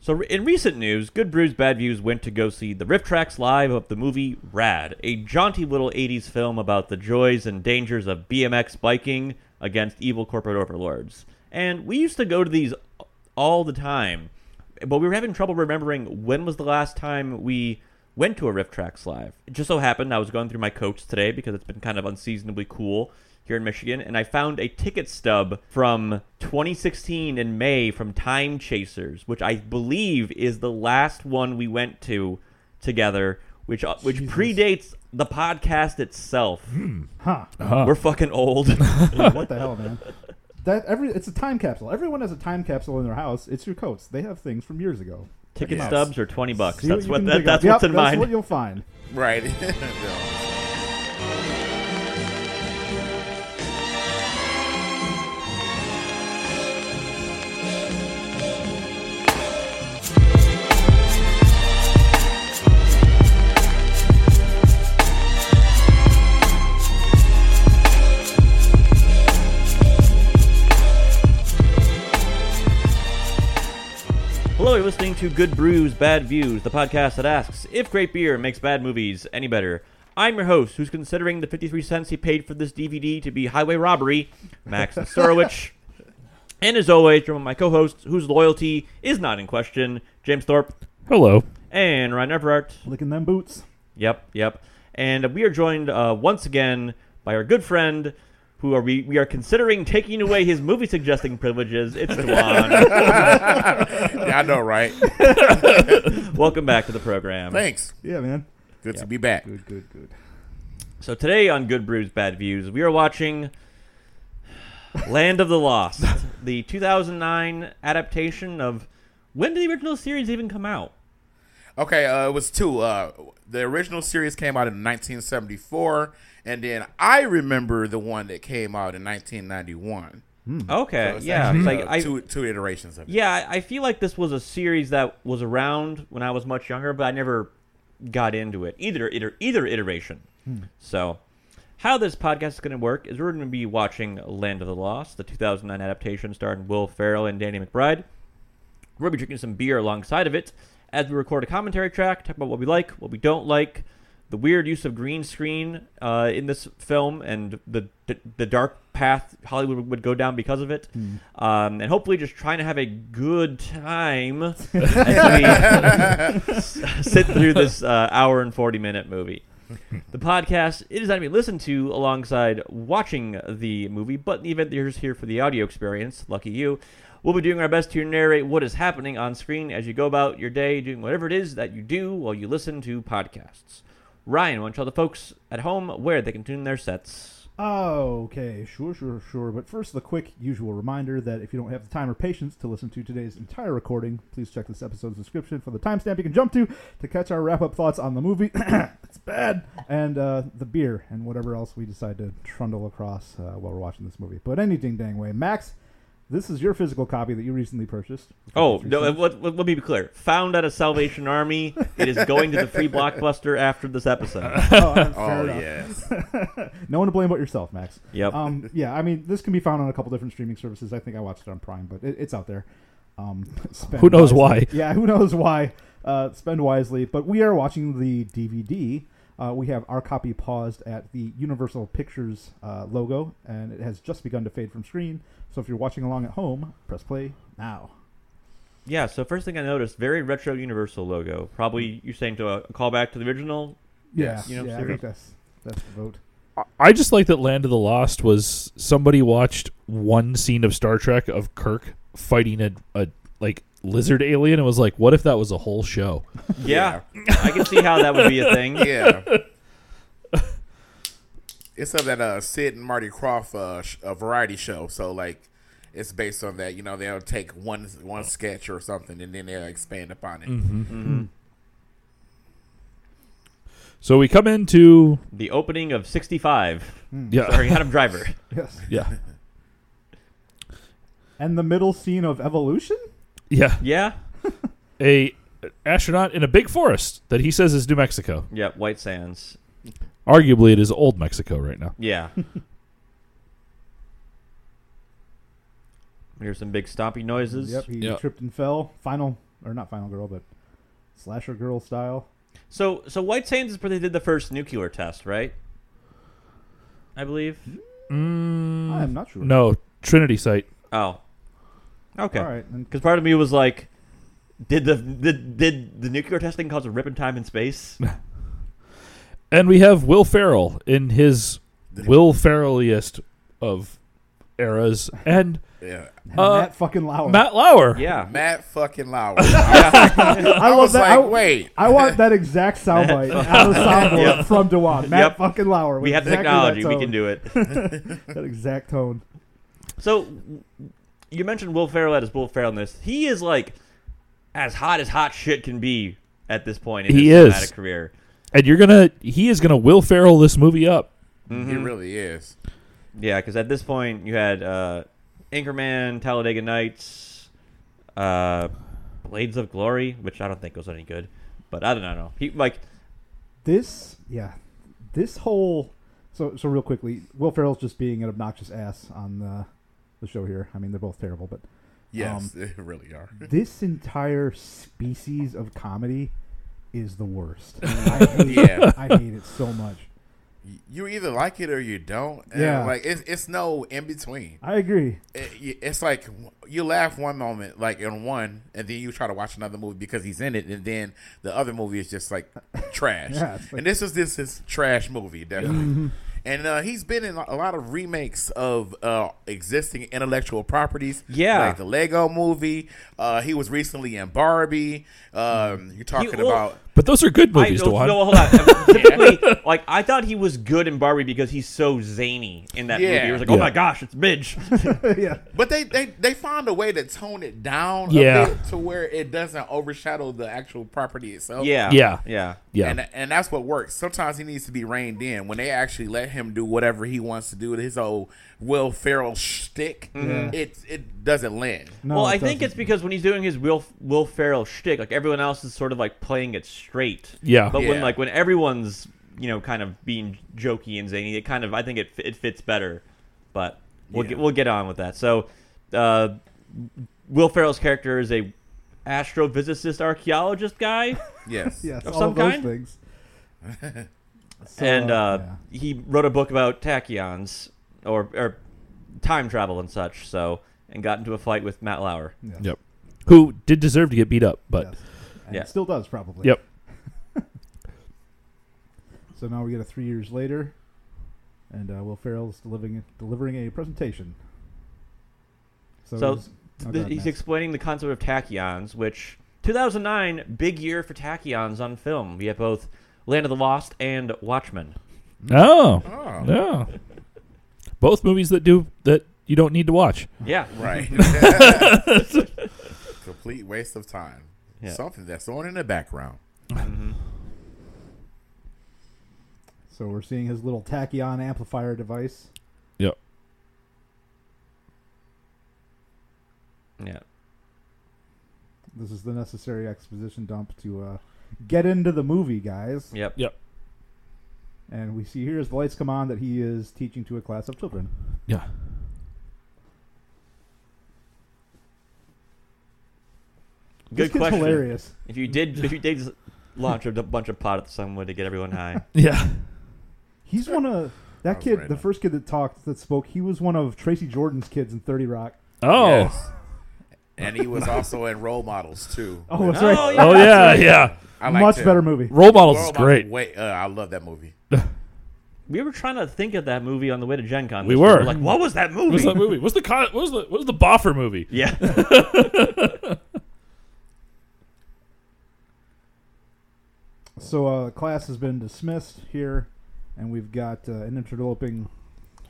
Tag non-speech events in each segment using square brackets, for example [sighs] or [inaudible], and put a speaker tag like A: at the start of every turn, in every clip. A: So, re- in recent news, Good Brews Bad Views went to go see the riff tracks live of the movie Rad, a jaunty little 80s film about the joys and dangers of BMX biking against evil corporate overlords. And we used to go to these all the time, but we were having trouble remembering when was the last time we went to a riff tracks live. It just so happened I was going through my coats today because it's been kind of unseasonably cool here in Michigan, and I found a ticket stub from 2016 in May from Time Chasers, which I believe is the last one we went to together, which uh, which
B: Jesus. Hmm.
A: predates the podcast itself.
B: Huh.
A: [laughs] We're fucking
B: [laughs]
A: old.
B: what the hell, man? That every it's a time capsule. Everyone has a time capsule in their house. It's your coats. They have things from years ago.
A: ticket
B: Yes.
A: stubs are 20 bucks.
B: See
A: that's
B: you
A: what,
B: can
A: that,
B: dig up.
A: that's
B: Yep,
A: what's in
B: that's
A: mind.
B: what you'll find.
C: Right.
A: [laughs]
C: No.
A: Hello, you're listening to Good Brews, Bad Views, the podcast that asks if great beer makes bad movies any better. I'm your host, who's considering the 53 cents he paid for this DVD to be highway robbery, Max Storowich. and as always, from my co hosts, whose loyalty is not in question, James Thorpe
D: Hello.
A: and Ryan Everhart.
B: Licking them boots.
A: Yep, yep. And we are joined uh, once again by our good friend, who are we, we are considering taking away his movie suggesting privileges. It's Dwan.
C: Yeah, I know, right?
A: Welcome back to the program.
C: Thanks.
B: Yeah, man.
C: Good to be back.
B: Good, good, good.
A: So today on Good Brews Bad Views, we are watching Land of the
C: [laughs]
A: Lost, the 2009 adaptation of. When did the original series even come out?
C: Okay, uh, it was two. Uh, the original series came out in 1974, and then I remember the one that came out in
A: Okay,
C: 1991. Hmm. So it's
A: yeah,
C: actually,
A: it's like
C: uh,
A: I,
C: two two iterations of it.
A: yeah, I- I feel like this was a series that was around when I was much younger, but I never got into it either. Iter, either iteration.
C: Hmm.
A: So, how this podcast is going to work is we're going to be watching Land of the Lost, the 2009 adaptation starring Will Ferrell and Danny McBride. We'll be drinking some beer alongside of it as we record a commentary track, talk about what we like, what we don't like, the weird use of green screen uh, in this film, and the the dark path Hollywood would go down because of it, um, and hopefully just trying to have a good time as we [laughs] s- sit through this uh, hour and forty minute movie. The podcast it is not to be listened to alongside watching the movie, but in the event that you're just here for the audio experience, lucky you. We'll be doing our best to narrate what is happening on screen as you go about your day, doing whatever it is that you do while you listen to podcasts. Ryan, want to tell the folks at home where they can tune their sets?
B: Okay, sure, sure, sure. But first, the quick usual reminder that if you don't have the time or patience to listen to today's entire recording, please check this episode's description for the timestamp you can jump to to catch our wrap up thoughts on the movie. [coughs] it's bad. And uh, the beer and whatever else we decide to trundle across uh, while we're watching this movie. But any ding dang way. Max, this is your physical copy that you recently purchased.
A: Oh, no, let, let, let me be clear. Found at a Salvation Army. It is going to the free blockbuster after this [laughs] episode.
B: Oh, fair
C: Oh
B: enough.
C: yes.
B: no one to blame but yourself, Max.
A: Yep.
B: Um, yeah, I mean, this can be found on a couple different streaming services. I think I watched it on Prime, but it, it's out there. Um, [laughs] spend
D: Who knows
B: wisely.
D: why?
B: Yeah, who knows why? Uh, spend wisely. But we are watching the DVD. Uh, we have our copy paused at the Universal Pictures uh, logo, and it has just begun to fade from screen. So if you're watching along at home, press play now.
A: Yeah, so first thing I noticed, very retro Universal logo. Probably you're saying to a, a callback to the original?
C: Yes.
B: Yeah,
A: You know,
B: yeah I
A: serious.
B: think that's, that's the vote.
D: I just like that Land of the Lost was somebody watched one scene of Star Trek of Kirk fighting a, a like lizard alien and was like, what if that was a whole show?
A: [laughs] Yeah. I can see how that would be a thing.
C: [laughs] Yeah.
A: [laughs]
C: it's of that uh, Sid and Marty Croft uh, sh- a variety show. So like, it's based on that. You know, they'll take one one sketch or something, and then they'll expand upon it.
D: So we come into
A: The opening of 65.
D: yeah
A: Sorry, Adam Driver.
B: Hmm. Yes.
D: [laughs] yeah
B: And the middle scene of Evolution?
D: yeah
A: Yeah?
D: a astronaut in a big forest that he says is New Mexico.
A: Yeah, White Sands.
D: Arguably, it is old Mexico right now.
A: Yeah. Here's some big stompy noises.
B: Yep, he
D: Yeah.
B: tripped and fell. Final or not Final Girl, but slasher girl style.
A: So so White Sands is where they did the first nuclear test, right? I believe.
D: Mm,
B: I am not sure.
D: No, Trinity site.
A: Oh. Okay. Because
B: All right, and
A: part of me was like, did the did, did the nuclear testing cause a rip in time and space?
D: And we have Will Ferrell in his Will Ferrelliest of eras, and
C: Yeah.
B: and
D: uh,
B: Matt fucking Lauer.
D: Matt Lauer.
A: yeah.
C: Matt
B: [laughs]
C: fucking Lauer. I
B: I love
C: was
B: that. I,
C: like, wait.
B: I want that exact
A: [laughs]
B: soundbite out of the soundboard
A: Yep.
B: from Dewan. Matt
A: Yep.
B: fucking Lauer.
A: We have the technology. We can do it.
B: it. That exact tone.
A: So you mentioned Will Ferrell as Will Ferrell in this. He is like as hot as hot shit can be at this point in
D: He
A: his
D: is.
A: cinematic career.
D: And you're gonna, he is gonna Will Ferrell this movie up.
C: It really is.
A: Yeah, because at this point you had uh, Anchorman, Talladega Nights, uh, Blades of Glory, which I don't think was any good, but I don't know. He like
B: This, yeah, this whole. So, so real quickly, Will Ferrell's just being an obnoxious ass on the, the show here. I mean, they're both terrible, but
C: Yes,
B: Um,
C: [laughs] they really are.
B: this entire species of comedy is
A: [laughs]
B: the worst. I hate,
C: Yeah.
B: I hate it so much.
C: You either like it or you don't. And
B: Yeah.
C: Like it's it's no in between.
B: I agree. [laughs]
C: It- it's like you laugh one moment, like in one, and then you try to watch another movie because he's in it, and then the other movie is just like trash.
B: Yeah, it's like-
C: and this is this is trash movie definitely. and uh, he's been in a lot of remakes of uh, existing intellectual properties.
A: Yeah.
C: like the Lego Movie. Uh, he was recently in Barbie. Um, you're talking
A: well-
C: about
D: But those are good movies
A: I,
D: to
A: no,
D: watch.
A: no, hold
D: [laughs]
A: on. Typically, like I thought he was good in Barbie because he's so zany in that
C: Yeah.
A: movie. It was like, oh
D: Yeah.
A: my gosh, it's
D: [laughs]
A: Midge.
B: yeah.
C: But they, they they found a way to tone it down
D: Yeah.
C: a bit to where it doesn't overshadow the actual property itself.
A: yeah,
D: Yeah.
A: yeah.
D: yeah,
C: And uh, and that's what works. Sometimes he needs to be reined in when they actually let him do whatever he wants to do with his old Will Ferrell shtick.
B: Mm-hmm.
C: It it doesn't land.
B: No,
A: well,
B: it
A: I think
B: doesn't.
A: it's because when he's doing his Will Will Ferrell shtick, like everyone else is sort of like playing it straight.
D: Yeah.
A: But when
C: Yeah.
A: like when everyone's you know kind of being jokey and zany, it kind of I think it fi- it fits better. But we'll
C: Yeah.
A: get we'll get on with that. So, uh, Will Ferrell's character is a astrophysicist archaeologist
B: [laughs]
A: guy.
C: Yes.
B: yes,
A: of
B: all
A: some
B: of those
A: kind?
B: things. So,
A: and uh,
B: yeah.
A: he wrote a book about tachyons or, or time travel and such. So and got into a fight with Matt Lauer.
B: Yes.
D: Yep. Who did deserve to get beat up, but
B: yes. And
A: Yeah.
B: still does probably.
D: yep.
B: [laughs] So now we get a three years later, and uh, Will Ferrell's delivering delivering a presentation.
A: So
B: he's,
A: th-
B: oh,
A: th-
B: God,
A: he's
B: Matt.
A: explaining the concept of tachyons, which 2009 big year for tachyons on film. We have both Land of the Lost and Watchmen.
D: Oh,
C: Oh.
D: yeah. Both movies that do that you don't need to watch.
A: Yeah,
C: Right. [laughs] Complete waste of time.
A: Yeah.
C: Something that's on in the background.
B: so we're seeing his little tachyon amplifier device.
D: Yep.
A: yeah.
B: This is the necessary exposition dump to uh, get into the movie, guys.
A: Yep.
D: Yep.
B: And we see here as the lights come on that he is teaching to a class of children.
D: Yeah.
A: Good
B: this kid's
A: question.
B: hilarious.
A: If you did, if you did launch a d- bunch of pot at someone to get everyone high. Oh,
D: Yeah.
B: He's one of
C: I
B: that
C: was
B: kid,
C: right
B: the
C: on.
B: first kid that talked that spoke. He was one of Tracy Jordan's kids in Thirty Rock.
D: Oh.
C: Yes. And he was also in role models too.
B: Oh, that's
A: Oh,
B: right.
A: yeah.
C: [laughs]
D: Oh yeah, yeah.
C: I liked
B: Much
C: him.
B: better movie.
D: Role models
C: Role
D: is
C: Model-
D: great.
C: Wait, uh, I love that movie. [laughs]
A: We were trying to think of that movie on the way to Gen Con.
D: We
A: this
D: were.
A: week. like, what was that movie?
D: What's that movie? What's the con- what's the what's the Boffer movie?
A: Yeah.
B: So uh, class has been dismissed here, and we've got uh, an interloping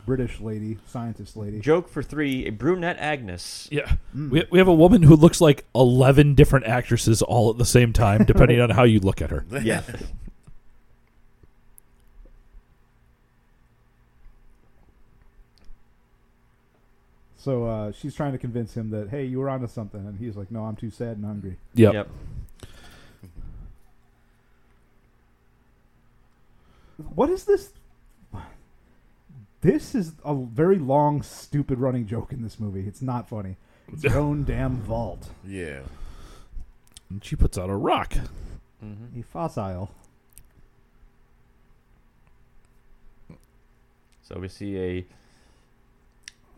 B: British lady, scientist lady.
A: Joke for three: a brunette
D: [laughs]
A: Agnes.
D: Yeah. We, we have a woman who looks like 11 different actresses all at the same time [laughs] depending on how you look at her.
A: Yeah.
B: So uh, she's trying to convince him that hey, you were onto something, and he's like, no, I'm too sad and hungry.
D: Yep.
B: What is this? This is a very long, stupid running joke in this movie. It's not funny. It's your own damn vault.
C: Yeah.
D: And she puts out a rock.
B: A fossil.
A: So we see a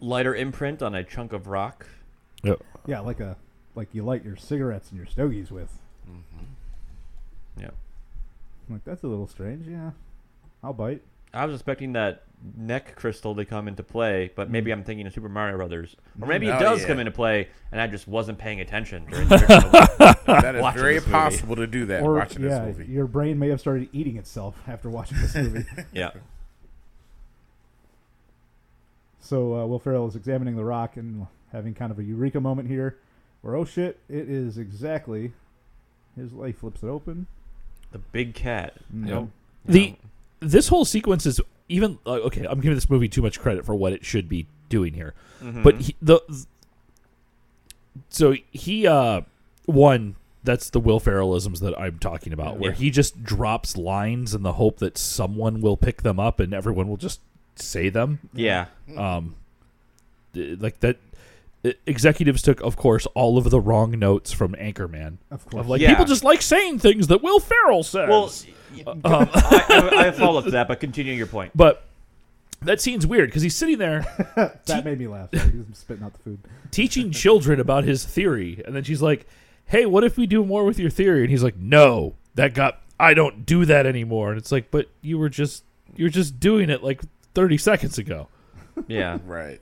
A: lighter imprint on a chunk of rock.
B: Yeah, like a like you light your cigarettes and your stogies with.
A: Yeah.
B: I'm like that's a little strange. Yeah, I'll bite.
A: I was expecting that neck crystal to come into play, but maybe I'm thinking of Super Mario Brothers, or maybe it
C: Hmm. Oh,
A: does
C: yeah.
A: come into play, and I just wasn't paying attention.
C: [laughs]
A: During the
C: That is
A: Watching
C: very
A: this movie.
C: possible to do that
B: or
C: watching
B: yeah,
C: this movie.
B: your brain may have started eating itself after watching this
C: [laughs]
B: movie.
A: yeah,
B: so uh, Will Ferrell is examining the rock and having kind of a eureka moment here, where oh shit, it is exactly. His leg flips it open.
A: the big cat.
B: No.
D: The this whole sequence is even uh, okay. I'm giving this movie too much credit for what it should be doing here,
A: Mm-hmm.
D: but he, the so he uh one that's the Will Ferrellisms that I'm talking about, where
A: Yeah.
D: he just drops lines in the hope that someone will pick them up and everyone will just say them
A: yeah,
D: um d- like that e- executives took of course all of the wrong notes from anchorman
B: Of course.
D: of like
A: Yeah.
D: people just like saying things that will ferrell says
A: Well, Uh, [laughs] I, I, I follow up to that, but continue your point.
D: but that scene's weird because he's sitting there
B: that made me laugh. Sorry, he's spitting out the food.
D: teaching children about his theory and then she's like hey what if we do more with your theory and he's like no that got i don't do that anymore and it's like but you were just you're just doing it like 30 seconds ago
A: Yeah.
C: Right.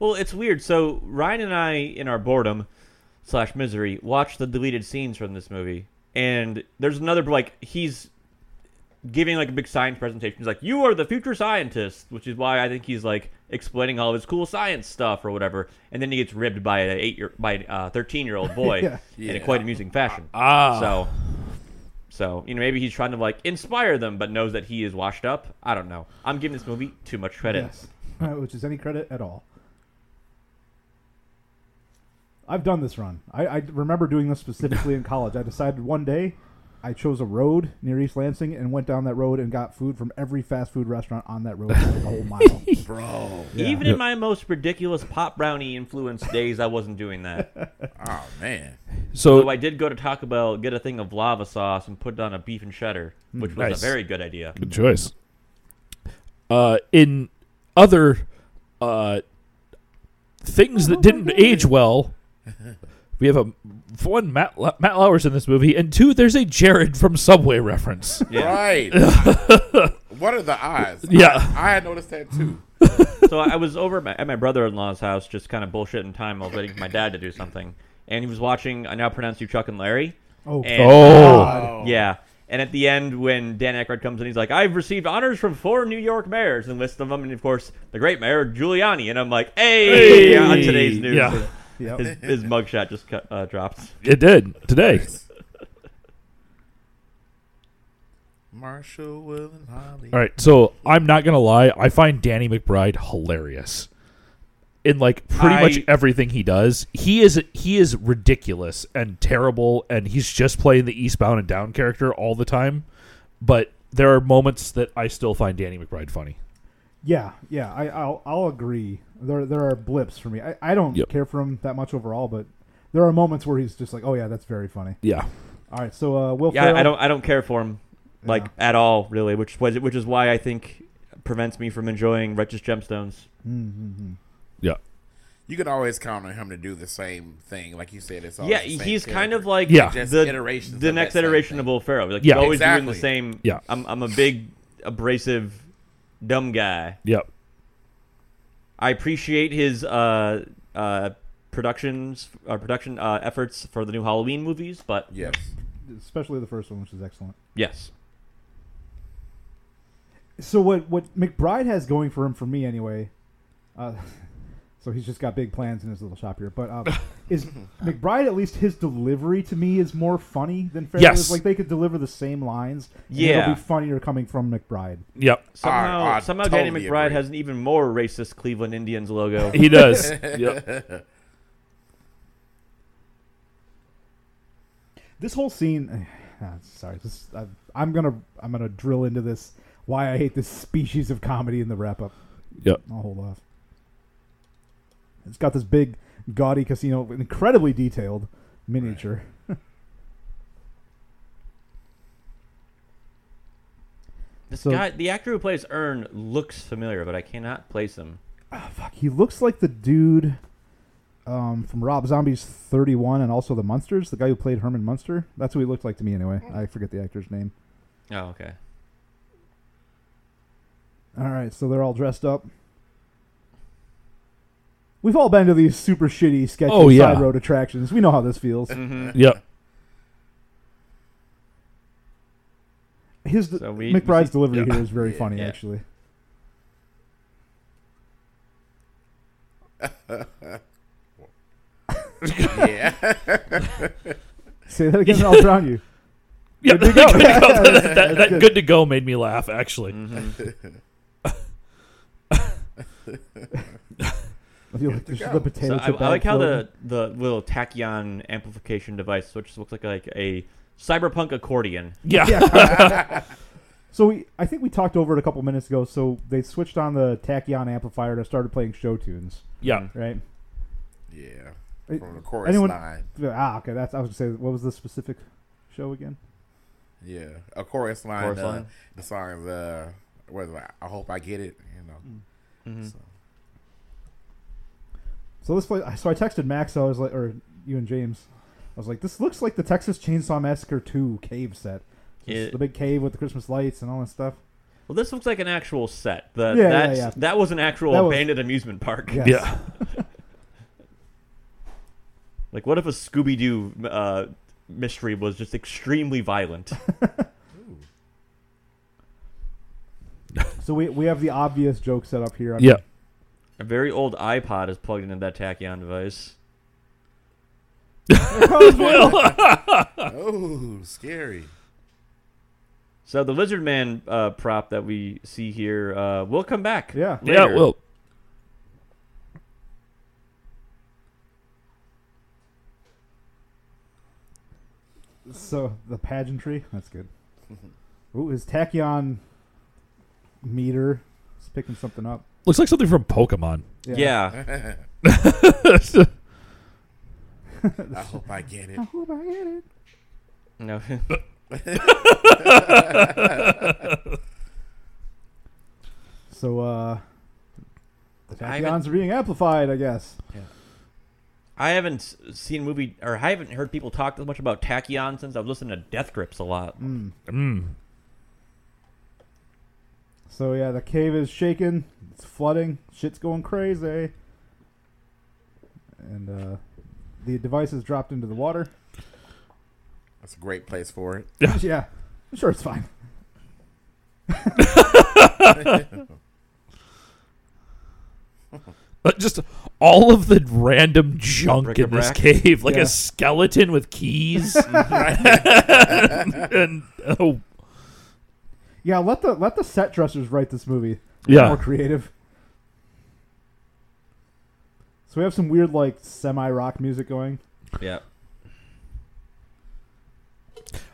A: Well, it's weird. So Ryan and I, in our boredom slash misery, watched the deleted scenes from this movie, and there's another like he's giving like a big science presentation. He's like, "You are the future scientist," which is why I think he's like explaining all of his cool science stuff or whatever. And then he gets ribbed by an eight year by a thirteen year old boy
B: Yeah.
A: in a
C: Yeah.
A: quite amusing fashion.
D: Ah.
A: so. So, you know, maybe he's trying to like inspire them, but knows that he is washed up. I don't know. I'm giving this movie too much credit.
B: Yes. [laughs] Uh, Which is any credit at all. I've done this run. I, I remember doing this specifically in college. I decided one day I chose a road near East Lansing and went down that road and got food from every fast food restaurant on that road for like a whole mile.
C: Bro.
A: Even in my most ridiculous pop brownie influenced days, I wasn't doing
D: [laughs]
A: that.
C: Oh man.
D: so
A: Though I did go to Taco Bell, get a thing of lava sauce, and put it on a beef and cheddar, which was
D: Hmm, Nice.
A: a very good
D: [laughs]
A: idea.
D: Good choice. Uh, in other uh, things that didn't age well, we have a for one Matt La- Matt Lauer's in this movie, and two there's a Jared from Subway reference.
A: Yeah.
C: Right. what are the odds?
D: Yeah.
C: I, I had noticed that too.
A: so I was over at my, at my brother in law's house, just kind of bullshitting time. I was waiting for my dad to do something, and he was watching. I now pronounce you Chuck and Larry.
B: Oh,
A: And-
D: oh,
A: Yeah. And at the end, when Dan Aykroyd comes in, he's like, "I've received honors from four New York mayors," and lists them, and of course, the great mayor Giuliani. And I'm like, "Hey,
D: Hey!
A: on today's news,
D: Yeah.
B: Yep.
A: his, his mugshot just cut, uh, dropped."
D: it did today.
C: Marshall, Will, and Holly.
D: All right, so I'm not gonna lie, I find Danny McBride hilarious. In like pretty
A: I-
D: much everything he does, he is he is ridiculous and terrible, and he's just playing the Eastbound and Down character all the time. But there are moments that I still find Danny McBride funny.
B: Yeah, yeah, I, I'll I'll agree. There there are blips for me. I, I don't
D: Yep.
B: care for him that much overall, but there are moments where he's just like, oh yeah, that's very funny.
D: Yeah,
B: All right, so uh, Will.
A: Yeah,
B: Ferrell,
A: I don't I don't care for him like at all really, which was which is why I think prevents me from enjoying Righteous Gemstones.
D: yeah,
C: You can always count on him to do the same thing, like you said. Oh, It's always
A: Yeah,
C: the same
A: he's kind of
C: character.
A: like
D: Yeah.
C: Just
A: the,
C: iterations
A: the
C: of
A: next
C: that same
A: iteration
C: thing.
A: of Will Ferrell. Like
D: Yeah.
A: he's always doing the
C: Exactly.
A: same.
D: Yeah.
A: I'm I'm a big abrasive dumb guy.
D: yeah.
A: I appreciate his uh uh productions uh, production uh, efforts for the new Halloween movies, but
C: yes.
B: especially the first one, which is excellent.
A: yes.
B: So what what McBride has going for him for me anyway, uh, [laughs] so he's just got big plans in his little shop here. But um, is McBride at least his delivery to me is more funny than Ferrell
D: Yes.
B: is. Like they could deliver the same lines. and it'll
A: Yeah.
B: be funnier coming from McBride.
D: Yep,
A: Somehow,
C: I
A: somehow Danny
C: totally
A: McBride
C: agree.
A: has an even more racist Cleveland Indians logo.
B: [laughs]
D: he does. yep.
B: This whole scene. [sighs] ah, sorry, this, I, I'm gonna I'm gonna drill into this why I hate this species of comedy in the wrap up.
D: Yep.
B: I'll hold off. It's got this big, gaudy casino, incredibly detailed, miniature.
A: This
B: So-
A: guy, the actor who plays Ern, looks familiar, but I cannot place him.
B: Ah, fuck, he looks like the dude um, from Rob Zombie's 31 and also The Munsters, the guy who played Herman Munster. That's who he looked like to me anyway. I forget the actor's name.
A: Oh, okay.
B: All right, so they're all dressed up. We've all been to these super shitty, sketchy
D: Oh, yeah.
B: side road attractions. We know how this feels.
D: Yep.
B: His
A: So we-
B: McBride's
A: we-
B: delivery
D: yeah.
B: here is very funny,
A: Yeah.
B: actually.
C: Yeah. [laughs]
A: [laughs]
B: Say that again, and I'll drown you.
D: Yeah, [laughs]
B: Good to go. Mm.
D: good to go.
B: [laughs]
D: that, that- that
B: good.
D: good to go made me laugh actually.
B: You like, there's
C: go.
B: the potato
A: So I,
B: chip
A: I like
B: bag
A: how
B: floating.
A: the, the little tachyon amplification device, which looks like like a cyberpunk accordion.
D: Yeah.
B: Yeah. so we, I think we talked over it a couple minutes ago. So they switched on the tachyon amplifier and I started playing show tunes.
D: Yeah.
B: Right?
C: yeah.
B: Hey,
C: From the chorus
B: anyone-
C: line.
B: Ah, okay. That's I was gonna say. What was the specific show again?
C: Yeah. A chorus line.
A: Chorus
C: uh,
A: line?
C: The song, uh, what is it? I hope I get it. You know.
A: Mm-hmm.
C: So,
B: So this play, so I texted Max. I was like, or you and James. I was like, this looks like the Texas Chainsaw Massacre 2 cave set. It's
A: It-
B: the big cave with the Christmas lights and all that stuff.
A: Well, this looks like an actual set. The,
B: Yeah, yeah,
A: that's,
B: yeah.
A: That was an actual
B: That was-
A: abandoned amusement park.
B: Yes.
D: Yeah.
A: Like, what if a Scooby Doo uh, mystery was just extremely
B: [laughs]
A: violent?
B: So we, we have the obvious joke set up here. I mean, [laughs]
D: Yeah.
A: a very old iPod is plugged into that tachyon device.
C: oh, scary. [laughs]
A: So the lizard man uh, prop that we see here uh, will come back.
B: Yeah.
D: Yeah,
A: later.
D: well.
B: [laughs] So the pageantry. That's
A: [laughs]
B: good. Ooh, his tachyon meter is picking something up.
D: Looks like something from Pokemon.
A: Yeah.
C: I hope I get it.
B: I hope I get it.
A: No. [laughs]
B: So uh, the
A: I haven't-
B: tachyons are being amplified, I guess.
A: I haven't s- seen movie, or I haven't heard people talk as much about tachyon since I've listened to Death Grips a lot.
B: Hmm.
D: Mm.
B: So yeah, the cave is shaking. It's flooding. Shit's going crazy. And uh, the device is dropped into the water. [laughs]
C: That's a great place for it.
B: yeah, I'm sure it's fine.
D: But [laughs] just all of the random junk in this
A: Bric-a-brac.
D: cave, like
B: Yeah.
D: a skeleton with keys [laughs] and oh
B: Yeah, let the let the set dressers write this movie.
D: Yeah.
B: more creative. So we have some weird like semi rock music going.
A: Yeah.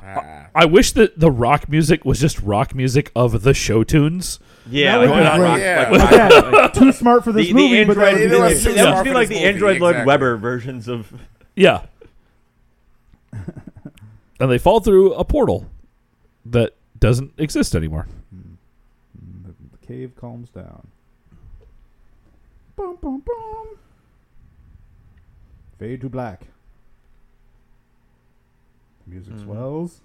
C: Ah,
D: I wish that the rock music was just rock music of the show tunes.
A: Yeah.
B: That
A: like
B: would be
A: not rock-
B: [laughs]
C: great.
A: like-
B: Yeah, too smart for this
A: The, the
B: movie, but that
A: Android,
B: would be
C: It was
B: great.
C: too
A: that
C: smart
A: would be
C: for
A: like
C: this
A: the
C: movie,
A: Android Lloyd
C: exactly.
A: Webber versions of.
D: Yeah. and they fall through a portal that doesn't exist anymore.
B: The, the cave calms down. Boom, boom, boom. Fade to black. Music swells.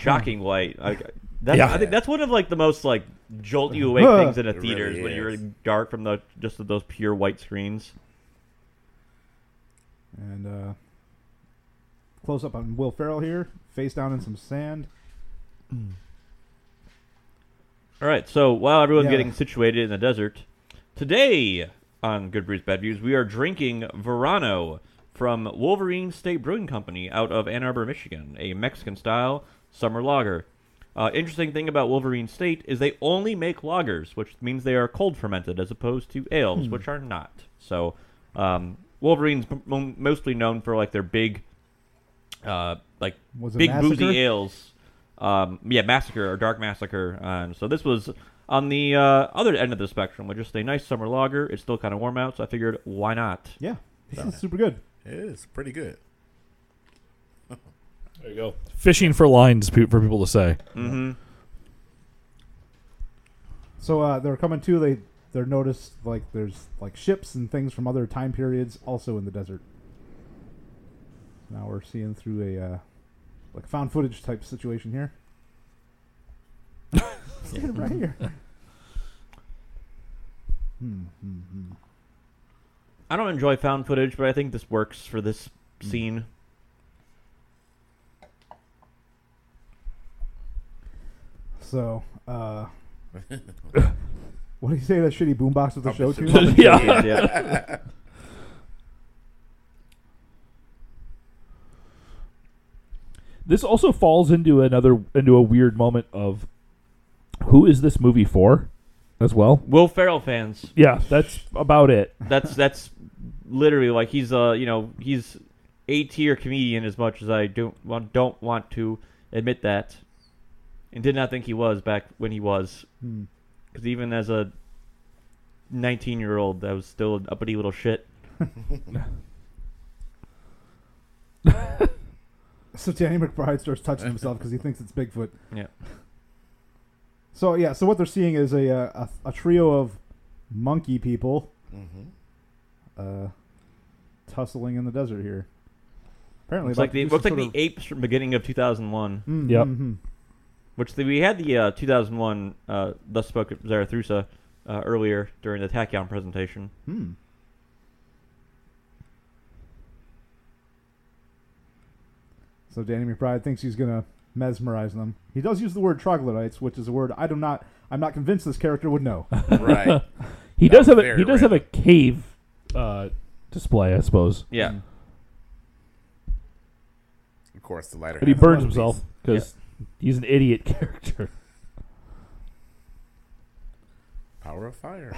A: shocking light. I, that's,
D: Yeah.
A: I think that's one of like the most like jolt you awake
B: Huh.
A: things in a
C: It
A: theater is
C: really
A: when you're
C: is.
A: in dark from the just those pure white screens.
B: And uh, close up on Will Ferrell here, face down in some sand.
A: All right, so while everyone's
B: Yeah.
A: getting situated in the desert, today on Good Brews Bad Views we are drinking Verano from Wolverine State Brewing Company out of Ann Arbor, Michigan, a Mexican style summer lager. Uh, interesting thing about Wolverine State is they only make lagers, which means they are cold fermented as opposed to ales, which are not. So um, Wolverine's m- m- mostly known for like their big, uh, like
B: Was it
A: big
B: Massacre?
A: boozy ales. Um, yeah, Massacre or Dark Massacre. Um, so this was on the uh, other end of the spectrum, which is a nice summer lager. It's still kind of warm out, so I figured why not?
B: Yeah, This is super good.
C: It is pretty good.
D: There you go. Fishing for lines pe- for people to say.
A: Mm-hmm.
B: So uh, they're coming too. They they're noticed like there's like ships and things from other time periods also in the desert. Now we're seeing through a uh, like found footage type situation [laughs] here. It's right here. Hmm, hmm, hmm.
A: I don't enjoy found footage, but I think this works for this scene.
B: So, uh,
C: [laughs]
B: what do you say that shitty boombox was a
C: Oh,
B: show [laughs]
C: Mr.
B: to?
C: [laughs]
D: yeah.
A: yeah.
D: This also falls into another into a weird moment of who is this movie for as well?
A: Will Ferrell fans.
D: Yeah, that's about it.
A: That's that's literally like he's uh you know he's a tier comedian as much as I don't want, don't want to admit that, and did not think he was back when he was
B: Hmm.
A: because even as a nineteen year old I was still an uppity little shit.
B: So Danny McBride starts touching himself because he thinks it's Bigfoot.
A: Yeah.
B: So yeah, so what they're seeing is a uh, a, a trio of monkey people
C: Mhm.
B: uh, tussling in the desert here. Apparently,
A: It's
B: about
A: like
B: to
A: the
B: do
A: looks
B: some
A: like the
B: sort
A: apes from beginning of two thousand one,
B: of- Mm,
D: Yep.
B: mm, mm.
A: which the, we had the uh, two thousand one uh, thus spoke Zarathustra uh, earlier during the Tachyon presentation.
B: Hmm. So Danny McBride thinks he's gonna mesmerize them. He does use the word troglodytes, which is a word I do not. I'm not convinced this character would know.
C: Right.
D: He
C: That
D: does
C: was
D: have a
C: very
D: he does have a
C: random.
D: cave uh, display, I suppose.
A: Yeah,
B: Mm.
C: Of course, the lighter.
D: But he
C: has
D: burns
C: one piece.
D: himself because he's an idiot [laughs] character.
C: Power of fire.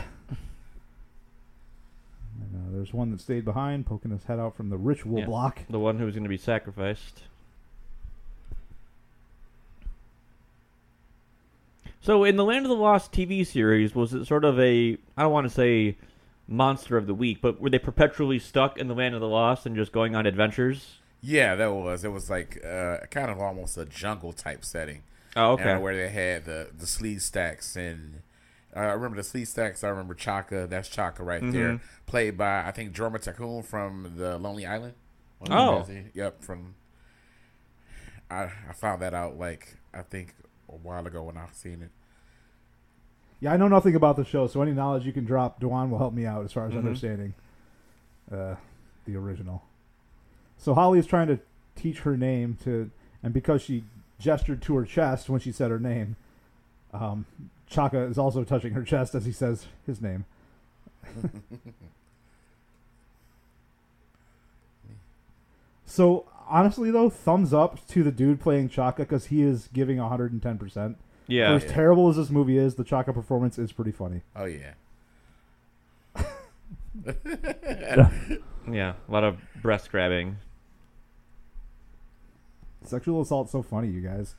B: And, uh, there's one that stayed behind, poking his head out from the ritual
A: Yeah.
B: block.
A: the one who was going to be sacrificed. So, in the Land of the Lost TV series, was it sort of a I don't want to say monster of the week, but were they perpetually stuck in the Land of the Lost and just going on adventures?
C: Yeah, that was. It was like uh, kind of almost a jungle type setting.
A: Oh,
C: uh,
A: okay.
C: where they had the the sleeve stacks and uh, I remember the sleeve stacks. I remember Chaka. That's Chaka right
D: Mm-hmm.
C: there, played by I think Jorma Takoon from the Lonely Island. One
D: Oh.
C: of them, is he? yep. From I I found that out like I think a while ago when I seen it.
B: Yeah, I know nothing about the show, so any knowledge you can drop, Dewan will help me out as far as
A: Mhm.
B: understanding uh, the original. So Holly is trying to teach her name to, and because she gestured to her chest when she said her name, um, Chaka is also touching her chest as he says his name. so honestly, though, thumbs up to the dude playing Chaka because he is giving hundred and ten percent. For
A: Yeah.
B: as terrible as this movie is, the Chaka performance is pretty funny.
C: Oh yeah,
A: Yeah. A lot of breast grabbing.
B: Sexual assault's so funny, you guys.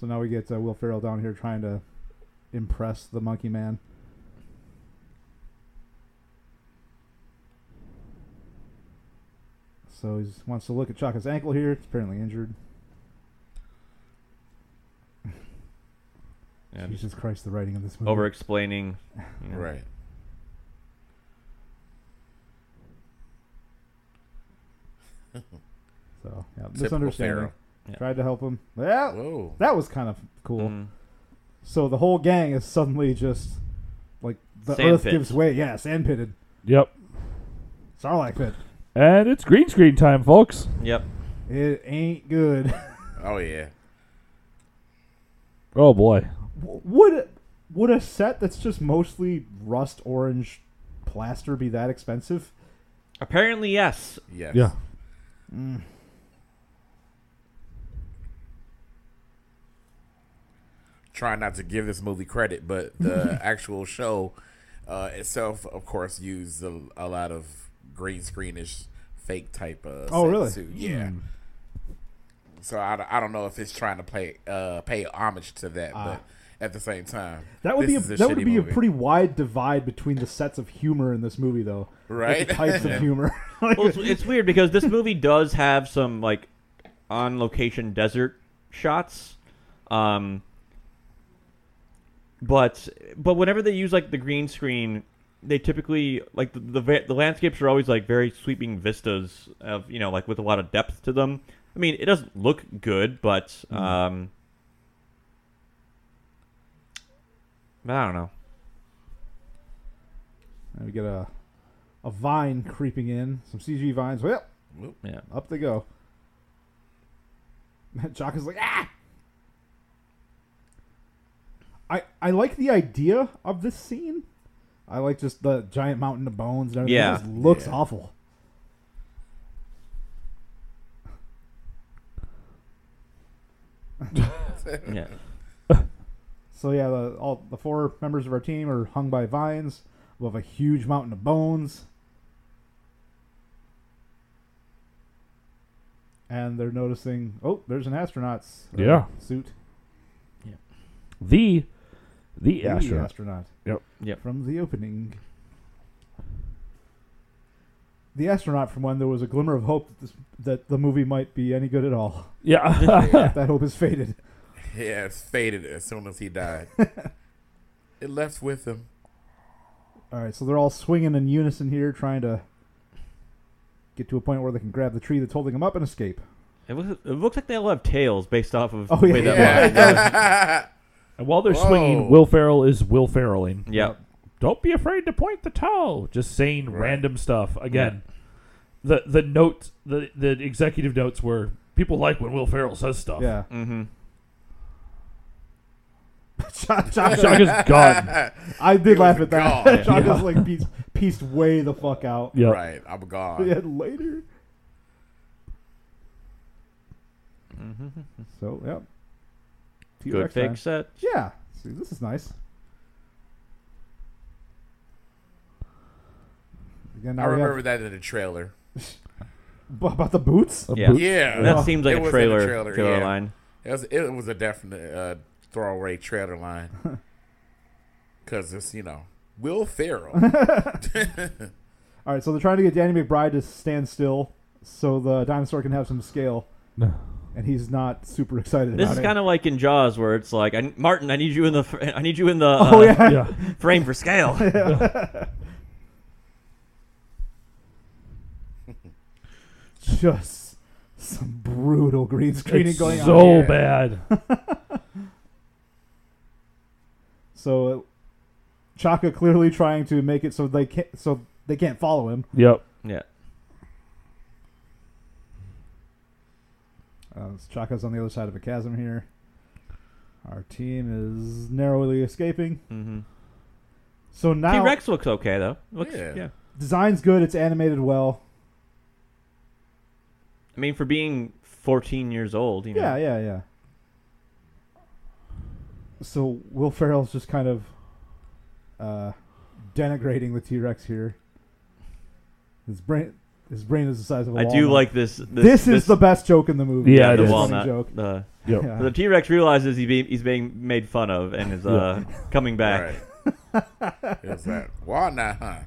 B: So now we get uh, Will Ferrell down here trying to impress the Monkey Man. So he wants to look at Chaka's ankle here. It's apparently injured.
A: Yeah, just
B: Jesus Christ, the writing of this movie.
A: over explaining.
C: right.
B: So yeah,
C: Typical
B: misunderstanding.
C: Pharaoh.
A: Yeah.
B: Tried to help him. Well,
C: Whoa.
B: that was kind of cool.
A: Mm.
B: So the whole gang is suddenly just like the
A: Sand
B: earth
A: pit.
B: gives way. Yeah, sand pitted.
D: Yep.
B: Sarlacc pit.
D: And it's green screen time, folks.
A: Yep.
B: It ain't good. [laughs]
C: Oh yeah.
D: Oh boy.
B: would would a set that's just mostly rust orange plaster be that expensive?
A: Apparently, yes.
C: Yes.
D: Yeah.
C: Try not to give this movie credit, but
B: [laughs]
C: the actual show uh, itself, of course, used a, a lot of green screenish fake type of.
B: Oh, really?
C: Too. Yeah. So I, I don't know if it's trying to play uh, pay homage to that,
B: Ah.
C: but at the same time.
B: That would
C: This
B: be
C: is
B: a, that would
C: shitty
B: be
C: movie.
B: a pretty wide divide between the sets of humor in this movie, though.
C: Right?
B: Like the
C: [laughs]
B: types of humor. [laughs] Like,
A: Well, it's, it's weird because this movie does have some like on location desert shots, um, but but whenever they use like the green screen, they typically like the, the va- the landscapes are always like very sweeping vistas of you know like with a lot of depth to them. I mean, it doesn't look good, but um, I don't know.
B: and we get a a vine creeping in, some CG vines. Well,
A: Yeah.
B: up they go. [laughs] Jock is like, ah. I I like the idea of this scene. I like just the giant mountain of bones and everything.
A: Yeah.
B: It just looks
C: Yeah.
B: awful.
A: Yeah.
B: So yeah, the, all the four members of our team are hung by vines above a huge mountain of bones, and they're noticing. Oh, there's an astronaut's uh,
D: Yeah.
B: suit.
D: The the
B: The
D: astronaut.
B: astronaut.
D: Yep.
A: Yep.
B: From the opening. The astronaut from when there was a glimmer of hope that, this, that the movie might be any good at all.
D: Yeah. [laughs]
B: that hope is faded.
C: [laughs] Yeah, it's faded as soon as
B: [laughs]
C: he died. it left with him.
B: All right, so they're all swinging in unison here, trying to get to a point where they can grab the tree that's holding them up and escape.
A: It looks, it looks like they all have tails based off of
B: Oh,
A: the way
B: [laughs] yeah.
A: that
C: [laughs] Yeah.
D: and while they're
C: Whoa.
D: swinging, Will Ferrell is Will Ferrelling.
A: Yeah.
D: Don't be afraid to point the toe. Just saying
C: Right.
D: random stuff again. The the notes the the executive notes were people like when Will Ferrell says stuff.
B: Yeah. [laughs]
A: Mm-hmm.
B: John, John,
D: Chuck is
C: [laughs]
D: gone.
B: [laughs] I did
C: He
B: laugh
C: was
B: at that. [laughs]
C: gone.
B: John
D: Yeah.
B: just like pieced, pieced way the fuck out. [laughs]
D: Yeah.
C: Right, I'm gone.
B: Yeah, later. Mm-hmm. So, yep.
A: Good
B: T-Rex time.
A: fake set.
B: Yeah. See, this is nice. Again,
C: I
B: now we
C: remember
B: have
C: that in the trailer.
B: b- [laughs] about the boots.
D: A
A: Yeah.
D: boot-
C: Yeah,
A: That seems
C: It
A: like a
C: was in the
A: trailer,
C: trailer,
A: trailer
C: yeah.
A: line.
C: It was, it was a definite uh, throwaway trailer line. Because it's, you know, Will Ferrell.
B: All right, so they're trying to get Danny McBride to stand still so the dinosaur can have some scale,
D: No.
B: and he's not super excited
A: This
B: about
A: is
B: it.
A: kind of like in Jaws, where it's like, I, Martin, I need you in the, fr- I need you in the uh,
B: [laughs] [laughs] oh yeah.
D: Yeah.
A: frame for
B: [laughs]
A: scale.
B: just some brutal green screening
D: It's
B: going on.
D: [laughs] so
B: [laughs]
C: Yeah.
D: bad.
B: So uh, Chaka clearly trying to make it so they can't so they can't follow him.
D: yep.
A: yeah.
B: Uh, Chaka's on the other side of a chasm here. Our team is narrowly escaping.
A: Mm-hmm.
B: So now
A: T Rex looks okay though. Looks, yeah.
C: Yeah.
B: design's good. It's animated well.
A: I mean, for being 14 years old, you know.
B: Yeah, yeah, yeah. So Will Ferrell's just kind of uh, denigrating the T Rex here. His brain, his brain is the size of a
A: I do
B: walnut.
A: like this. This,
B: This,
A: [laughs]
B: is the best joke in the movie.
D: Yeah, it
A: the
D: is.
B: It's a funny
A: walnut.
B: joke.
A: The,
D: Yep.
B: Yeah.
A: the T Rex realizes he be, he's being made fun of and is uh, coming back.
C: [laughs] Right. it was that walnut, huh?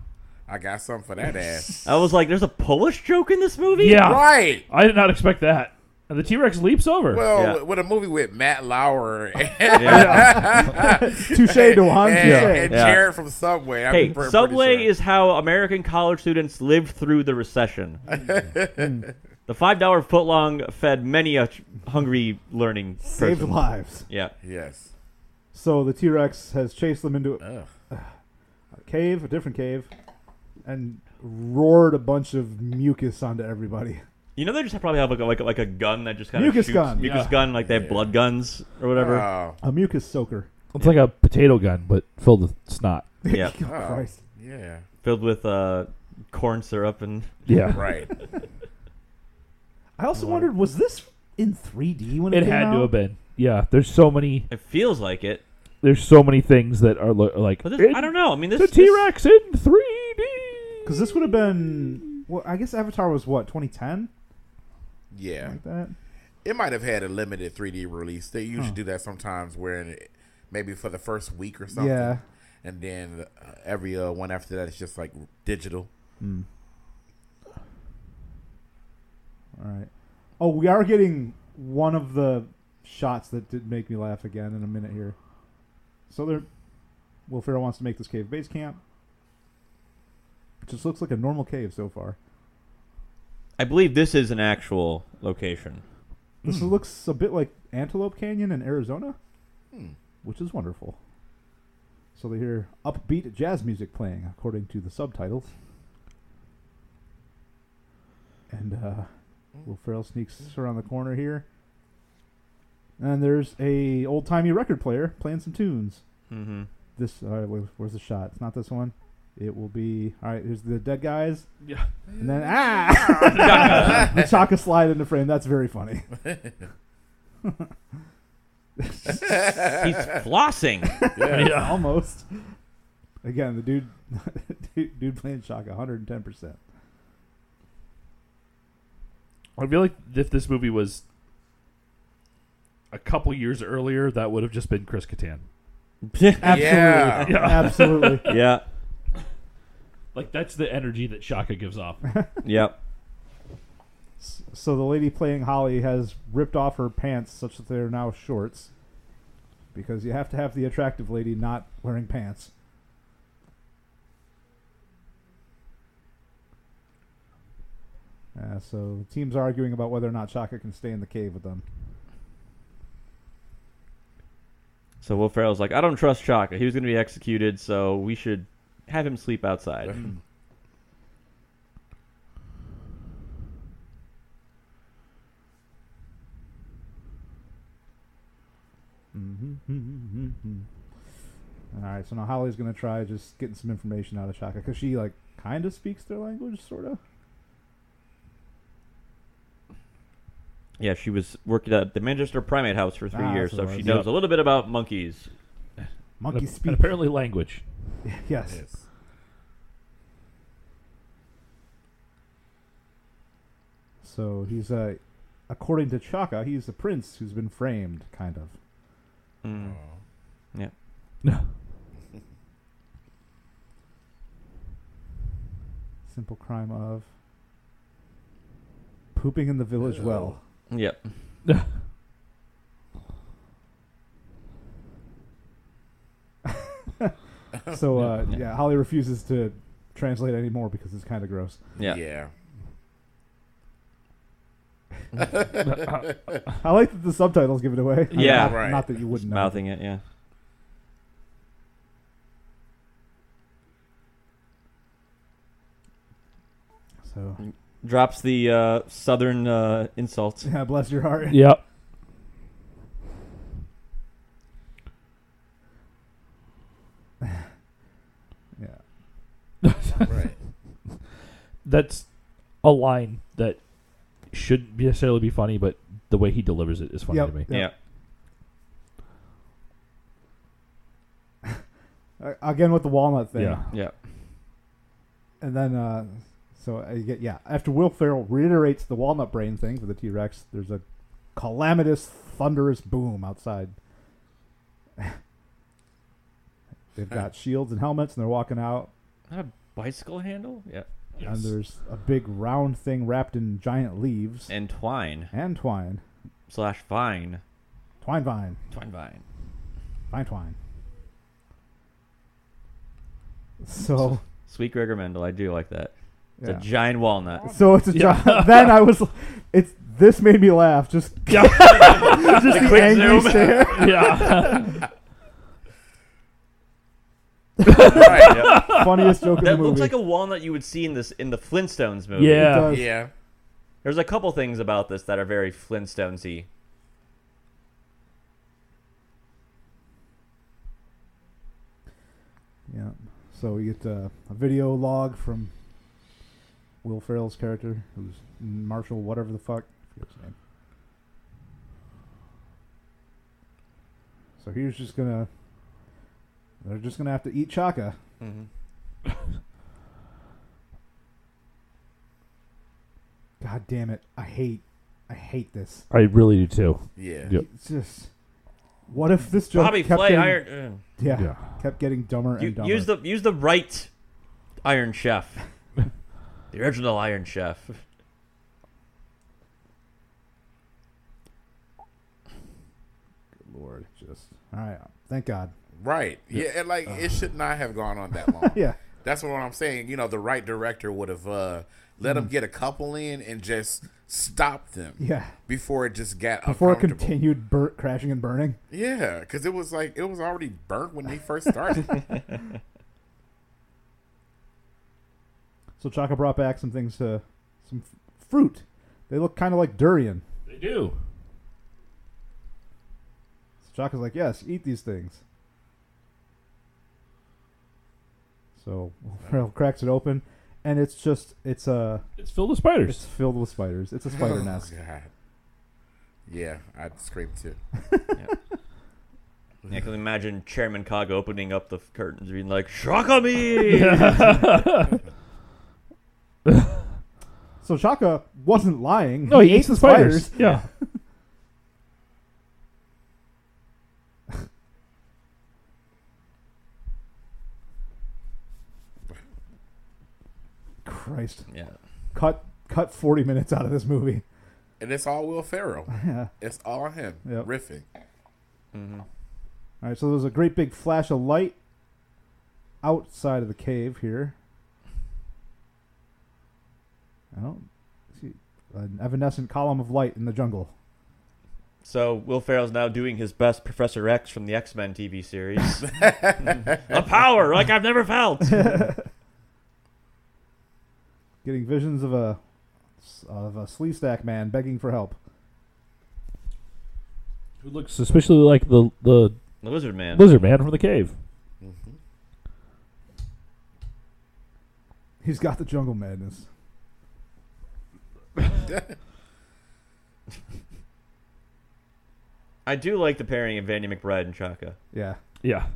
C: I got something for
A: [laughs]
C: that ass.
A: I was like, "There's a Polish joke in this movie."
D: Yeah.
C: Right.
D: I did not expect that. And the T Rex leaps over.
C: Well,
A: Yeah.
C: with- with a movie with Matt Lauer [laughs] and,
B: [laughs] Touche, Duhan.
C: and,
B: Touche.
A: [laughs]
C: and
A: Yeah.
C: Jared from Subway. I'm
A: Hey,
C: pre- pretty
A: Subway
C: sure.
A: is how American college students lived through the
C: [laughs]
A: recession. the five dollar footlong fed many a ch- hungry learning person.
B: Saved lives.
A: Yeah,
C: Yes.
B: So the T Rex has chased them into a
C: Ugh.
B: cave, a different cave, and roared a bunch of mucus onto everybody.
A: you know they just probably have like a, like, a- like a gun that just kind of
B: Mucus
A: shoots,
B: gun.
A: mucus
D: Yeah.
A: gun, like they have
C: Yeah.
A: blood guns or whatever.
C: Oh,
B: A mucus soaker.
D: it's like a potato gun, but filled with snot.
A: [laughs] yeah,
B: Oh,
C: Oh.
B: Christ.
C: yeah.
A: filled with uh, corn syrup and
D: Yeah.
C: Right.
B: I also wondered, was this in 3D when it,
D: [laughs] It
B: came
D: had
B: out?
D: to have been. Yeah. There's so many.
A: it feels like it.
D: There's so many things that are lo- like.
A: But this,
D: in
A: I don't know. I mean, this
D: The
A: this-
D: T Rex in 3D.
B: Because this would have been. Well, I guess Avatar was what 2010,
C: Yeah.
B: like that.
C: It might have had a limited 3D release. They usually do that sometimes where it, maybe for the first week or something.
B: Yeah.
C: And then uh, every uh, one after that is just like digital.
B: All right. Oh, we are getting one of the shots that did make me laugh again in a minute here. So there, Will Ferrell wants to make this cave base camp. It just looks like a normal cave so far.
A: I believe this is an actual location.
B: This looks a bit like Antelope Canyon in Arizona, which is wonderful. So they hear upbeat jazz music playing, according to the subtitles. And uh, Will Ferrell sneaks around the corner here, and there's a old timey record player playing some tunes.
A: Mm-hmm.
B: This all right, where, where's the shot? It's not this one. It will be all right. Here's the dead guys,
D: Yeah.
B: and then ah, [laughs] the Chaka slide into frame. That's very funny.
C: [laughs]
A: He's flossing. [laughs]
D: [sighs] Yeah.
B: Almost. Again, the dude, [laughs] dude, dude playing Chaka, 110. percent
D: I feel like if this movie was a couple years earlier, that would have just been Chris Kattan.
B: Absolutely,
D: Yeah.
B: [laughs] absolutely.
A: yeah.
D: Like that's the energy that Shaka gives off.
A: Yep.
B: So the lady playing Holly has ripped off her pants such that they are now shorts, because you have to have the attractive lady not wearing pants. Uh, so the team's arguing about whether or not Chaka can stay in the cave with them.
A: So Will Ferrell's like, I don't trust Chaka. He was going to be executed, so we should have him sleep outside.
B: Hmm, All right, so now Holly's gonna try just getting some information out of Shaka because she like kind of speaks their language, sort of.
A: yeah, she was working at the Manchester Primate House for three
B: Ah,
A: years,
B: that's
A: so
B: what
A: she
B: it was.
A: knows a little bit about monkeys.
B: Monkey
D: And-
B: speak.
D: and apparently language.
B: [laughs]
D: [laughs]
B: yes.
C: Yes.
B: So he's uh, according to Chaka, he's the prince who's been framed, kind of. Hmm.
A: Mm.
C: Uh,
A: Yeah.
B: Simple crime of pooping in the village well.
A: Mm. Yep.
B: So uh,
A: Yeah.
B: yeah, Holly refuses to translate anymore because it's kind of gross.
A: Yeah.
B: [laughs]
C: Yeah.
B: I like that the subtitles give it away. I mean,
A: Yeah.
B: not,
C: Right.
B: not that you wouldn't know.
A: Mouthing it, yeah.
B: So [laughs]
A: Drops the uh, southern uh, insult.
B: [laughs] yeah, bless your heart.
D: Yep.
B: Yeah.
C: Right.
D: That's a line that shouldn't be necessarily be funny, but the way he delivers it is funny
B: Yep.
D: to me.
B: Yeah.
A: Yeah.
B: Uh, again with the walnut thing.
D: Yeah.
A: Yeah.
B: And then, uh, so I get, yeah, after Will Ferrell reiterates the walnut brain thing for the T Rex, there's a calamitous, thunderous boom outside. [laughs] They've got shields and helmets, and they're walking out,
A: Not a bicycle handle? Yeah.
B: and
D: [laughs]
B: there's a big round thing wrapped in giant leaves
A: And twine
B: and twine.
A: slash vine.
B: Twine vine.
A: Twine vine.
B: Vine twine. So,
A: Sweet Gregor Mendel. I do like that. It's
B: Yeah.
A: a giant
B: [laughs]
A: walnut.
B: so it's a giant. then I was, it's this made me laugh. Just,
A: [laughs]
B: just [laughs] the
A: quick
B: angry
A: zoom.
B: stare.
A: [laughs]
B: [laughs]
D: [laughs] Yeah.
C: Right.
B: funniest joke in the
A: That
B: movie.
A: looks like a walnut you would see in this in the Flintstones movie.
D: Yeah.
B: It does.
C: Yeah.
A: There's a couple things about this that are very Flintstonesy.
B: Yeah. So we get uh, a video log from Will Ferrell's character, who's Marshall, whatever the fuck. I forget his name. So he's just gonna. They're just gonna have to eat Chaka.
A: Mm-hmm.
B: God damn it! I hate, I hate this.
D: I really do too.
C: Yeah.
D: Yep.
B: It's just What if this joke
A: Bobby,
B: kept
A: play
B: getting,
A: Iron.
B: Yeah,
D: Yeah.
B: kept getting dumber
A: uh, you-
B: and dumber.
A: use the use the right Iron Chef, the original Iron Chef.
B: Lord, just all right. Thank God.
C: Right. Yeah, and like it should not have gone on
B: [laughs]
C: that long.
B: Yeah.
C: That's what I'm saying. You know, the right director would have uh, let them get a couple in and just stopped them.
B: Hmm. Yeah.
C: Before it just got
B: Before it
C: uncomfortable.
B: continued bur- crashing and burning.
C: Yeah, because it was like it was already burnt when they first
B: [laughs]
C: started.
B: So Chaka brought back some things, uh, some f- fruit. They look kind of like durian.
D: They do.
B: So Chaka's like, yes, eat these things. So [laughs] Ralph cracks it open, and it's just it's uh,
D: It's filled with
B: it's
D: spiders.
B: filled with spiders. It's a [laughs] spider nest.
C: Oh, God. Yeah, I'd scraped it.
A: I can imagine Chairman Cog opening up the curtains, being like, "Shock me!"
B: So Chaka wasn't lying.
D: No, he, eats the spiders. Yeah.
B: Christ,
A: [laughs] Yeah.
B: cut cut forty minutes out of this movie.
C: And it's all Will
B: [laughs]
C: Ferrell.
B: Yeah.
C: It's all him
B: Yep. [laughs]
C: riffing.
B: All right, so there's a great big flash of light outside of the cave here. I don't see an evanescent column of light in the jungle.
A: So Will Ferrell's now doing his best Professor X from the X Men TV series. a power like I've never felt. [laughs]
B: Getting visions of a of a sleestack man begging for help.
D: Who looks suspiciously like the the
A: The Lizard Man.
D: lizard man from the cave.
B: He's got the jungle madness.
A: I do like the pairing of Vandy McBride and Chaka.
B: Yeah.
D: Yeah.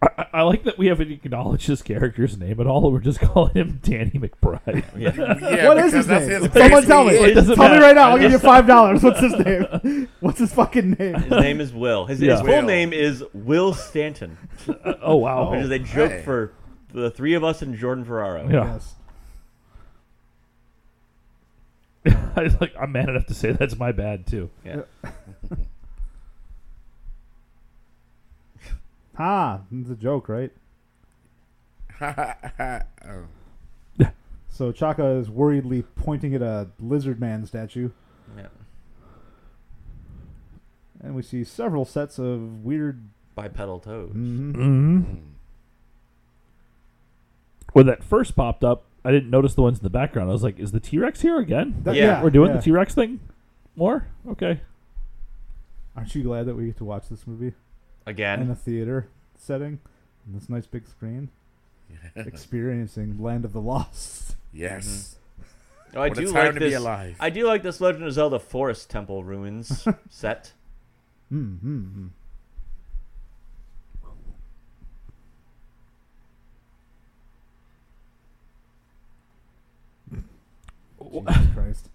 D: I, I- I like that we haven't acknowledged his character's name at all. We're just calling him Danny McBride.
A: Yeah.
C: Yeah,
B: what is
C: because
B: his
C: that's
B: name?
C: his
B: Someone
C: base
B: tell me.
C: he
D: It
C: is.
D: doesn't
B: Tell me
D: matter.
B: right now. I'll give
D: [laughs]
B: you five dollars. What's his name? [laughs] What's his fucking name?
A: His name is Will. His,
D: Yeah.
A: his full
C: Will.
A: name is Will Stanton,
D: [laughs] oh wow!
A: which is a joke
C: hey.
A: for the three of us and Jordan Ferraro.
D: yeah,
B: Yes.
D: [laughs] I was like I'm man enough to say that's my bad too.
A: Yeah.
B: Ah, it's a joke, right?
C: [laughs] Oh.
B: So Chaka is worriedly pointing at a lizard man statue.
A: Yeah.
B: And we see several sets of weird.
A: Bipedal toes.
C: Mm.
D: Mm-hmm. When that first popped up, I didn't notice the ones in the background. I was like, "Is the T Rex here again?
B: That-
A: Yeah.
D: We're doing
B: yeah.
D: the T Rex thing more? Okay.
B: Aren't you glad that we get to watch this movie in
A: Again.
B: a theater setting, in this nice big screen, experiencing Land of the Lost?
C: Oh.
B: [laughs]
C: Yes.
A: Oh, I
C: What a
A: do
C: time
A: like
C: to be
A: this.
C: alive.
A: I do like this Legend of Zelda Forest Temple
C: [laughs]
A: Ruins set.
B: Mm-hmm. Jesus Christ!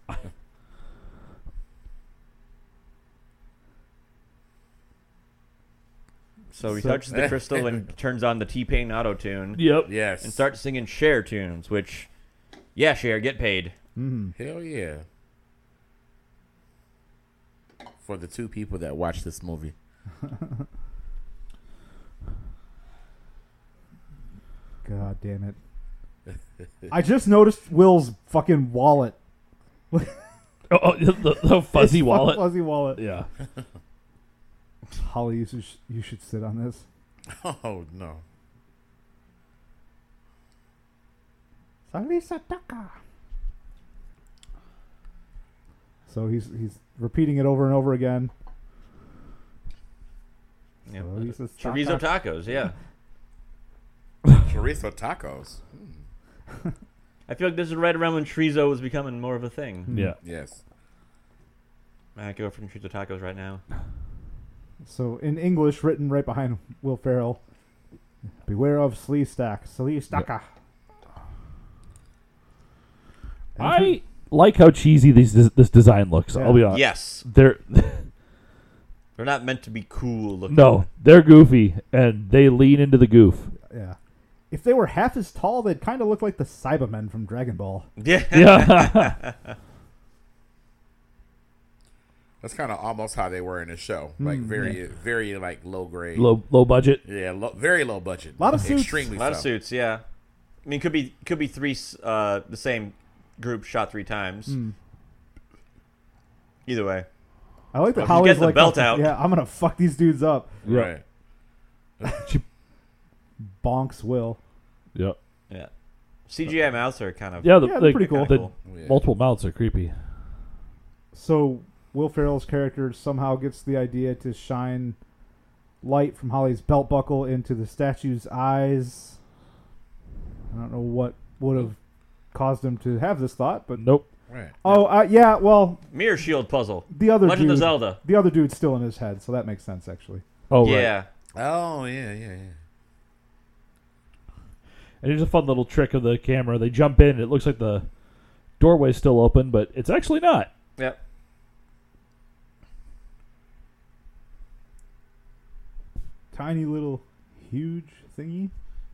A: So he
B: So-
A: touches the crystal
C: [laughs]
A: and turns on the T Pain auto tune
D: Yep.
C: Yes.
A: and starts singing Cher tunes, which, yeah, Cher, get paid.
B: Mm-hmm.
C: Hell yeah. For the two people that watch this movie.
B: God damn it! I just noticed Will's fucking wallet.
D: Oh, [laughs] oh, the, the fuzzy
B: His fu-
D: wallet.
B: Fuzzy wallet.
D: Yeah.
B: Holly, you should, you should sit on this.
C: [laughs] Oh no.
B: Salisa Taka. So he's he's repeating it over and over again.
A: Yeah.
B: Salisa Taka.
A: Chorizo tacos, yeah.
C: Chorizo tacos.
A: I feel like this is right around when chorizo was becoming more of a thing.
C: Mm.
D: Yeah.
C: Yes.
A: Man, I could go for some chorizo tacos right now.
C: Uh,
B: so in English, written right behind Will Ferrell. Beware of Slee Stack. Slee Staka.
D: I like how cheesy these this design looks. I'll be
B: Yeah.
D: honest.
A: Yes,
D: They're [laughs]
A: they're not meant to be cool looking.
D: no, they're goofy and they lean into the goof.
B: Yeah. If they were half as tall, they'd kind of look like the Cybermen from Dragon Ball.
A: [laughs] Yeah.
D: Yeah. [laughs]
C: That's kind of almost how they were in the show.
B: Mm,
C: Like very, very like low grade.
D: low low budget.
C: Yeah, low, very low budget.
B: Lot of suits.
C: Extremely
A: A lot of
C: so.
A: suits, yeah. I mean, could be could be three s- uh, the same group shot three times.
B: Hmm.
A: Either way,
B: I
A: Well,
B: like
A: if
B: that
A: you
B: Holly's
A: get the
B: like,
A: belt out.
B: yeah, I'm gonna fuck these dudes up.
C: Right.
B: Bonks will.
D: Yeah.
A: yeah. CGI mouths are kind of
D: Yeah, the,
B: Yeah,
D: the-
B: pretty cool.
D: The
A: Cool.
C: Yeah.
D: multiple mouths are creepy.
B: So Will Ferrell's character somehow gets the idea to shine light from Holly's belt buckle into the statue's eyes. I don't know what would have caused him to have this thought, but
D: Nope.
C: Right.
B: oh uh, yeah, well
A: mirror shield puzzle.
B: the other
A: Legend of
B: dude,
A: Zelda.
B: the other dude's still in his head, so that makes sense actually.
D: Oh right.
A: yeah,
C: Oh yeah, yeah, yeah.
D: And here's a fun little trick of the camera. They jump in. and It looks like the doorway's still open, but it's actually not.
A: yep.
B: Tiny little huge thingy.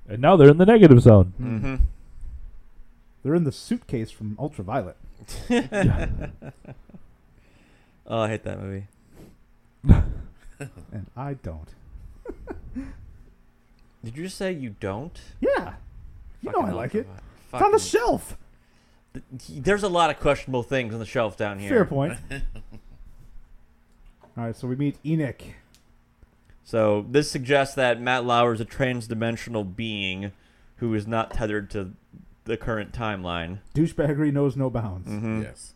D: And now they're in the negative zone.
A: hmm
B: They're in the suitcase from Ultraviolet.
A: Oh, I hate that movie.
B: And I don't.
A: Did you just say you don't?
B: Yeah. You know
A: Fucking
B: I like it.
A: Ultraviolet.
B: It's on
A: Fucking-
B: the shelf.
A: There's a lot of questionable things on the shelf down here.
B: Fair point. All right, so we meet Enoch.
A: So this suggests that Matt Lauer is a transdimensional being who is not tethered to the current timeline,
B: Douchebaggery knows no bounds.
A: Mm-hmm.
C: Yes.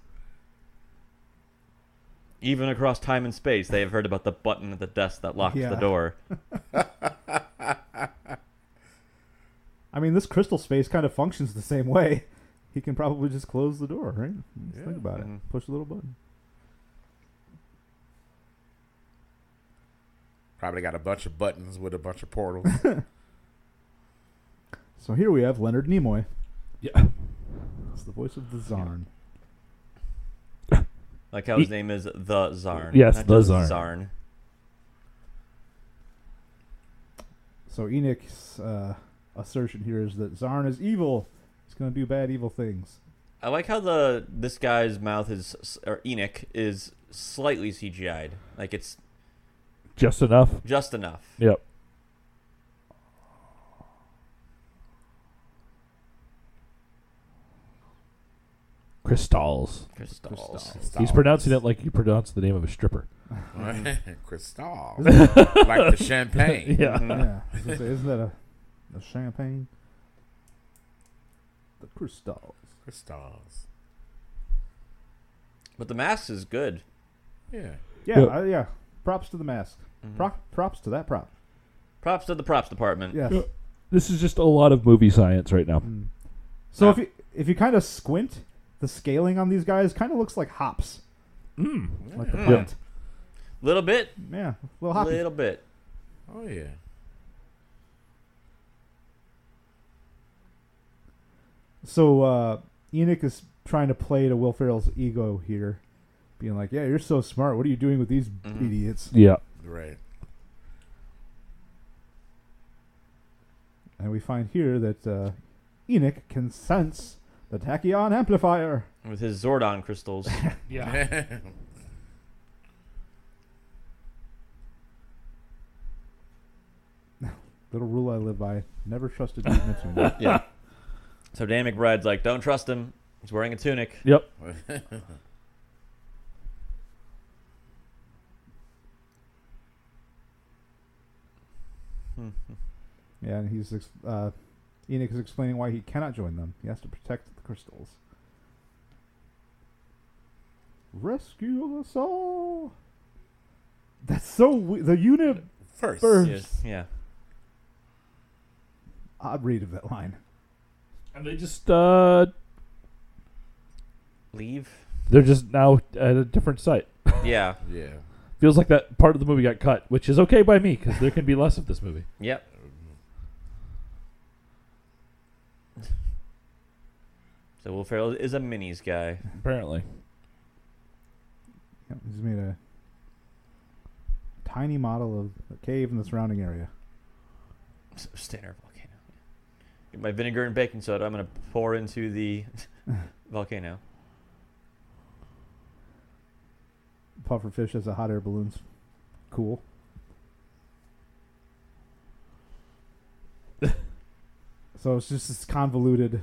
A: even across time and space. They have heard about the button at the desk that locks
B: Yeah.
A: the door.
B: I mean, this crystal space kind of functions the same way. He can probably just close the door, right? Just think about
A: Mhm.
B: it. Push a little button.
C: Probably got a bunch of buttons with a bunch of portals.
B: [laughs] So here we have Leonard Nimoy.
D: Yeah.
B: It's the voice of the Zarn.
A: Like how his name is the Zarn.
D: Yes,
A: not
D: the
A: just
D: Zarn.
A: Zarn.
B: So Enoch's uh, assertion here is that Zarn is evil. He's going to do bad, evil things.
A: I like how the this guy's mouth is or Enoch is slightly CGI'd. Like it's
D: Just enough.
A: just enough.
D: Yep. Crystals.
A: Crystals.
B: Crystals.
D: He's pronouncing it like you pronounce the name of a stripper. [laughs]
C: [laughs] Crystal,
B: [laughs]
C: like the champagne.
D: Yeah.
B: yeah. I was gonna say, isn't that a, a champagne? The crystals.
C: Crystals.
A: But the mask is good.
C: Yeah.
B: Yeah,
D: Yeah.
B: I, yeah. Props to the mask. Prop, props to that prop.
A: Props to the props department.
B: Yes.
D: Yeah. This is just a lot of movie science right now.
B: So
A: Yeah.
B: if you if you kind of squint, the scaling on these guys kind of looks like hops, like the
C: Yeah.
B: plant.
A: Little bit,
B: Yeah, little hoppy.
A: little bit.
C: Oh yeah.
B: So uh, Enoch is trying to play to Will Ferrell's ego here, being like, "Yeah, you're so smart. What are you doing with these idiots?"
D: Yeah.
C: Right. [laughs]
B: And we find here that uh, Enoch can sense the tachyon amplifier.
A: With his Zordon crystals.
D: Yeah.
B: Little rule I live by: never trust a dude in a
D: [laughs]
B: tunic.
A: yeah. [laughs] So Dan McBride's like, don't trust him. He's wearing a tunic.
D: Yep.
B: Yeah, and he's ex- uh, Enoch is explaining why he cannot join them. He has to protect the crystals. Rescue us all. That's so we- the unit
C: First.
B: First.
A: Yes. Yeah.
B: odd read of that line.
D: And they just uh
A: Leave.
D: they're just now at a different site.
A: Yeah.
C: Yeah.
D: Feels like that part of the movie got cut, which is okay by me because there can be less of this movie.
A: Yep. So Will Ferrell is a minis guy. [laughs]
D: Apparently,
B: Yeah, he's made a tiny model of a cave in the surrounding area.
A: S- Standard volcano. Get my vinegar and baking soda. I'm gonna pour into the [laughs] volcano.
B: Pufferfish as a hot air balloon's cool. so it's just this convoluted,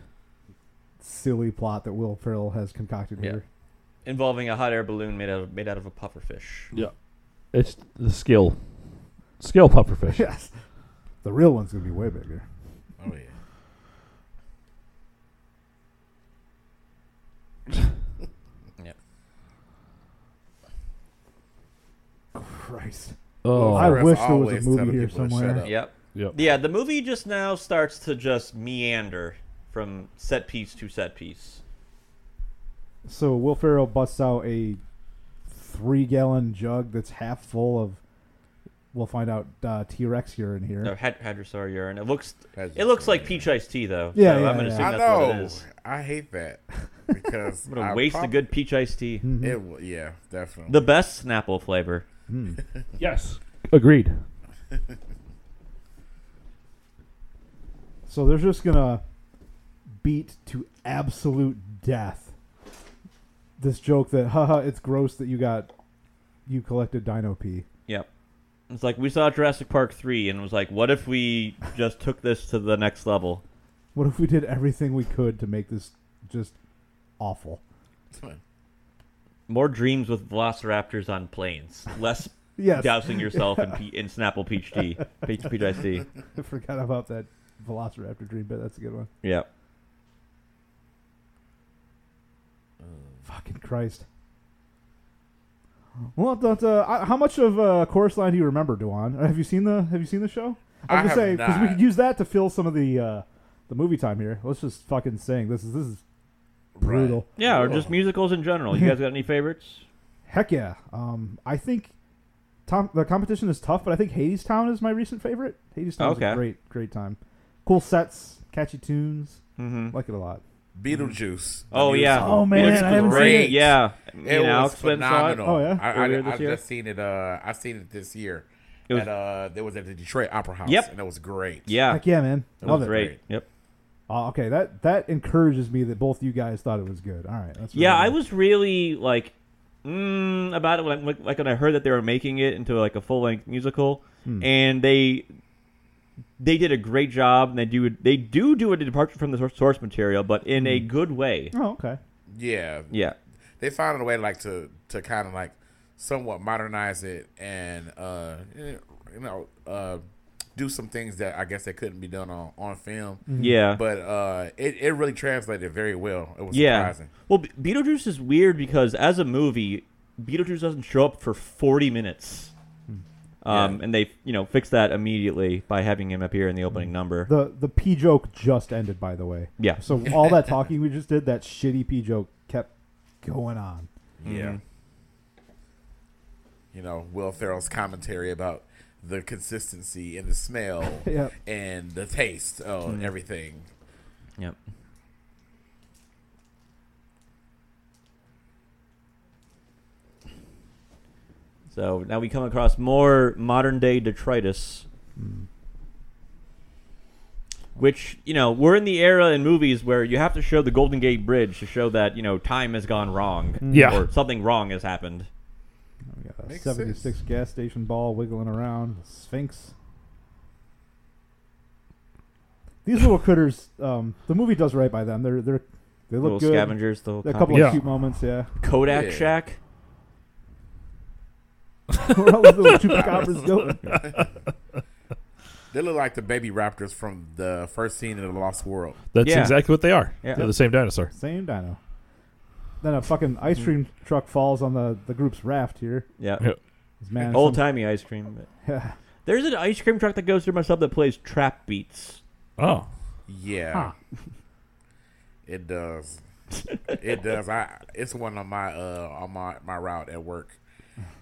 B: silly plot that Will Ferrell has concocted
A: Yeah.
B: here. [laughs]
A: Involving a hot air balloon made out of, made out of a pufferfish.
D: Yeah. it's the skill, skill pufferfish.
B: yes. The real one's going to be way bigger.
C: Oh yeah.
B: Christ.
D: [laughs] Oh,
B: I
C: Ferrell's
B: wish there was a
C: always
B: movie
C: telling
B: here
C: people to
B: somewhere.
C: shut up.
A: Yep.
D: yep.
A: Yeah, the movie just now starts to just meander from set piece to set piece.
B: So Will Ferrell busts out a three gallon jug that's half full of. We'll find out uh, T Rex urine here.
A: No, had- hadrosaur urine. It looks
C: Hadrosaur
A: it looks like
C: urine.
A: peach iced tea though.
B: Yeah,
A: so
B: yeah,
A: I'm gonna
B: yeah.
A: assume
C: I
A: that's what it
C: know.
A: is.
C: I hate that
B: [laughs]
C: because
A: I'm gonna
C: I
A: waste a
C: prob-
A: good peach iced tea.
B: Mhm.
C: It wa- yeah, definitely. [laughs]
A: The best Snapple flavor.
B: Hmm.
D: Yes, agreed.
B: So they're just gonna beat to absolute death this joke that haha it's gross that you got you collected dino pee.
A: Yep. It's like we saw Jurassic Park three and it was like, what if we just took this to the next level?
B: What if we did everything we could to make this just awful? [laughs]
A: More dreams with velociraptors on planes. Less
B: [laughs] Yes,
A: dousing yourself
B: [laughs]
A: in, pe- in Snapple peach tea, peach, peach iced tea.
B: I forgot about that Velociraptor dream, but that's a good one.
A: Yep.
B: Fucking Christ. Well, that, uh, I- how much of uh, chorus line do you remember, Dewan? Have you seen the Have you seen the show?
C: I
B: was
C: have
B: gonna say we
C: not.
B: could use that to fill some of the uh, the movie time here. Let's just fucking sing. This is this is brutal.
C: Right.
A: Yeah, or just musicals in general. You guys got any favorites?
B: Heck yeah. Um, I think Tom, the competition is tough, but I think Hades Town is my recent favorite. Hades Town is
A: Okay.
B: a great great time. Cool sets, catchy tunes.
A: Mm-hmm.
B: Like it a lot.
C: Beetlejuice. the
A: Oh yeah.
C: musical.
B: Oh, man,
A: It's
B: I haven't seen
A: great.
C: it.
A: Yeah, me
C: It
A: and
C: was
A: Alex went and saw it.
C: phenomenal.
B: Oh, yeah?
C: I, I,
A: Earlier this
C: I
A: year?
C: just seen it. Uh, I seen it this year.
A: It was-
C: at, uh, it was at the Detroit Opera House.
A: Yep.
C: and it was great.
A: Yeah,
B: Heck yeah, man.
C: It
B: Love it.
C: was
A: great.
C: great.
A: Yep.
B: Oh, okay, that that encourages me that both you guys thought it was good. All right, that's
A: Yeah,
B: really
A: I
B: good.
A: was really like mm, about it when I, like when I heard that they were making it into like a full length musical,
B: Hmm.
A: and they they did a great job, and they do they do do a departure from the source- source material, but in a good way.
C: Hmm.
B: Oh, okay.
C: yeah,
A: Yeah,
C: They found a way like to to kind of like somewhat modernize it and uh, you know uh, do some things that I guess that couldn't be done on on film.
A: yeah.
C: But uh, it it really translated very well. It was
A: Yeah.
C: surprising.
A: Well, Be- Beetlejuice is weird because as a movie, Beetlejuice doesn't show up for 40 minutes.
B: Hmm.
A: Um, And they, you know, fix that immediately by having him appear in the
B: Hmm.
A: opening number.
B: The the pee joke just ended, by the way.
A: Yeah.
B: So all that talking we just did, that shitty pee joke kept going on.
A: Mm-hmm.
C: Yeah. You know, Will Ferrell's commentary about the consistency and
A: [laughs]
C: the smell
B: Yep.
C: and the taste of
A: Mm-hmm.
C: everything.
A: Yep. So now we come across more modern day detritus. Which, you know, we're in the era in movies where you have to show the Golden Gate Bridge to show that, you know, time has gone wrong.
D: Yeah.
A: Or something wrong has happened.
B: We got a
C: Makes
B: 76
C: sense.
B: gas station ball wiggling around. Sphinx. These little critters, um, the movie does right by them. They're they're they look
A: Little
B: good.
A: scavengers, the whole
B: They're A
A: combo.
B: couple
D: Yeah.
B: of cute
A: [laughs]
B: moments, yeah. [laughs]
A: Kodak
C: Yeah.
A: Shack.
B: Where all those little chupacabras
A: [laughs]
B: going?
C: They look like the baby raptors from the first scene in The Lost World.
D: That's
A: Yeah.
D: exactly what they are.
A: Yeah.
D: They're the same dinosaur.
B: Same dino. Then a fucking
A: Mm.
B: ice cream truck falls on the, the group's raft here.
A: Yeah.
D: Yeah.
B: This Man,
A: Old timey ice cream. but-
B: [laughs] time.
A: There's an ice cream truck that goes through my sub that plays trap beats.
D: Oh,
C: Yeah.
B: Huh.
C: [laughs] It does. it does. I it's one on my uh on my my route at work.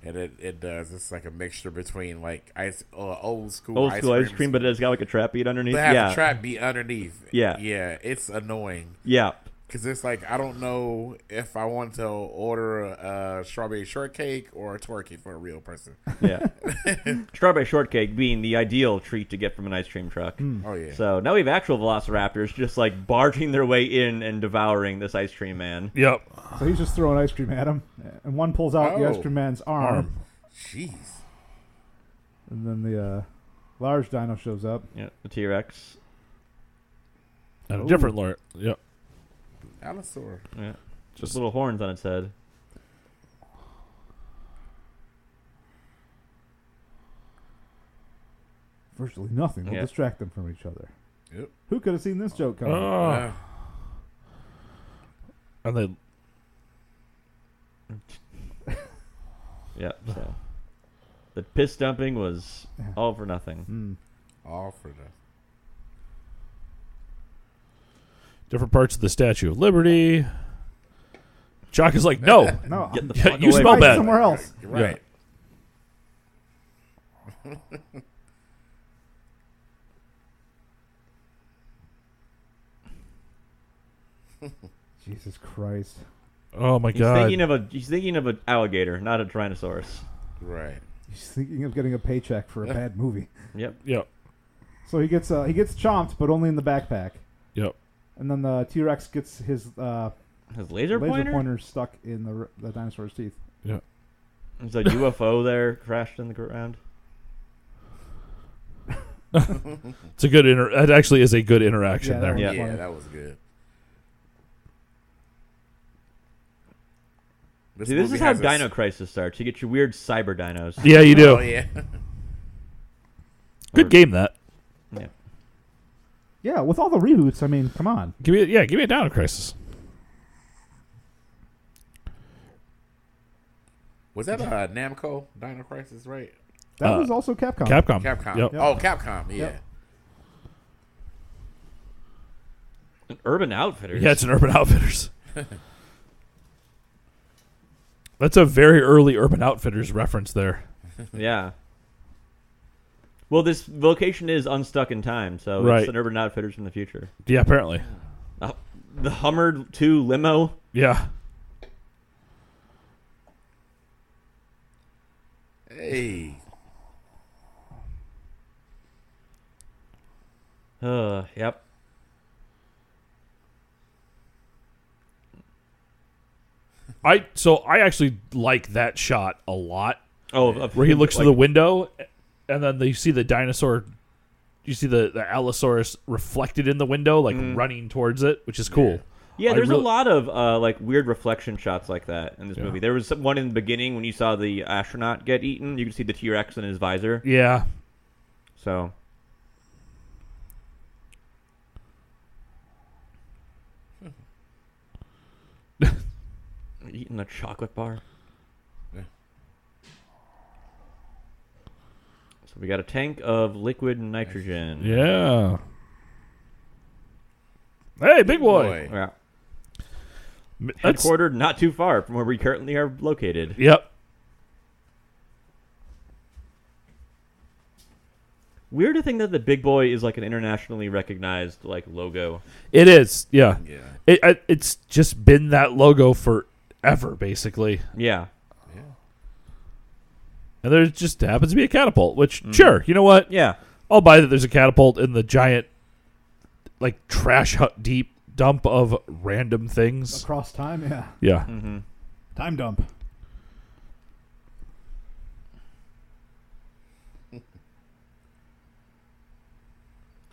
C: And it, it does. It's like a mixture between like ice uh, old school
A: old school ice
C: creams,
A: cream, but it's got like a trap beat underneath.
C: but have
A: Yeah,
C: the trap be underneath.
A: Yeah.
C: Yeah. It's annoying.
A: yeah.
C: because it's like I don't know if I want to order a, a strawberry shortcake or a turkey for a real person.
A: Yeah. [laughs] Strawberry shortcake being the ideal treat to get from an ice cream truck.
D: Hmm.
C: Oh yeah,
A: So now we have actual velociraptors just like barging their way in and devouring this ice cream man.
D: Yep.
B: So he's just throwing ice cream at him, and one pulls out the
C: Oh.
B: ice cream man's arm,
C: arm. Jeez.
B: and then the uh, large dino shows up.
A: Yeah, the T Rex.
D: And
B: Ooh.
D: a different alert. Yep.
C: Allosaur.
A: Yeah. Just
D: Just-
A: little horns on its head.
B: Virtually nothing will
A: Yeah.
B: distract them from each other.
C: Yep.
B: Who could have seen this joke coming?
A: Oh.
D: Ah.
C: Uh,
D: and they
A: Yeah. So the piss dumping was
B: Yeah.
A: all for nothing.
D: [laughs]
B: Hmm.
C: all for the
D: different parts of the Statue of Liberty. Jock is like, no.
B: No,
A: Get the
D: Yeah,
A: fuck
D: you
A: away
D: smell
A: from
B: Fight
D: bad. Oh
A: me.
B: somewhere else.
C: You're right.
B: Jesus Christ!
D: Oh my
A: He's
D: god.
A: thinking of a he's thinking of an alligator, not a Tyrannosaurus.
C: Right.
B: He's thinking of getting a paycheck for a bad movie.
A: Yep.
D: yep.
B: So he gets uh, he gets chomped, but only in the backpack.
D: Yep.
B: And then the T Rex gets his uh,
A: His laser,
B: laser
A: pointer.
B: pointer stuck in the, r- the dinosaur's teeth.
A: There's a UFO there crashed in the ground.
D: It's a good inter. It actually is a good interaction
B: Yeah,
D: there.
B: that
A: Yeah.
C: Yeah,
B: was funny.
C: that was good.
A: See, this
C: movie
A: is how
C: has a s-
A: Dino Crisis starts. You get your weird cyber dinos.
D: Yeah, you do.
C: Oh yeah. [laughs]
D: Good game that.
A: Yeah.
B: Yeah, with all the reboots, I mean, come on.
D: Give me yeah, give me a down crisis.
C: Was that uh, Namco Dino Crisis? Right.
B: That
D: Uh,
B: was also Capcom.
D: Capcom.
C: Capcom.
D: Yep.
C: Oh, Capcom. Yeah.
B: Yep.
A: An Urban Outfitters.
D: Yeah, it's an Urban Outfitters. That's a very early Urban Outfitters reference there.
A: Yeah. Well, this location is unstuck in time, so
D: Right.
A: it's an Urban Outfitters from the future.
D: Yeah, apparently.
A: Uh, the Hummer 2 limo.
D: Yeah.
C: Hey.
A: Uh, yep.
D: I so I actually like that shot a lot
A: Oh, of-
D: where he looks
A: like,
D: to the window and then you see the dinosaur you see the, the Allosaurus reflected in the window, like running towards it, which is cool.
A: Yeah,
D: I
A: there's
D: really-
A: a lot of uh, like weird reflection shots like that in this movie. There was one in the beginning when you saw the astronaut get eaten. You could see the T Rex in his visor.
D: Yeah.
A: [laughs] So eating a chocolate bar.
C: Yeah.
A: So we got a tank of liquid nitrogen.
D: Yeah. Hey, big boy.
A: Yeah.
D: M- that's-
A: Headquartered not too far from where we currently are located.
D: Yep.
A: Weird to think that the big boy is like an internationally recognized like logo.
D: It is. Yeah.
C: Yeah.
D: It, I, it's just been that logo forever, basically.
A: Yeah.
C: Yeah.
D: And there just happens to be a catapult, which, sure, you know what?
A: Yeah.
D: I'll buy that there's a catapult in the giant, like, trash hut deep dump of random things.
B: Across time, yeah.
D: Yeah.
B: Time dump.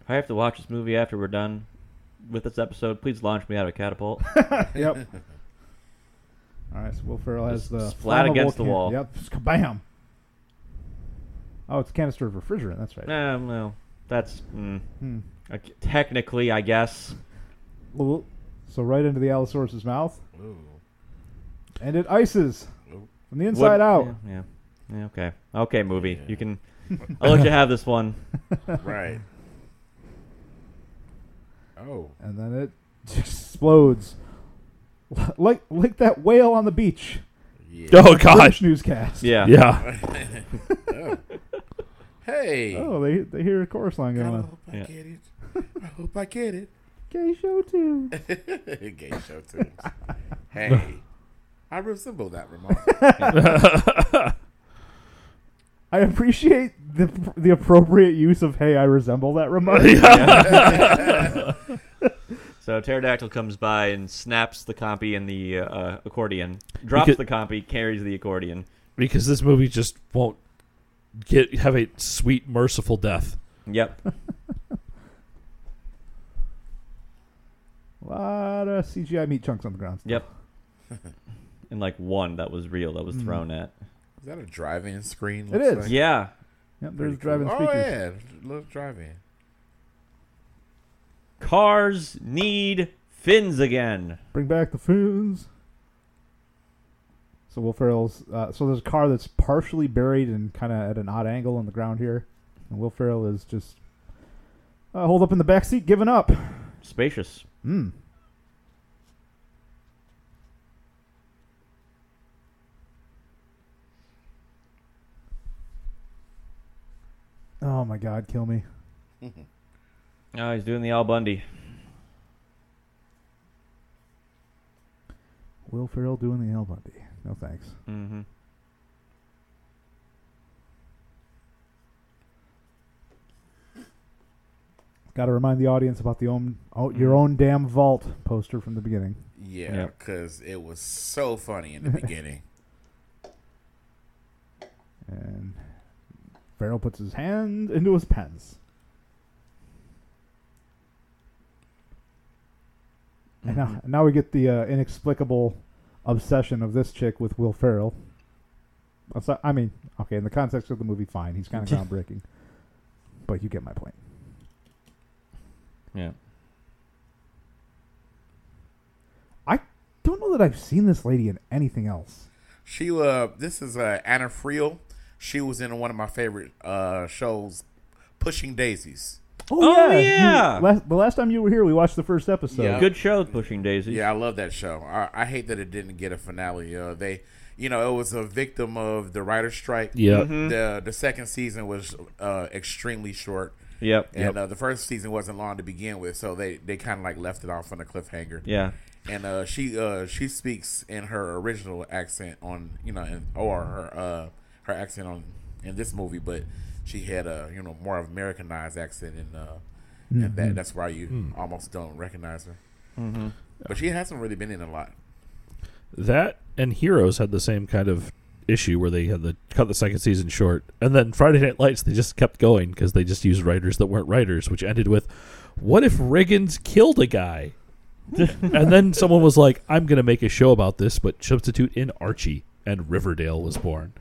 A: If I have to watch this movie after we're done with this episode, please launch me out of a catapult.
B: [laughs] [laughs] Yep. all right, so Will Ferrell has
A: Just
B: the
A: splat
B: flammable
A: against the
B: can-
A: wall.
B: Yep, just kabam. Oh, it's a canister of refrigerant. That's right.
A: no, no. Eh, That's mm,
B: Hmm.
A: I g- technically, I guess.
B: Well, So right into the Allosaurus's mouth,
C: Ooh.
B: and it ices
C: Nope.
B: from the inside
A: Would-
B: out.
A: Yeah, yeah. Yeah, Okay. Okay, movie.
C: Yeah.
A: You can.
B: [laughs]
A: I'll let you have this one. [laughs]
C: Right. Oh.
B: and then it [laughs] explodes like like that whale on the beach.
C: Yeah. [laughs]
D: Oh, God.
B: British newscast.
A: Yeah.
D: Yeah. [laughs]
C: Hey.
B: Oh, they they hear a chorus line
C: I
B: going.
C: hope I
A: Yeah.
C: get it. [laughs] I hope I get it.
B: Gay show tunes.
C: Gay show tunes. hey, I resemble that
B: [laughs]
C: remark.
B: [laughs] I appreciate the the appropriate use of "Hey, I resemble that remark."
A: So pterodactyl comes by and snaps the copy and the uh, accordion, drops
D: could-
A: the copy, carries the accordion.
D: because this movie just won't get have a sweet merciful death.
A: Yep.
B: A lot of CGI meat chunks on the ground.
A: Yep. and like one that was real that was
B: Mm.
A: thrown at.
C: Is that a drive-in screen?
B: It
C: looks
B: is.
C: like?
A: Yeah.
B: Yep,
C: Pretty
B: there's driving
C: cool.
B: speakers.
C: Oh yeah, little drive-in. [laughs]
A: Cars need fins again.
B: Bring back the fins. So Will Ferrell's. Uh, so there's a car that's partially buried and kind of at an odd angle on the ground here, and Will Ferrell is just uh, holed up in the back seat, giving up.
A: Spacious.
B: Mm. Oh my God, kill me!
A: Oh, he's doing the Al Bundy.
B: Will Ferrell doing the Al Bundy? No thanks.
A: Mm-hmm.
B: Got to remind the audience about the own oh, your own damn vault poster from the beginning.
C: Yeah,
A: Yep.
C: because it was so funny
B: [laughs]
C: in the beginning.
B: And Farrell puts his hand into his pants. And now, now we get the uh, inexplicable obsession of this chick with Will Ferrell. I'm so- I mean, okay, in the context of the movie, fine. He's kind of groundbreaking. But you get my point.
A: Yeah.
B: Don't know that I've seen this lady in anything else.
C: She uh, this is uh, Anna Friel. She was in one of my favorite uh shows, Pushing Daisies.
A: Oh,
B: you-
A: yeah!
B: la- the last time you were here, we watched the first episode.
C: Yeah.
A: Good show, Pushing Daisies.
C: Yeah, I love that show. I, I hate that it didn't get a finale. Uh, they, you know, it was a victim of the writer's strike.
D: Yeah.
C: The the second season was uh, extremely short,
A: Yep.
C: and uh, the first season wasn't long to begin with, so they they kind of like left it off on a cliffhanger.
A: Yeah.
C: And uh, she uh, she speaks in her original accent on you know, in, or her uh, her accent on in this movie, but she had a you know more of Americanized accent, and uh, and
B: Mm-hmm.
C: that that's why you
A: Hmm.
C: almost don't recognize her.
A: Mm-hmm.
C: But she hasn't really been in a lot.
D: That and Heroes had the same kind of issue where they had the cut the second season short, and then Friday Night Lights they just kept going because they just used writers that weren't writers, which ended with, "What if Riggins killed a guy?" and then someone was like, "I'm going to make a show about this," but substitute in Archie, and Riverdale was born.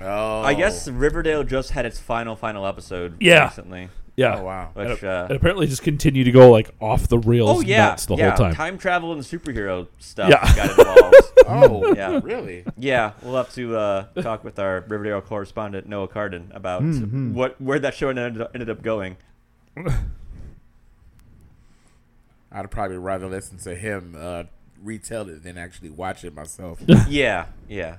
C: Oh,
A: I guess Riverdale just had its final, final episode
D: Yeah.
A: recently.
D: Yeah.
C: Oh wow.
D: And,
A: Which,
D: a-
A: uh,
D: and apparently just continued to go like off the rails
A: oh, yeah.
D: nuts the
A: yeah.
D: whole time.
A: travel and superhero stuff
D: Yeah.
A: got involved.
D: [laughs]
A: [laughs]
C: Oh
A: Yeah.
C: Really?
A: Yeah, we'll have to uh, talk with our Riverdale correspondent Noah Cardin about what where that show ended up, ended up
D: [laughs]
A: going.
C: I'd probably rather listen to him uh, retell it than actually watch
B: [laughs]
C: it myself.
A: Yeah, yeah,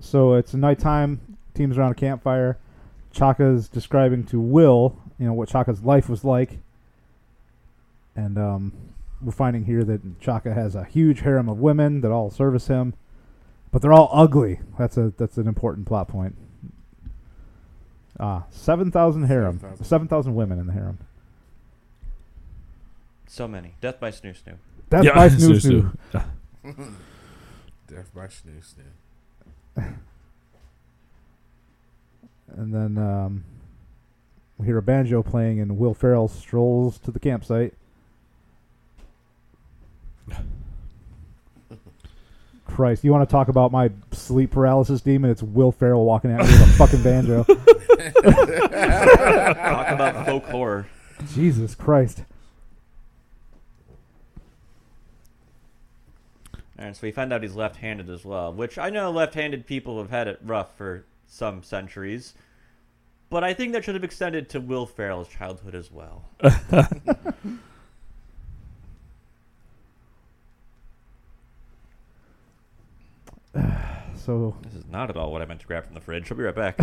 B: So it's nighttime. Teams around a campfire. Chaka's describing to Will, you know, what Chaka's life was like, and um, we're finding here that Chaka has a huge harem of women that all service him, but they're all ugly. That's a that's an important plot point. Ah, seven thousand harem,
C: 7,000.
B: seven thousand women in the harem.
A: so many. Death by Snoo Snoo.
B: That's
D: Yeah,
A: [laughs]
B: my
D: [laughs] Snoo
B: snoo snoo.
D: Snoo. Yeah.
C: Death by snooze. then.
B: And then um, we hear a banjo playing, and Will Ferrell strolls to
A: [laughs]
B: the campsite. Christ, you want to talk about my sleep paralysis demon? It's Will Ferrell walking at me with a fucking
A: [laughs]
B: banjo.
A: Talk
D: [laughs]
A: about folk horror.
B: Jesus Christ.
A: And so we find out he's left-handed as well, which I know left-handed people have had it rough for some centuries, but I think that should have extended to Will Ferrell's childhood as well.
B: So, [laughs]
A: This is not at all what I meant to grab from the fridge. I'll be right back.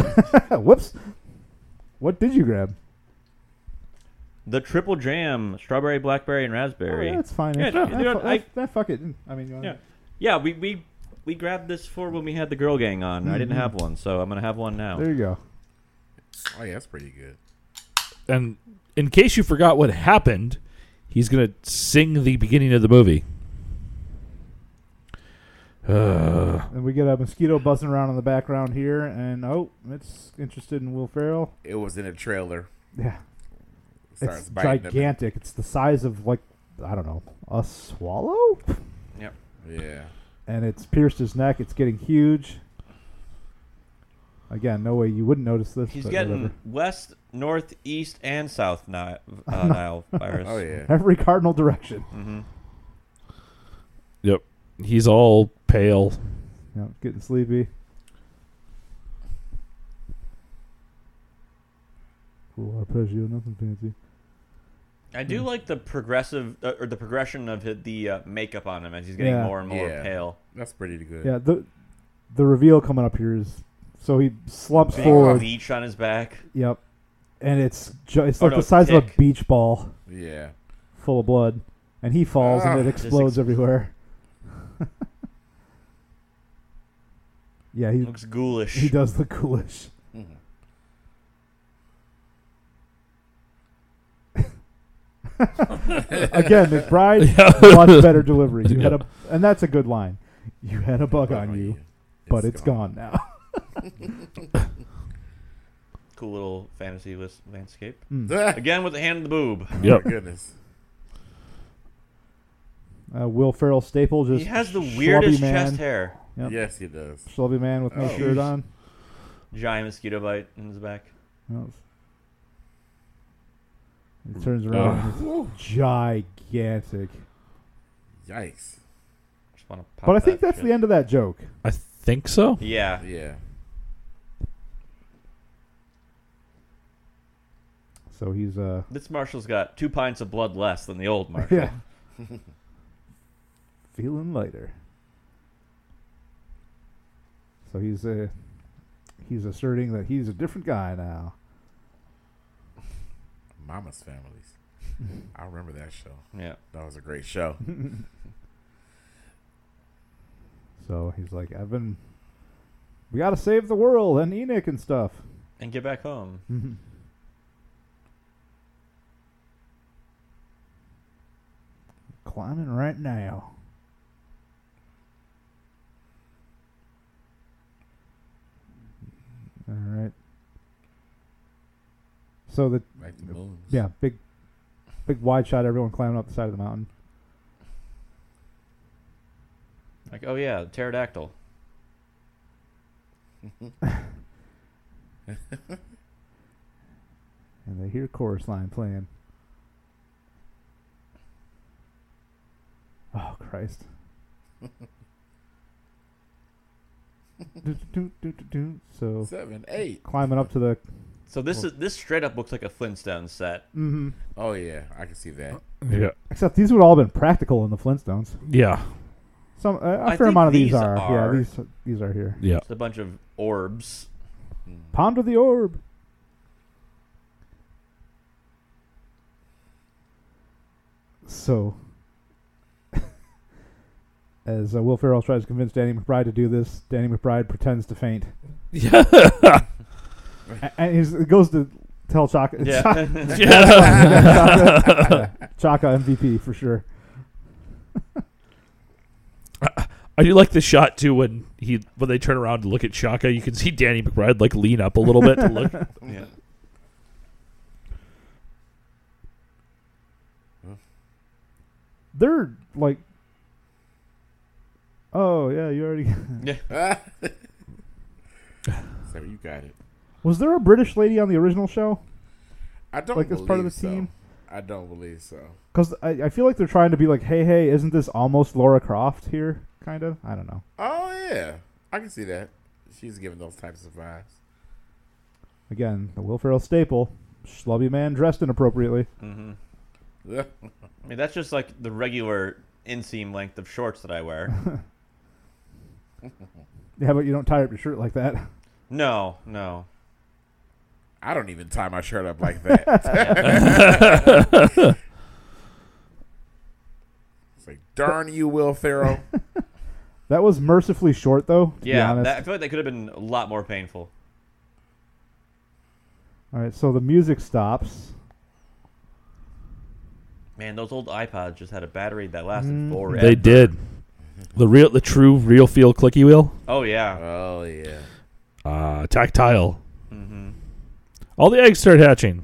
B: whoops. What did you grab?
A: [laughs] The triple jam, strawberry, blackberry, and raspberry.
B: Oh, that's fine.
A: Yeah, no,
B: that,
A: you know
B: fu-
A: what, I-
B: that- that- fuck it. Mm, I mean, you know,
A: Yeah. Yeah, we, we we grabbed this for when we had the girl gang on. I didn't have one, so I'm gonna have one now.
B: Mm-hmm. there you go.
C: Oh yeah, that's pretty good.
D: And in case you forgot what happened, he's gonna sing the beginning of the movie. Uh,
B: And we get a mosquito buzzing around in the background here, and oh, it's interested in Will Ferrell.
C: It was in a trailer.
B: Yeah,
C: Starts
B: it's
C: biting them.
B: gigantic. It's the size of like I don't know a swallow,
A: Yep.
C: Yeah.
B: and it's pierced his neck. It's getting huge. Again, no way you wouldn't notice this.
A: He's
B: but
A: getting
B: whatever.
A: west, north, east, and south Nile, uh,
B: [laughs]
A: Nile virus. Mm-hmm.
C: Oh yeah.
B: every cardinal direction.
D: yep, he's all pale.
B: Yeah, getting sleepy. Cool arpeggio, nothing fancy.
A: I do
B: Hmm.
A: like the progressive uh, or the progression of his, the uh, makeup on him as he's getting
B: Yeah.
A: more and more
C: Yeah.
A: pale.
C: That's pretty good.
B: Yeah, the the reveal coming up here is so he slumps
A: Big
B: forward.
A: leech on his back.
B: Yep, and it's ju- it's
A: Oh,
B: like
A: no,
B: the size of a
A: tick.
B: beach ball
C: Yeah.
B: full of blood, and he falls and
C: Ah,
B: it
A: just
B: explodes
A: ex-
B: everywhere. yeah, he
A: Looks ghoulish.
B: he does
A: [laughs]
B: the coolish.
C: Mhm.
B: Again,
A: [laughs]
B: McBride, [laughs]
D: Yeah.
B: much better delivery. You had
D: Yep.
B: a, and that's a good line. You had a bug
C: Bug
B: on you, but it's gone now. [laughs]
A: Cool little fantasy list landscape.
B: Hmm.
C: Ah,
A: Again with the hand in the boob.
D: [laughs] [laughs] Yep.
C: [laughs] My goodness.
B: Uh, Will Ferrell staple just
A: He has the
B: schlubby
A: weirdest
B: man,
A: chest hair.
B: Yep.
C: Yes, he does.
B: Schlubby man with no
C: Oh.
B: shirt on.
A: Giant mosquito bite in his back.
B: Yes. He turns around. and
A: Oh.
C: Woo.
B: it's gigantic.
C: Yikes.
A: Just want to pop
B: But I think
A: that
B: that's
A: shit.
B: the end of that joke.
D: I think so.
A: Yeah.
C: Yeah.
B: So he's uh
A: This Marshall's got two pints of blood less than the old Marshall. [laughs]
B: yeah, feeling lighter. So he's uh he's asserting that he's a different guy now.
C: Mama's
B: [laughs]
C: families. I remember that show.
A: Yeah.
C: That was a great show.
B: So he's like, I've been. We gotta save the world and Enoch and stuff.
A: And get back home.
B: Mm-hmm. Climbing right now. All right. So the
C: Like the moon.
B: yeah big, big wide shot. Everyone climbing up the side of the mountain. [laughs]
A: Like, oh yeah, pterodactyl.
B: and they hear chorus line playing. Oh Christ! do, do, do, do, do. So
C: [laughs] Seven, eight.
B: climbing up to the
A: So this is this straight up looks like a Flintstone set.
C: Oh yeah, I can see that.
D: Yeah,
B: except these would all been practical in the Flintstones. [laughs]
D: yeah,
B: Some a- a
A: I
B: fair
A: think
B: amount of these,
A: these
B: are.
A: are-
B: yeah these these are here.
D: yeah.
A: It's a bunch of orbs.
C: Hmm.
B: Ponder the orb. So, [laughs] as uh, Will Ferrell tries to convince Danny McBride to do this, Danny McBride pretends to faint,
D: Yeah. [laughs]
B: A- and he's, he goes to tell Chaka. [laughs] Chaka,
A: Yeah. [laughs]
B: Chaka [laughs] MVP for sure.
D: I do like the shot too when he when they turn around to look at Shaka, you can see Danny McBride like lean up a little bit to look.
A: yeah.
B: They're like, oh yeah, you already. [laughs]
C: So you got it.
B: Was there a British lady on the original show?
C: I don't
B: Like, as
C: believe
B: part of the
C: so.
B: team?
C: I don't believe so.
B: Because I, I feel like they're trying to be like, hey, hey, isn't this almost Laura Croft here? Kind of. I don't know.
C: Oh yeah, I can see that. She's giving those types of vibes. [laughs]
B: Again, the Will Ferrell staple. Schlubby man dressed inappropriately.
A: I mean, that's just like the regular inseam length of shorts that I
B: [laughs]
A: wear.
B: Yeah, but you don't tie up your shirt like that.
A: no, no.
C: I don't even tie my shirt up like that. it's like, darn you, Will Ferrell.
B: [laughs] That was mercifully short, though. To be
A: Yeah,
B: honest.
A: that, I feel like that could have been a lot more painful.
B: All right, so the music stops.
A: Man, those old iPods just had a battery that lasted
B: Mm-hmm.
A: forever.
D: They did. The real, the true, real feel clicky wheel.
A: Oh yeah,
C: Oh yeah.
D: Uh, tactile.
A: Mm-hmm.
D: All the eggs start hatching.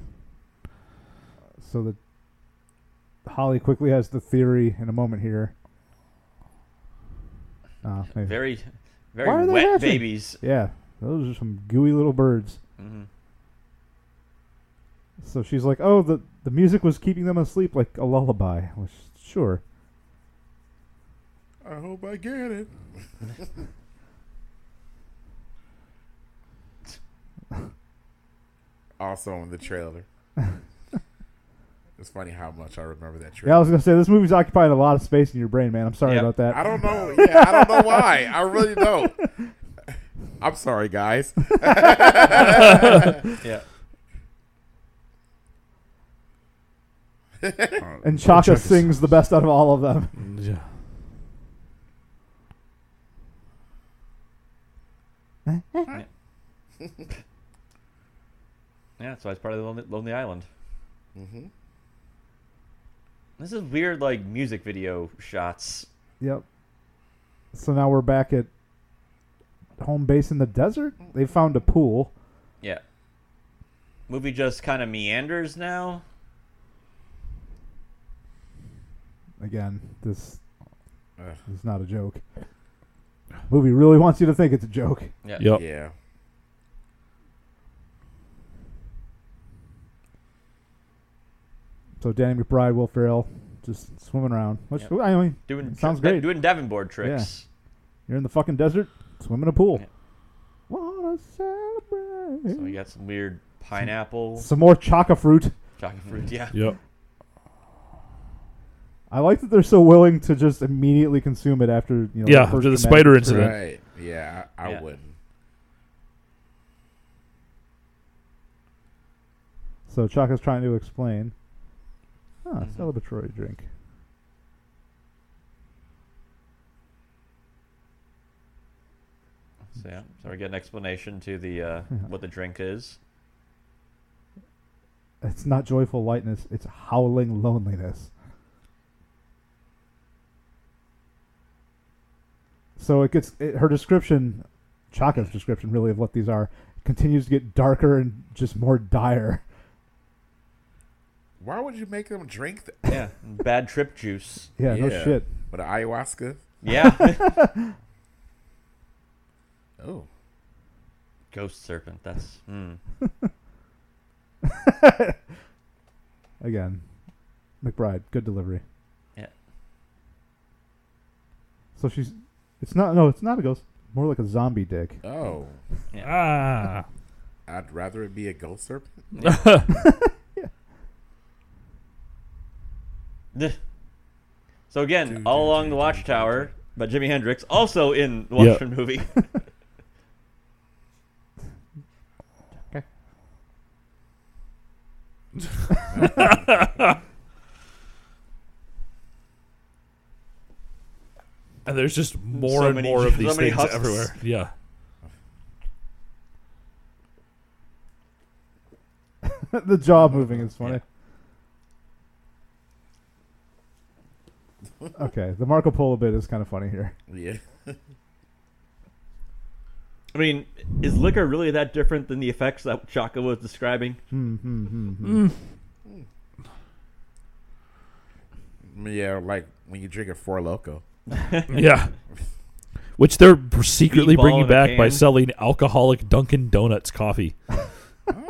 B: So the Holly quickly has the theory in a moment here. Uh, maybe.
A: very,
B: Why are
A: very
B: they
A: wet
B: hatching?
A: babies.
B: yeah, those are some gooey little birds.
A: Mhm.
B: So she's like, "Oh, the the music was keeping them asleep like a lullaby." Which, sure.
C: I hope I get it. also on the trailer. it's funny how much I remember that
B: Yeah, I
C: trailer.
B: was gonna say this movie's occupying a lot of space in your brain, man. I'm sorry
A: Yeah,
B: about that.
C: I don't know. Yeah, I don't know why. I really don't. I'm sorry, guys.
A: Yeah,
B: and Chaka
D: Chaka's-
B: sings the best out of all of them. [laughs]
A: yeah. So I was part of the Lonely, Lonely Island.
C: Mhm.
A: This is weird, like music video shots.
B: Yep. So now we're back at home base in the desert. They found a pool.
A: Yeah. Movie just kind of meanders now.
B: Again, this
C: Ugh.
B: is not a joke. Movie really wants you to think it's a joke.
A: Yeah.
D: Yep.
C: Yeah.
B: So Danny McBride, Will Ferrell, just swimming around. Which
A: Yep.
B: I mean,
A: Doing
B: Sounds
A: tri-
B: great.
A: Doing Davenport tricks.
B: you're in the fucking desert, swimming in a pool.
A: Yeah.
B: Wanna celebrate?
A: So we got some weird pineapple,
B: Some more chaka fruit.
A: chocolate fruit. Yeah.
D: Yep.
B: I like that they're so willing to just immediately consume it after you know.
D: Yeah,
B: first
D: after the
B: traumatic
D: spider incident.
C: Right. Yeah, I, I
A: Yeah.
C: wouldn't.
B: So Chaka's trying to explain. Ah, celebratory drink.
A: So yeah. So we get an explanation to the uh, what the drink is.
B: It's not joyful lightness, it's howling loneliness. So it gets it, her description, Chaka's description really of what these are, continues to get darker and just more dire. [laughs]
C: Why would you make them drink th-
A: Yeah. Bad trip juice.
B: Yeah, no
C: Yeah.
B: shit.
C: with the ayahuasca?
A: Yeah.
C: Oh,
A: Ghost serpent. That's. Mm.
B: Again, McBride, good delivery.
A: Yeah.
B: So she's, it's not no, it's not a ghost, more like a zombie dick. [laughs]
C: oh!
D: Ah.
C: I'd rather it be a ghost serpent. [laughs]
A: Th- So again,
C: Do,
A: all
C: do,
A: along
C: do,
A: the
C: do,
A: Watchtower by Jimi Hendrix, also in the
D: Yeah.
A: Watchtower movie.
D: And there's just more
A: So
D: and
A: many-
D: more
A: [laughs]
D: of
A: so
D: these
A: many
D: things
A: husks.
D: everywhere. [laughs] Yeah.
B: the [laughs] jaw moving is funny. okay, the Marco Polo bit is kind of funny here.
C: Yeah,
A: I mean, is liquor really that different than the effects that Chaka was describing?
B: [laughs] Hmm, hmm, hmm, hmm.
C: yeah, like when you drink a Four Loco.
D: Yeah. Which they're secretly
A: Meatball in
D: bringing
A: a
D: back by
A: can.
D: selling alcoholic Dunkin' Donuts coffee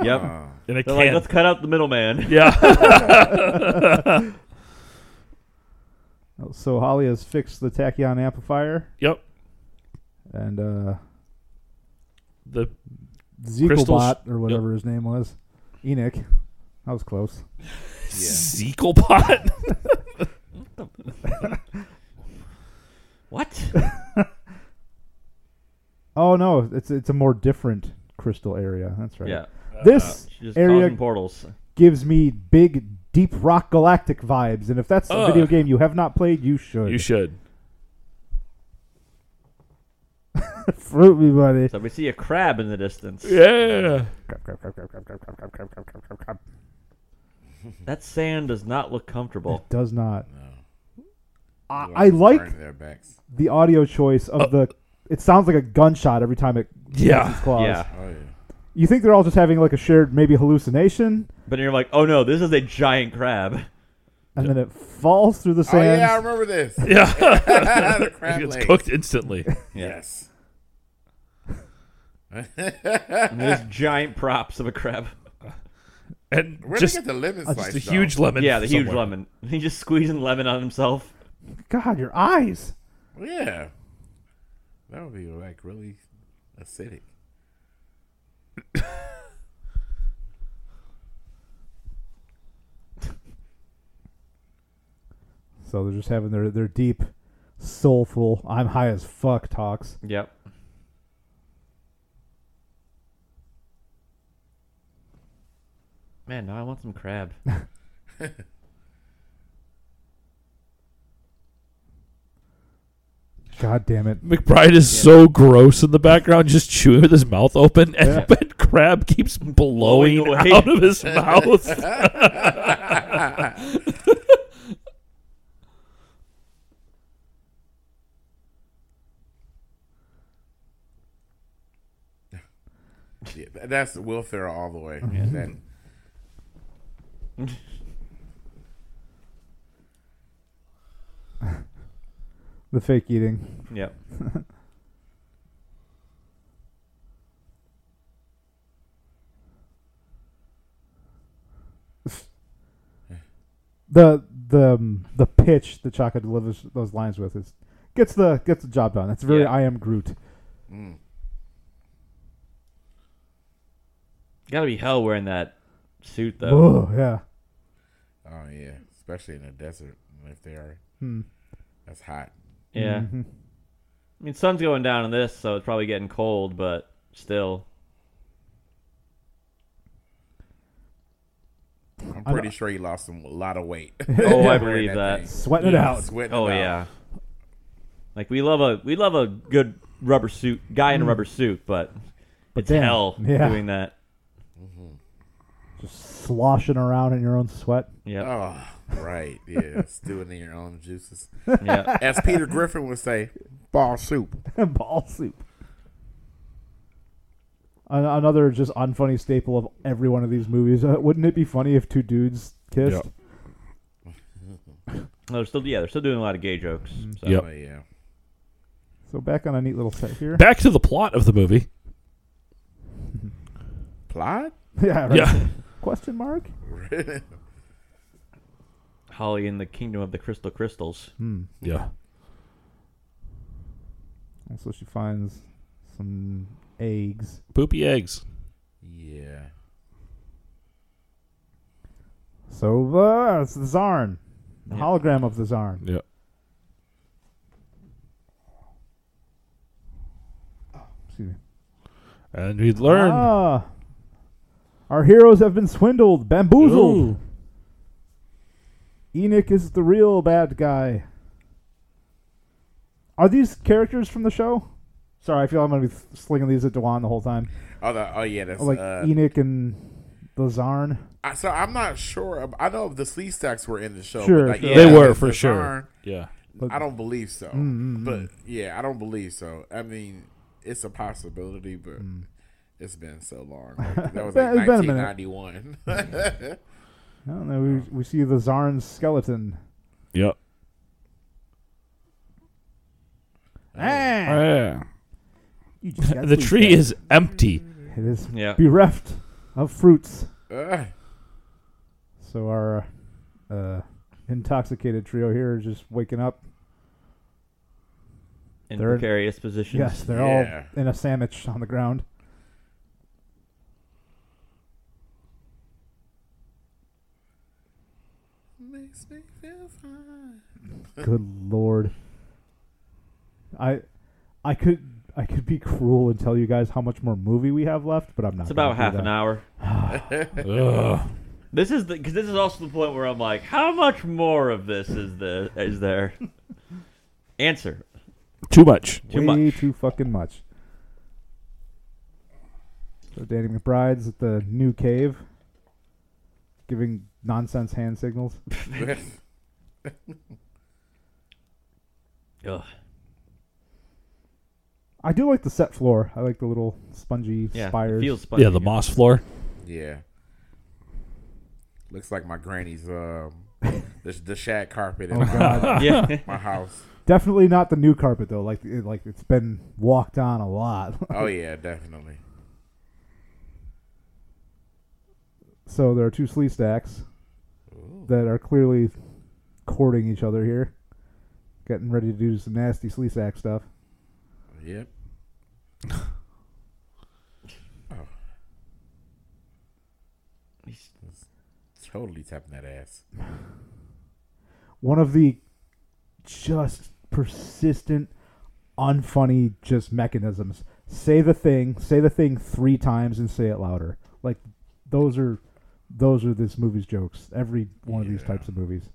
A: Yep.
C: Ah.
D: in a
A: They're like,
D: can.
A: let's cut out the middleman.
D: [laughs] yeah.
B: Oh, So Holly has fixed the tachyon amplifier,
D: yep.
B: and uh,
D: The
B: Zekelbot
D: Crystals-
B: or whatever his name was, Enoch. That was close.
D: Zekel pot. [laughs]
A: What?
B: Oh no, it's it's a more different crystal area. That's right.
A: yeah. Uh,
B: This
A: She's just
B: area
A: causing portals.
B: gives me big Deep Rock Galactic vibes, and if that's a
D: Ugh.
B: video game you have not played, you
D: [laughs]
B: should.
D: Uh, You should.
B: Fruit me, buddy.
A: So we see a crab in the distance.
D: Yeah.
A: That sand does not look comfortable.
B: Does not. I,
C: You
B: I
C: are
B: like
C: burning their backs.
B: the audio choice of the. It sounds like a gunshot every time it
D: Yeah.
B: hits its claws.
A: Uh. Yeah.
C: Oh yeah.
B: You think they're all just having like a shared maybe hallucination,
A: But you're like, oh no, this is a giant crab.
B: and then it falls through the
C: Oh
B: sand.
C: yeah, I remember this.
D: [laughs] Yeah.
C: the crab
D: it's
C: legs.
D: cooked instantly.
C: Yes.
A: And there's [laughs] giant props of a crab.
D: And
C: Where did
D: just,
C: they get the lemon
D: uh,
C: slice?
D: just a
C: though?
D: huge lemon.
A: Yeah, the huge
D: somewhere.
A: lemon. He's just squeezing lemon on himself.
B: God, your eyes.
C: Yeah. That would be like really acidic.
B: So they're just having their their deep, soulful. I'm high as fuck talks.
A: Yep. Man, now I want some crab.
B: God damn it.
D: McBride is so gross in the background, just chewing with his mouth open, and [laughs]
B: Yeah.
D: but crab keeps blowing
A: Blowing away.
D: out
A: [laughs]
D: of his mouth.
C: Yeah, tha- that's Will Ferrell all the way. That,
B: The fake eating.
A: [laughs] Yep.
B: The the um, the pitch that Chaka delivers those lines with is gets the gets the job done. It's very
A: Yeah.
B: I am Groot.
A: Gotta be hell wearing that suit though.
B: Oh yeah.
C: oh yeah, especially in the desert if they are.
B: Hmm.
C: That's hot.
A: Yeah.
B: Mhm.
A: I mean, sun's going down in this, so it's probably getting cold, but still.
C: I'm pretty sure he lost some, a lot of weight.
A: Oh, I
C: [laughs] Wearing
A: believe that.
C: thing.
B: Sweating it out.
C: Sweating
A: Oh
C: it out.
A: yeah. Like we love a we love a good rubber suit guy in a rubber suit, Mm. but it's
B: damn,
A: hell
B: yeah.
A: doing that.
B: Just sloshing around in your own sweat. [laughs]
A: [laughs] Yeah.
C: Oh, right. Yeah, stewing in your own juices.
A: Yeah.
C: As Peter Griffin would say, ball soup.
B: Ball soup. An- Another just unfunny staple of every one of these movies. Uh, wouldn't it be funny if two dudes kissed?
D: Yeah.
A: No, they're still yeah, they're still doing a lot of gay jokes.
B: Mm-hmm.
A: So.
D: Yep.
C: Oh yeah.
B: So back on a neat little set here.
D: Back to the plot of the movie.
C: Plot?
B: [laughs] yeah. Right.
D: Yeah.
B: Question mark?
A: Holly in the Kingdom of the Crystal Crystals.
D: [laughs]
B: Hmm.
D: Yeah.
B: So she finds some eggs.
D: Poopy eggs.
C: [laughs] Yeah.
B: So uh, it's the Zarn, the
A: Yeah.
B: hologram of the Zarn.
D: Yeah.
B: Excuse me.
D: And we learn.
B: Ah, our heroes have been swindled, bamboozled.
D: Ooh.
B: Enoch is the real bad guy. Are these characters from the show? Sorry, I feel I'm going to be slinging these at Dewan the whole time.
C: Oh, the, oh yeah. That's
B: Like e-
C: uh,
B: Enoch and the Zarn.
C: I, so I'm not sure. ab- I know the sleeve stacks were in the show.
B: Sure,
C: but like,
B: sure.
C: yeah,
D: They were
C: the-
D: for
C: the
D: sure.
C: darn-
D: Yeah.
C: I don't believe so.
B: Mm,
C: But yeah, I don't believe so. I mean, it's a possibility, but it's been so
B: [laughs]
C: long. Like, that was like
B: Mm. It's been a minute.
C: 1991.
B: I don't know. We, we see the Zarn's skeleton.
D: Yep.
B: Ah,
D: Yeah.
B: you just got
D: [laughs] The
B: sleeve
D: tree is empty.
B: stacked. It is
A: Yeah.
B: bereft of fruits.
C: [laughs] Ugh.
B: So our uh, intoxicated trio here is just waking up.
A: In
B: They're-
A: precarious positions.
B: Yes, they're
C: Yeah.
B: all in a sandwich on
A: [laughs]
B: the ground.
C: Makes me feel fine. [laughs]
B: Good lord. I I could I could be cruel and tell you guys how much more movie we have left, but I'm not.
A: It's about half an hour.
D: Ugh.
A: This is the because this is also the point where I'm like, how much more of this is the is there? [laughs] Answer.
D: Too much.
A: Too
B: Way
A: much.
B: too fucking much. So Danny McBride's at the new cave, giving nonsense hand signals.
A: Ugh.
B: I do like the set floor. I like the little spongy
A: Yeah, it
B: spires.
A: feels spongy.
D: Yeah, the moss floor. [laughs]
C: yeah. Looks like my granny's um the, the shag carpet in
B: Oh,
C: my,
A: [laughs]
B: God.
D: [laughs]
A: Yeah,
C: my house.
B: Definitely not the new carpet though. Like it, like it's been walked on a lot. [laughs]
C: Oh yeah, definitely.
B: so there are two slee stacks that are clearly courting each other here, getting ready to do some nasty slee stack stuff.
C: Yep.
A: He's-
C: Totally tapping that ass.
B: one of the just persistent, unfunny just mechanisms. Say the thing, say the thing three times, and say it louder. Like those are those are this movie's jokes. Every one of these
C: Yeah.
B: types of movies.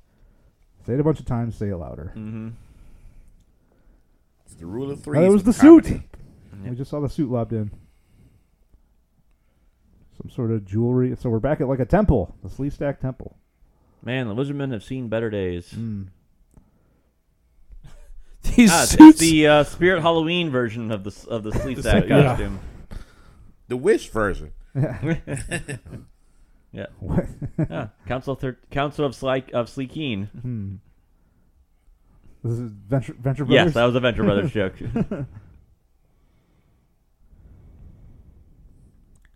B: Say it a bunch of times, say it louder.
A: mhm.
C: It's the rule of three.
B: Oh, it was the suit. We just saw the suit lobbed in. Some sort of jewelry. So we're back at like a temple, the Slee Stack Temple.
A: Man, the Lizardmen have seen better days.
B: Mm.
D: These
A: Ah, it's- it's
D: suits.
A: the uh, Spirit Halloween version of the s- of the
B: [laughs]
A: sleep sack
D: Yeah.
A: costume.
C: The wish version.
A: Yeah. Council thir- Council of Sly- of Sleekeen.
B: Hmm. This is Venture Venture Brothers.
A: Yes, that was a Venture
B: [laughs]
A: Brothers joke.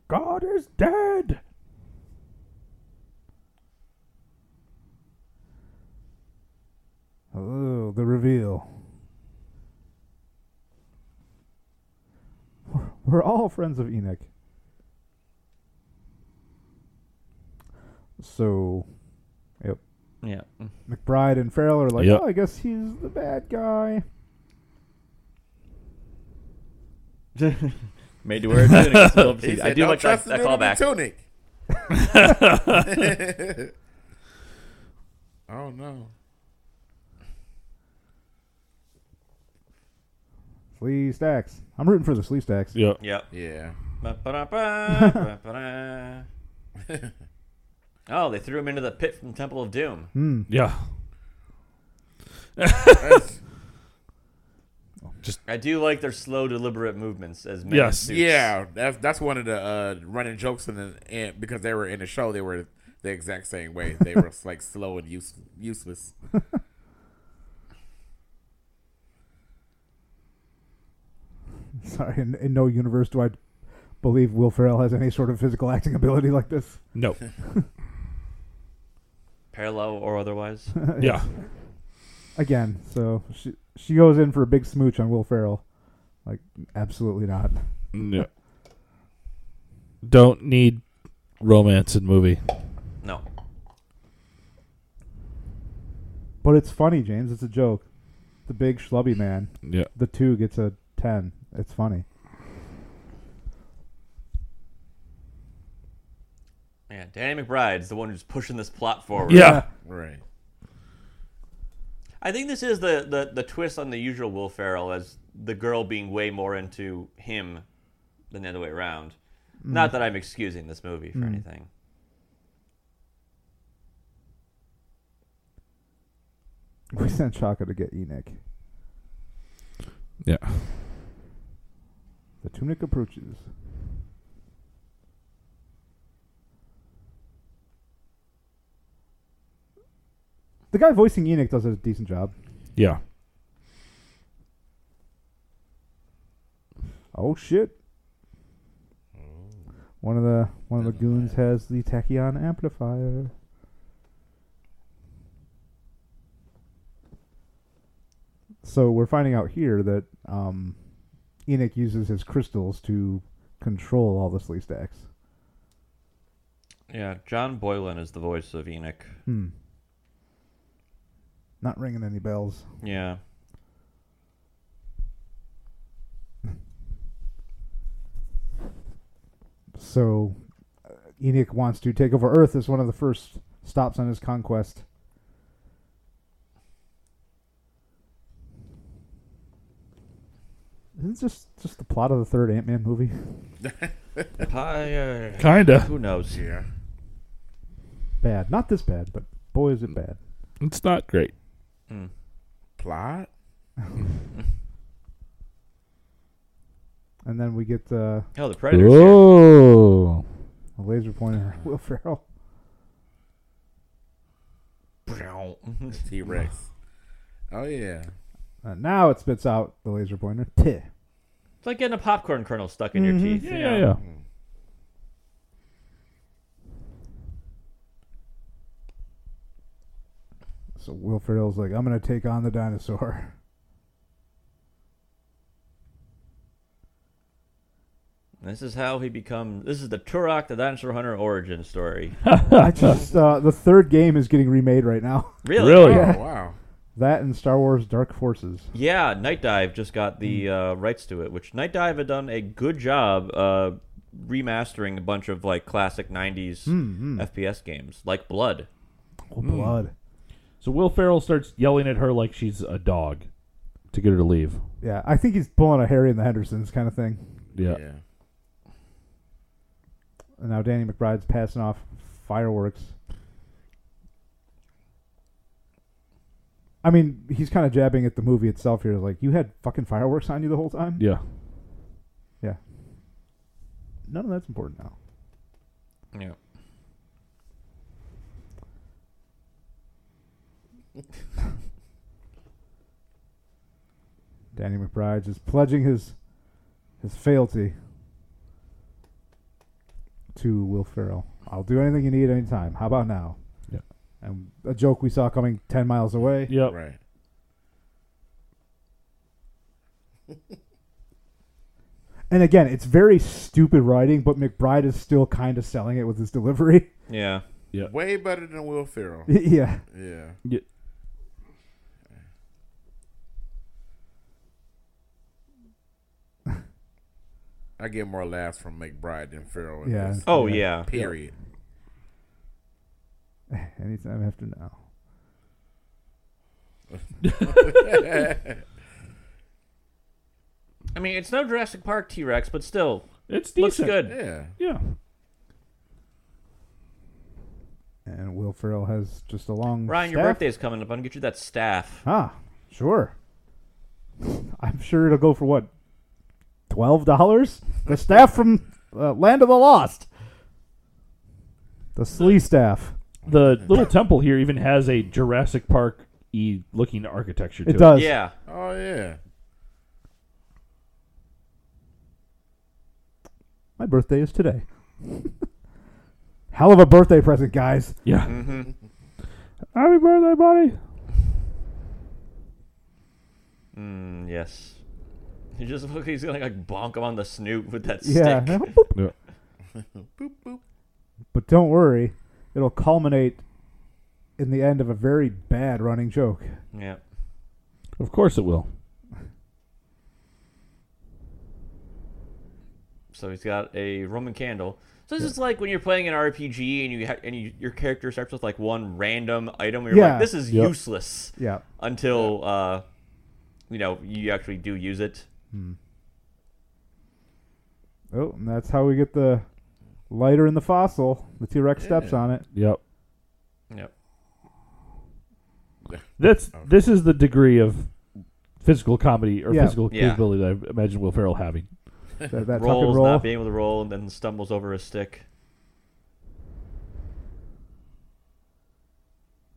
B: God is dead. Oh, the reveal. We're- We're all friends of Enoch. So,
A: yeah.
B: McBride and Farrell are like,
D: Yep.
B: oh, I guess he's the bad guy.
A: Made to wear a tunic. and spill
C: He
A: seed. I
C: said,
A: do
C: "Don't
A: like that,
C: trust
A: that
C: the dude in the
A: callback.
C: Tunic. [laughs] oh no.
B: Slee Stacks. I'm rooting for the Slee Stacks.
D: yeah.
A: Yep.
C: Yeah.
A: Ba-ba-da-ba, ba-ba-da. oh, they threw him into the pit from Temple of Doom.
B: Hmm.
D: Yeah.
C: That's-
A: I do like their slow, deliberate movements as men. in
D: Yes.
A: suits.
C: yeah. That's that's one of the uh, running jokes in the in, because they were in the show. They were the exact same way. They were like slow and use, useless.
B: [laughs] Sorry, in, in no universe do I believe Will Ferrell has any sort of physical acting ability like this.
A: [laughs]
D: No.
A: Parallel or otherwise. [laughs]
D: Yeah.
B: Again, so she she goes in for a big smooch on Will Ferrell. Like, absolutely not.
D: No. Don't need romance in movie.
A: no.
B: But it's funny, James. It's a joke. The big schlubby man,
D: Yeah.
B: the two gets a 10. It's funny.
A: Yeah, Danny McBride's the one who's pushing this plot forward.
D: Yeah.
C: Right.
A: I think this is the, the, the twist on the usual Will Ferrell as the girl being way more into him than the other way around. Not that I'm excusing this movie for anything.
B: We sent Chaka to get Enoch.
D: Yeah.
B: The tunic approaches. The guy voicing Enoch does a decent job.
D: Yeah.
B: Oh shit! One of the one of the goons has the tachyon amplifier. So we're finding out here that um, Enoch uses his crystals to control all the slee stacks.
A: Yeah, John Boylan is the voice of Enoch.
B: Hmm. Not ringing any bells.
A: Yeah.
B: So uh, Enoch wants to take over Earth as one of the first stops on his conquest. Isn't just just the plot of the third Ant Man movie? [laughs]
A: Hi, uh,
D: Kinda.
A: Who knows?
C: Yeah.
B: Bad, not this bad, but boy is it bad.
D: It's not great.
C: Plot?
B: And then we get uh,
A: Oh, the Predator's here.
E: Whoa.
B: a laser pointer, [laughs] Will Ferrell.
C: T Rex. Oh, yeah.
B: Uh, now it spits out the laser pointer. [laughs] Teh.
A: It's like getting a popcorn kernel stuck in your teeth.
D: Mm-hmm. Yeah,
A: you
D: yeah,
A: know?
D: yeah.
B: So Will Ferrell's like, I'm gonna take on the dinosaur.
A: This is how he becomes. This is the Turok the Dinosaur Hunter origin
D: [laughs]
A: story.
B: I just uh, the third game is getting remade right now. [laughs]
A: Really?
D: Really?
C: Oh, wow.
B: That and Star Wars Dark Forces.
A: Yeah, Night Dive just got the
D: Mm.
A: uh, rights to it, which Night Dive had done a good job uh, remastering a bunch of like classic '90s
D: Hmm.
A: FPS games, like Blood.
B: Oh, blood.
D: So Will Ferrell starts yelling at her like she's a dog to get her to leave.
B: Yeah, I think he's pulling a Harry and the Hendersons kind of thing.
D: Yeah.
C: Yeah.
B: And now Danny McBride's passing off fireworks. I mean, he's kind of jabbing at the movie itself here. Like, you had fucking fireworks on you the whole time?
D: Yeah.
B: Yeah. None of that's important now.
A: Yeah.
B: [laughs] Danny McBride just pledging his his fealty to Will Ferrell. I'll do anything you need anytime. How about now?
D: Yeah.
B: And a joke we saw coming ten miles away.
D: Yep.
C: Right.
B: And again, it's very stupid writing, but McBride is still kind of selling it with his delivery. [laughs]
A: Yeah.
C: Way better than Will Ferrell.
B: yeah.
C: Yeah.
D: Yeah.
C: [laughs] I get more laughs from McBride than Ferrell.
B: Yeah.
C: Yeah.
A: Oh
B: Yeah.
A: yeah.
C: Period.
B: Anytime after now.
A: I mean, it's no Jurassic Park T Rex, but still
D: It's
A: looks
D: decent.
A: good.
C: Yeah.
D: Yeah.
B: And Will Ferrell has just a long.
A: Ryan, your
B: staff.
A: birthday's coming up. I'm gonna get you that staff.
B: Ah, sure. I'm sure it'll go for what? Twelve dollars? The staff from uh, Land of the Lost. The Slee staff.
D: The little temple here even has a Jurassic Park y looking architecture to it.
B: It does.
A: Yeah.
C: Oh yeah.
B: My birthday is today. [laughs] Hell of a birthday present, guys.
D: Yeah.
A: Mm-hmm.
D: Happy birthday, buddy.
A: Mm, yes. He just look. He's gonna like bonk him on the snoot with that
B: Yeah.
A: stick.
B: [laughs] Boop.
D: Yeah.
A: [laughs]
C: Boop boop.
B: But don't worry, it'll culminate in the end of a very bad running joke.
A: Yeah.
D: Of course it will.
A: So he's got a Roman candle. So this is like when you're playing an RPG and you ha- and you, your character starts with like one random item. Where you're
B: Yeah.
A: like, this is
D: Yep.
A: useless
B: Yeah.
A: until uh, you know you actually do use it.
B: Oh, and that's how we get the lighter in the fossil. The T Rex steps on it.
D: Yep.
A: Yep.
D: That's this is the degree of physical comedy or
B: Yeah.
D: physical
A: Yeah.
D: capability that I imagine Will Ferrell having.
A: [laughs]
B: That, that tuck and
A: Rolls,
B: roll.
A: not being able to roll, and then stumbles over his stick.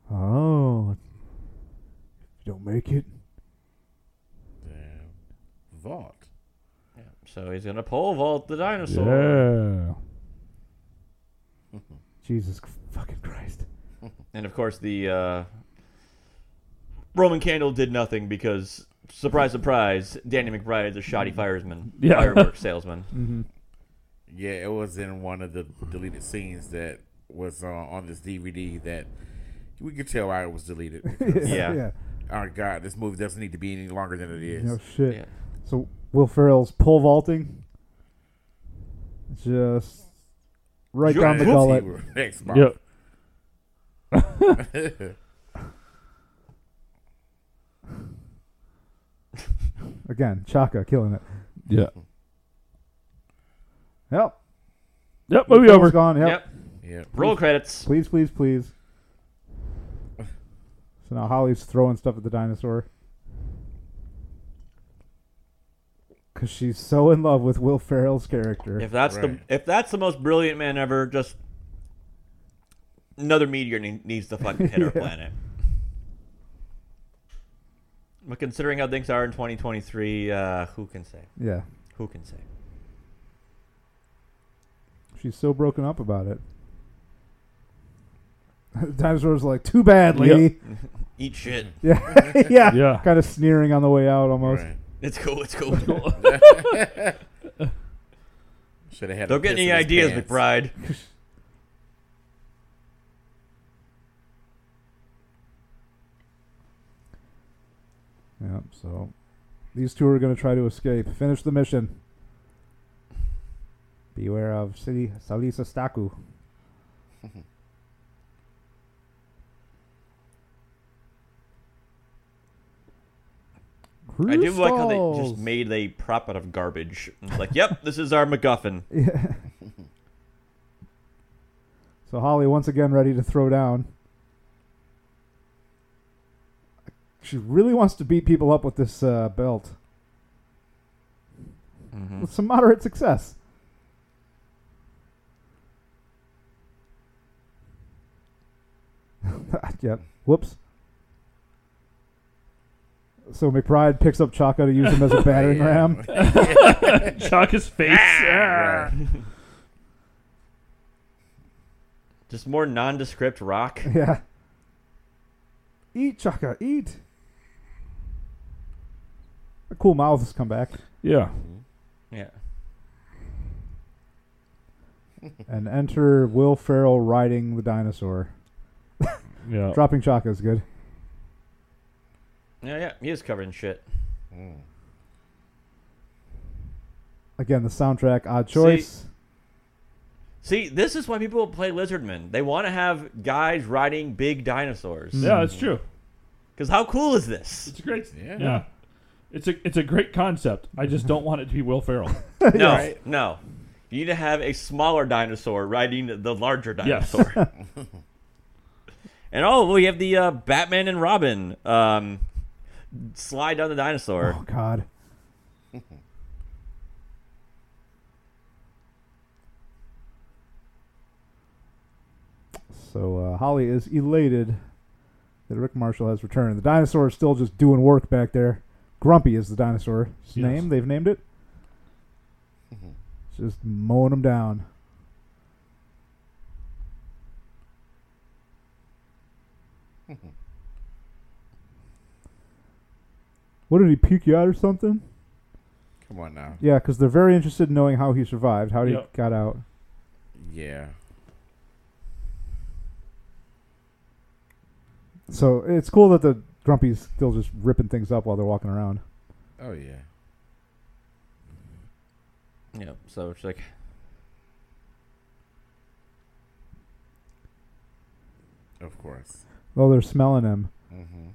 B: Oh. If you don't make it.
C: Damn. Vault.
A: So he's gonna pole vault the dinosaur,
D: Yeah.
B: Jesus fucking Christ.
A: and of course the uh, Roman candle did nothing because surprise, surprise, Danny McBride is a shoddy
C: Mm-hmm.
A: fireman,
D: Yeah.
C: [laughs]
A: fireworks salesman.
B: [laughs]
C: Yeah, it was in one of the deleted scenes that was uh, on this DVD that we could tell why it was deleted.
B: [laughs]
C: because, [laughs]
A: Yeah.
C: oh God, this movie doesn't need to be any longer than it is.
B: No shit.
A: Yeah.
B: So Will Ferrell's pole vaulting. Just right
A: You're
B: down the
A: a
B: gullet.
C: [laughs] Next month.
D: Yep.
B: Again, Chaka killing it.
D: Yeah.
B: Yep.
D: Yep. Movie
B: Phil's
D: over.
B: Gone. Yep.
A: Yep.
C: Yep.
A: Roll credits.
B: Please, please, please. So now Holly's throwing stuff at the dinosaur. Because she's so in love with Will Ferrell's character.
A: If that's
C: Right.
A: the if that's the most brilliant man ever, just another meteor ne- needs to fucking
C: [laughs]
A: hit our planet. But considering how things are in 2023, uh, who can say?
B: Yeah.
A: Who can say?
B: She's so broken up about it. [laughs] The dinosaur's like, too bad, lady.
A: Eat shit.
B: Yeah. [laughs] yeah.
D: Yeah. [laughs]
B: Kind of sneering on the way out almost.
C: Right.
A: It's cool. It's
C: [laughs]
A: cool.
C: Should have had.
A: Don't
C: a
A: get
C: piss
A: any
C: in his
A: ideas, [laughs]
C: pants.
A: McBride.
B: Yep, so these two are going to try to escape. Finish the mission. Beware of City Salisa Staku.
A: [laughs] I do like how they just made a prop out of garbage. It's like, yep, this is our MacGuffin.
B: [laughs] Yeah. so Holly once again ready to throw down. She really wants to beat people up with this uh, belt. With some moderate success. [laughs] yep. Whoops. So McBride picks up Chaka to use him as a battering ram. [laughs]
D: Chaka's face.
A: Ah,
C: Right.
A: Just more nondescript rock.
B: Yeah. Eat, Chaka, eat. The cool mouths come back,
D: Yeah.
A: Yeah.
B: and enter Will Ferrell riding the dinosaur.
D: Yeah.
B: Dropping Chaka is good.
A: Yeah, yeah. He is covered in shit.
B: Again, the soundtrack, odd choice.
A: See, this is why people play Lizardmen. They want to have guys riding big dinosaurs.
D: Yeah, it's true.
A: Because how cool is this?
C: [laughs]
D: It's a great.
C: Yeah.
D: [laughs] yeah. It's a it's a great concept. I just don't want it to be Will Ferrell.
A: No,
C: Right.
A: no. You need to have a smaller dinosaur riding the larger
D: Yes.
A: dinosaur. and oh, we have the uh, Batman and Robin um, slide down the dinosaur.
B: Oh, God. so uh, Holly is elated that Rick Marshall has returned. The dinosaur is still just doing work back there. Grumpy is the dinosaur's
D: Yes.
B: name. They've named it.
D: Mm-hmm.
B: Just mowing them down.
D: Mm-hmm.
B: What did he puke you out or something?
C: Come on now.
B: Yeah, because they're very interested in knowing how he survived, how
D: Yep.
B: he got out.
C: Yeah.
B: So it's cool that the Grumpy's still just ripping things up while they're walking around.
C: Oh yeah.
A: Yeah, so it's like,
C: Of course.
B: Oh, they're smelling him.
C: hmm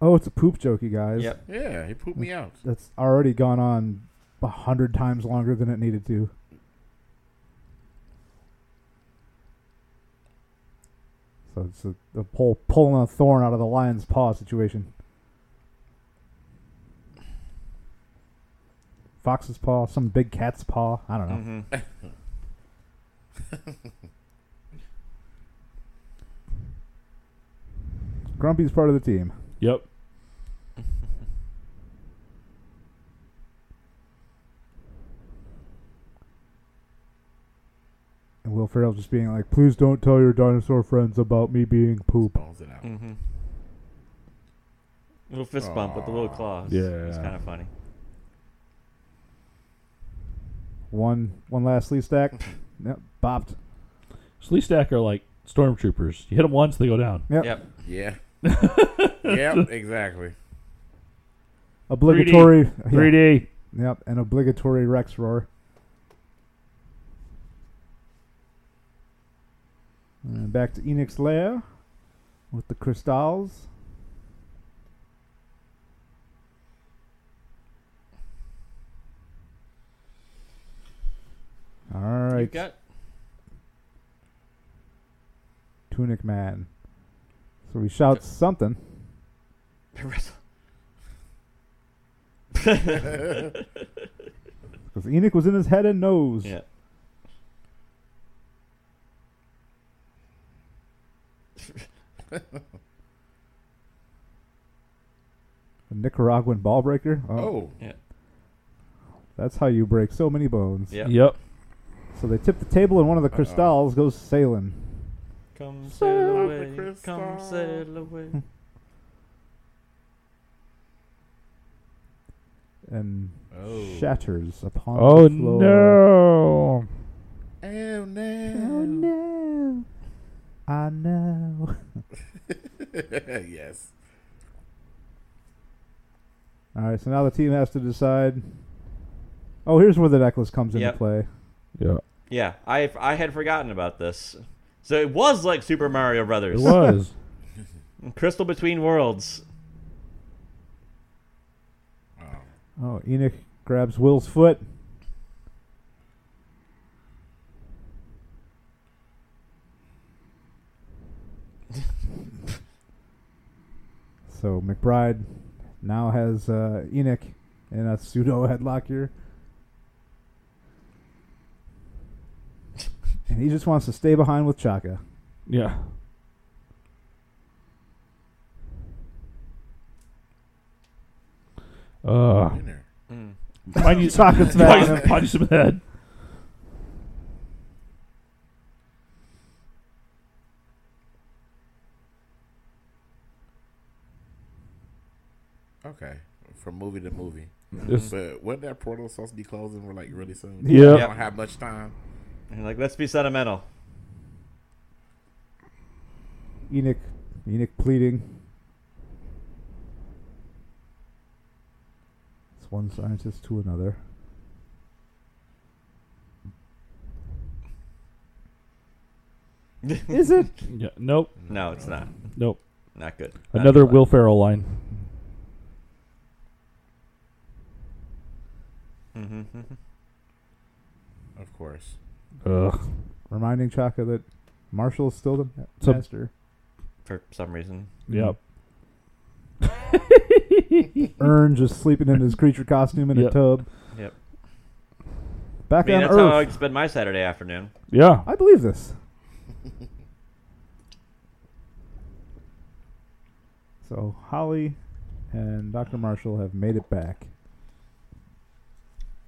B: Oh, it's a poop joke, you guys.
A: yep.
C: Yeah, he pooped me out.
B: That's already gone on a hundred times longer than it needed to. So it's a, a pull pulling a thorn out of the lion's paw situation. Fox's paw, some big cat's paw. I don't know.
A: hmm
B: Grumpy's part of the team.
D: Yep.
B: And Will Ferrell just being like, please don't tell your dinosaur friends about me being poop.
C: Bones it out.
A: hmm Little fist bump with the little
C: Aw.
A: claws. It's
D: Yeah.
A: kind of funny.
B: One one last leaf stack.
A: [laughs]
B: Yep, bopped.
D: Slee Stack are like stormtroopers. You hit them once, they go down.
B: Yep.
A: Yep.
C: Yeah. yep. Exactly.
B: Obligatory. yeah.
D: 3D.
B: Yep, an obligatory Rex roar. And back to Enix Lair with the crystals. All
A: You
B: right,
A: got
B: Tunic Man. So he shouts something. Because Enoch was in his head and nose.
A: yeah.
B: A Nicaraguan ball breaker. Oh,
C: Oh,
B: That's how you break so many bones.
A: Yeah.
D: Yep.
B: So they tip the table and one of the crystals goes sailing.
A: [laughs] Come sail
B: Sail
A: away.
C: the
A: Come
C: crystal.
A: sail away.
B: Hmm. and
C: Oh.
B: shatters upon
D: Oh
B: the floor.
D: no.
C: oh [laughs]
B: Oh
C: no!
B: no! I know. [laughs]
C: yes.
B: All right, so now the team has to decide. Oh, here's where the necklace comes into
A: Yep.
B: play.
D: Yeah.
A: Yeah, I I had forgotten about this. So it was like Super Mario
D: It
A: Brothers.
D: was.
A: Crystal Between Worlds.
C: Oh.
B: Oh, Enoch grabs Will's foot. so McBride now has uh, Enoch in a pseudo headlock here. And he just wants to stay behind with Chaka.
D: yeah. Uh,
C: Winner.
A: Mm.
D: mind [laughs] you,
B: Chaka
D: punch,
B: smash him.
D: punch him in the head.
C: Okay. From movie to movie.
D: This-
C: But wouldn't that portal supposed to be closing like really soon?
D: Yeah.
C: I don't have much time.
A: And like, let's be sentimental. [laughs]
B: Enoch, Enoch pleading. It's one scientist to another. Is it?
D: Yeah. Nope.
A: No, it's not.
D: Nope.
A: Not good. Not
D: Another
A: good.
D: Will Ferrell line.
A: Mhm, mhm.
C: Of course.
D: Ugh.
B: Reminding Chaka that Marshall is still the ma-
D: So-
B: master.
A: For some reason.
D: Yep.
B: Ern just sleeping in his creature costume in a
D: Yep.
B: tub.
A: Yep. I
B: Back
A: mean,
B: on
A: that's
B: Earth.
A: how I spend my Saturday afternoon.
D: Yeah.
B: I believe this.
A: [laughs]
B: so Holly and Dr. Marshall have made it back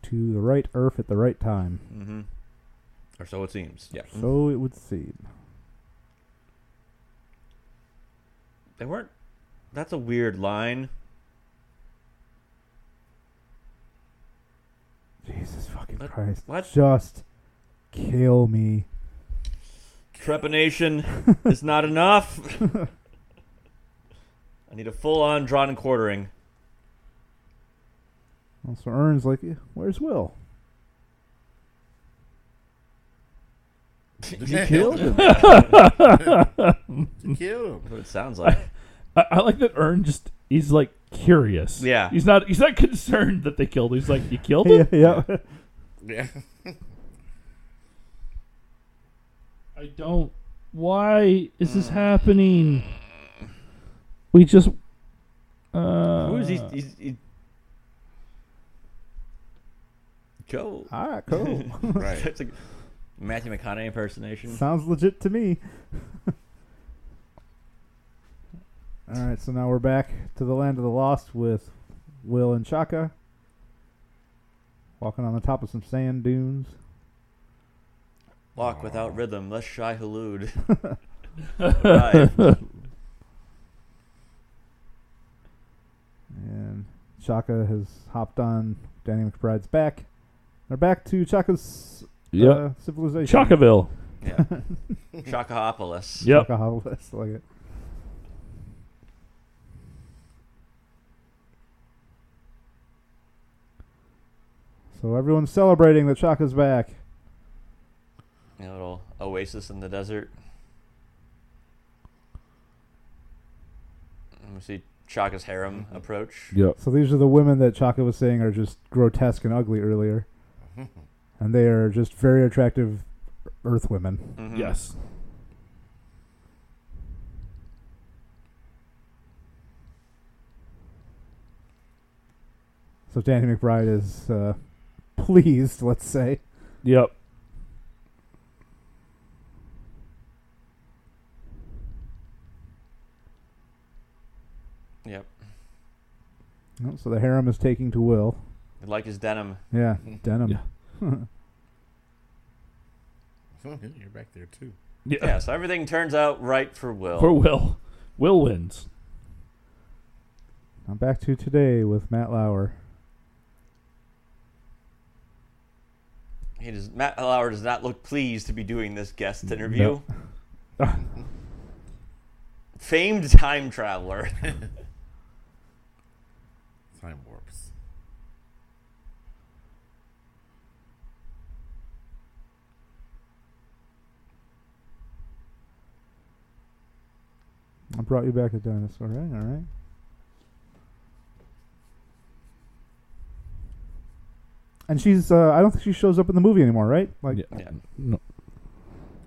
B: to the right Earth at the right time.
A: hmm Or so it seems. Yeah.
B: So it would seem.
A: They weren't. That's a weird line.
B: Jesus fucking
A: What-
B: Christ.
A: what?
B: Just kill me.
A: Trepanation is not enough. I need a full on drawn quartering.
B: Also, Ern's like, "Eh, where's
A: [laughs]
B: Will?
C: [laughs] Did
A: you
C: kill
A: him?
C: You killed him.
A: That's what it sounds like.
D: I, I like that Ern just he's like curious.
A: Yeah.
D: He's not [laughs] he's not concerned that they killed him. He's like, You killed
B: Yeah,
D: him?
B: yeah.
C: Yeah. [laughs]
D: I don't why is
A: Mm.
D: this happening? [sighs] We just uh
A: Who is he? He's, he... Joe.
B: [laughs] All right, cool.
A: [laughs]
C: [laughs] Right.
A: It's like Matthew McConaughey impersonation.
B: Sounds legit to me. [laughs] All right, so now we're back to the land of the lost with Will and Chaka walking on the top of some sand dunes.
A: Walk without rhythm, less shy hallude. Arrive.
B: And Chaka has hopped on Danny McBride's back. They're back to Chaka's
D: Yep.
B: uh, civilization.
D: Chocoville.
A: Yeah. Shakahopolis.
D: Yep.
B: Chaka [laughs] Hollis, like it. So everyone's celebrating that Chaka's back.
A: A little oasis in the desert. We see Chaka's harem approach.
D: Yep.
B: So these are the women that Chaka was saying are just grotesque and ugly earlier, and they are just very attractive Earth women.
A: Mhm.
D: Yes.
B: So Danny McBride is uh, pleased, let's say.
D: Yep.
A: Yep.
B: Oh, So the harem is taking to Will.
A: They like his denim.
B: Yeah, denim.
D: Yeah.
C: You're back there too.
D: Yeah.
A: Yeah, so everything turns out right for Will.
D: [laughs] For Will. Will wins.
B: I'm back to today with Matt Lauer.
A: he does Matt Lauer does not look pleased to be doing this guest interview. [laughs] Famed time traveler.
C: Time warps.
B: I brought you back a dinosaur. All right, all right. And she's, uh, I don't think she shows up in the movie anymore, right? Like,
A: Yeah.
D: No.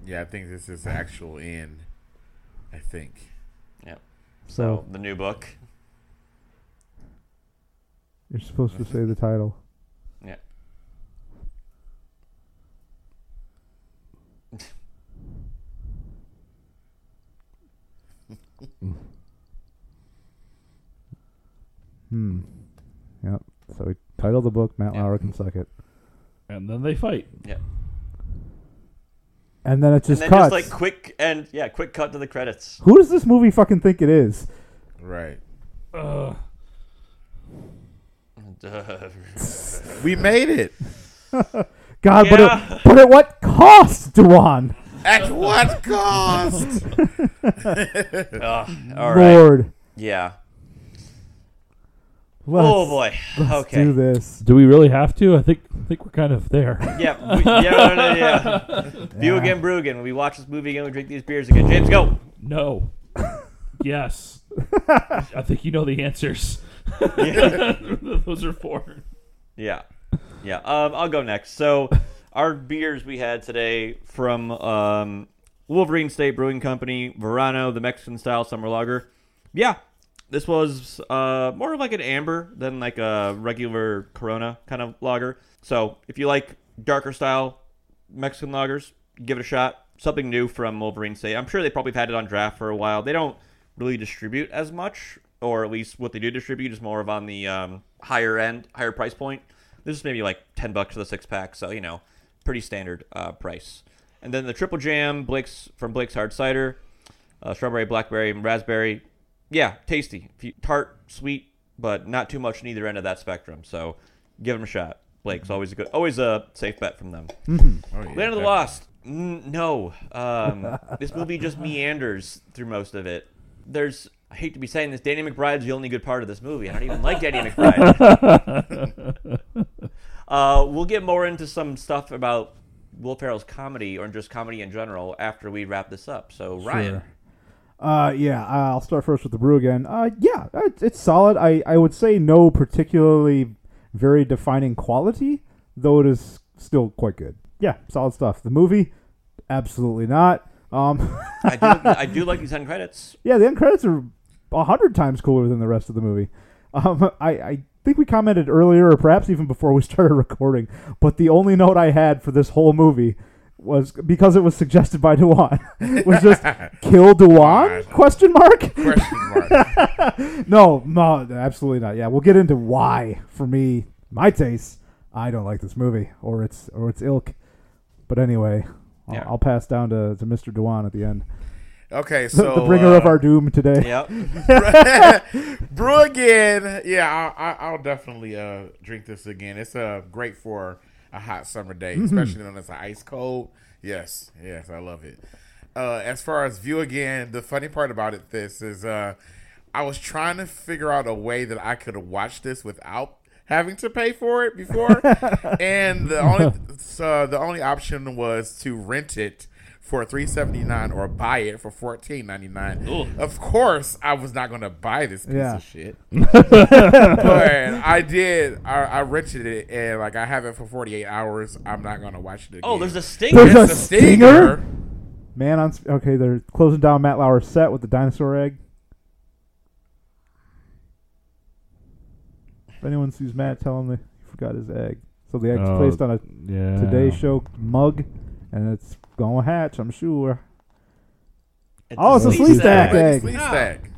C: Yeah, I think this is the actual end. I think.
A: So
B: so
A: [laughs] the new book.
B: you're supposed to say the title.
A: Yeah.
B: [laughs] Hmm. Yep. So we titled the book, Matt
A: Yeah.
B: Lauer Can Suck It.
D: And then they fight.
B: And then it
A: and
B: just
A: then just
B: cuts.
A: like quick and yeah, quick cut to the
B: [laughs]
A: credits.
B: Who does this movie fucking think it is?
C: Right.
D: Uh,
C: We made it.
B: God, but,
A: Yeah.
B: it, but at what cost, Duan?
C: At
A: [laughs]
C: what cost?
A: Ugh, all right.
B: Lord.
A: Yeah.
B: Let's,
A: oh boy.
B: let's
A: okay.
B: do this.
D: do we really have to? I think I think we're kind of there. [laughs]
A: Yeah. We, yeah. No, no, yeah. View again, brew again. We watch this movie again. We drink these beers again. James, go.
D: No. yes. I think you know the answers. Those are four.
A: Yeah. Yeah. Um, I'll go next. So, our beers we had today from um, Wolverine State Brewing Company, Verano, the Mexican style summer lager. Yeah. This was uh, more of like an amber than like a regular Corona kind of lager. So, if you like darker style Mexican lagers, give it a shot. Something new from Wolverine State. I'm sure they probably have had it on draft for a while. They don't really distribute as much, or at least what they do distribute is more of on the um, higher end, higher price point. This is maybe like ten bucks for the six pack, so you know, pretty standard uh, price. And then the triple jam, Blake's from Blake's Hard Cider, uh, strawberry, blackberry, and raspberry. Yeah, tasty, If you- tart, sweet, but not too much in either end of that spectrum. So give them a shot. Blake's always a good, always a safe bet from them.
B: Mm-hmm.
C: Oh, yeah,
A: Land of the
C: that-
A: Lost. Mm, no, um, this movie just
C: [laughs]
A: meanders through most of it. There's, I hate to be saying this, Danny McBride's the only good part of this movie. I don't even like Danny McBride.
C: [laughs]
A: uh, we'll get more into some stuff about Will Ferrell's comedy or just comedy in general after we wrap this up. So Ryan,
B: Sure. Uh, yeah, I'll start first with the brew again. Uh, yeah, it, it's solid. I, I would say no particularly very defining quality, though it is still quite good. Yeah, solid stuff. The movie, absolutely not. Um, [laughs]
A: I do, I do like these end credits.
B: yeah, the end credits are a hundred times cooler than the rest of the movie. Um, [laughs] I, I think we commented earlier, or perhaps even before we [laughs] started recording, but the only note I had for this whole movie was because it was suggested by Dewan [laughs] was
C: [laughs]
B: just kill Dewan question mark
C: Question
B: [laughs]
C: mark.
B: no, no, absolutely not. Yeah, we'll get into why for me, my taste. I don't like this movie or its or its ilk. But anyway, I'll,
A: Yeah.
B: I'll pass down to, to Mr. Dewan at the end, [laughs]
C: Okay,
B: the,
C: so
B: the bringer of
C: uh,
B: our doom today.
C: [laughs]
A: Yep.
B: [laughs]
C: brew again. Yeah, I'll, I'll definitely uh, drink this again. It's uh, great for a hot summer day, especially when it's ice cold. Yes, yes, I love it. Uh, as far as view again, the funny part about it, this is uh, I was trying to figure out a way that I could watch this without having to pay for it before, and the only so the only option was to rent it for three seventy nine or buy it for fourteen ninety nine.
A: Ugh.
C: Of course, I was not going to buy this piece
B: Yeah.
C: of shit, [laughs] but I did. I, I rented it and like I have it for forty eight hours. I'm not going to watch it. Again.
A: Oh, there's a
B: There's
A: stinger.
B: a
C: It's a stinger.
B: stinger? Man on. Sp- Okay, they're closing down Matt Lauer's set with the dinosaur egg. If anyone sees Matt, tell him that he forgot his egg. So the egg's
D: Oh,
B: placed on a
D: Yeah.
B: Today Show mug, and it's gonna hatch, I'm sure.
A: It's
B: Oh, it's a
A: sleeve
B: sleeve stack
A: sack.
B: egg.
C: Sleeve
A: Ah.
C: stack.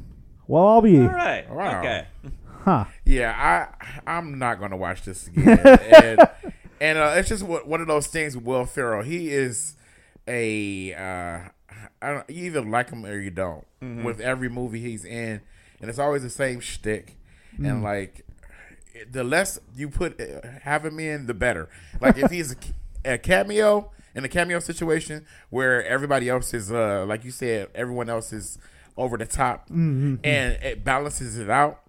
B: Well, I'll be.
A: All right.
C: Wow.
A: Okay.
B: Huh.
C: Yeah, I I'm not gonna watch this again. and and uh, it's just one one of those things. With Will Ferrell, he is a uh, I don't you either like him or you don't. With every movie he's in, and it's always the same shtick. And like the less you put uh, have him in, the better. Like if he's a, ca- a cameo in a cameo situation where everybody else is uh like you said, everyone else is over the top, and it balances it out.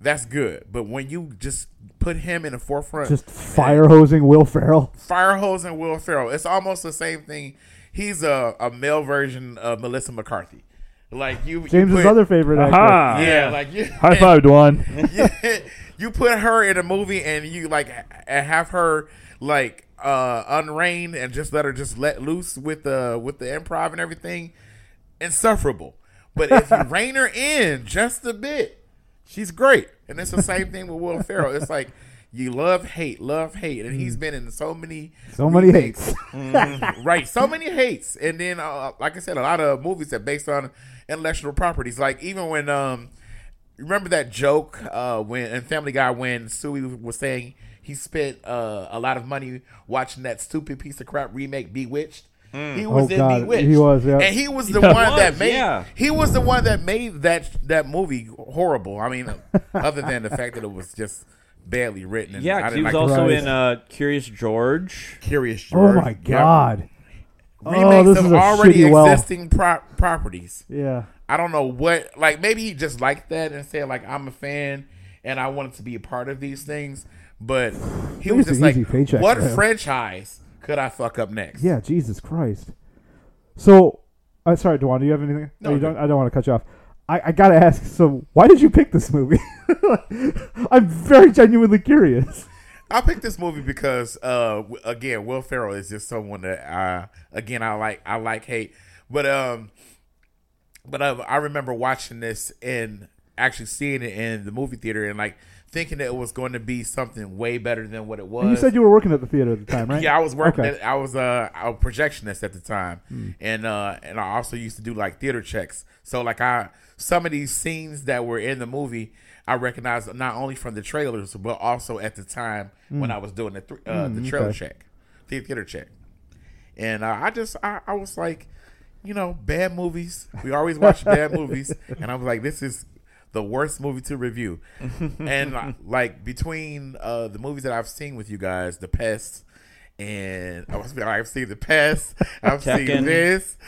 C: That's good. But when you just put him in the forefront,
B: Just fire hosing Will Ferrell.
C: fire hose and Will Ferrell, it's almost the same thing. He's a, a male version of Melissa McCarthy. Like you, you
B: James's
C: put-
B: other favorite actor.
D: Aha.
C: Yeah, like [laughs] you.
D: High five, Dwan.
C: [laughs] yeah, you put her in a movie and you like ha- have her like uh unreined and just let her just let loose with the with the improv and everything insufferable but
B: [laughs]
C: if you rein her in just a bit she's great and it's the same thing with will ferrell it's like you love hate love hate and he's been in so many
B: Mm. So many
C: remakes.
B: hates.
C: Mm-hmm.
A: [laughs]
C: right so many hates and then uh, like i said a lot of movies that based on intellectual properties like even when um remember that joke uh when in family guy when suey was saying he spent uh, a lot of money watching that stupid piece of crap remake bewitched he was
B: Oh,
C: in
B: God,
C: bewitched
B: he was, yeah.
C: and
A: [laughs]
C: he was the
D: Yeah.
C: one that
A: Mm. Was,
C: made
A: yeah.
C: he was the one that made that that movie horrible i mean other than the fact that it was just badly written and
A: Yeah,
C: I
A: 'cause
C: didn't
A: he was
C: like the
A: also
B: Right.
A: in uh, Curious George.
C: curious
B: [laughs] Oh
C: George.
B: my
C: Yep.
B: God.
C: remakes
B: Oh, this
C: of
B: is a
C: already
B: shitty well.
C: existing pro- properties.
B: Yeah.
C: I don't know what, like maybe he just liked that and said like I'm a fan and I wanted to be a part of these things, but he was
B: was
C: just
B: an
C: like,
B: easy paycheck
C: what
B: for him.
C: franchise could I fuck up next?
B: Yeah. Jesus Christ. So, uh, sorry, Dewan. Do you have anything?
C: No,
B: Oh, you
C: no.
B: don't, I don't want to cut you off. I, I gotta ask. So, why did you pick this movie? [laughs] I'm very genuinely
D: [laughs]
B: curious.
C: I picked this movie because, uh, w- again, Will Ferrell is just someone that I, again, I like. I like hate, but um, but I, I remember watching this and actually seeing it in the movie theater and like thinking that it was going to be something way better than what it was.
B: You said you were working at the theater at the time, right?
C: Yeah, I was working.
B: Okay. Hmm.
C: At, I was uh, a projectionist at the time, and uh, and I also used to do like theater checks. So like I some of these scenes that were in the movie, I recognized not only from the trailers, but also at the time when I was doing the th- uh, the trailer
B: Hmm. okay.
C: check, the theater check. And uh, I just I, I was like, you know, bad movies. We always watch bad movies, and I was like, this is the worst movie to review. and uh, like between uh, the movies that I've seen with you guys, The Pest. And I was, I've seen the pest. I've seen
A: Tekken.
C: this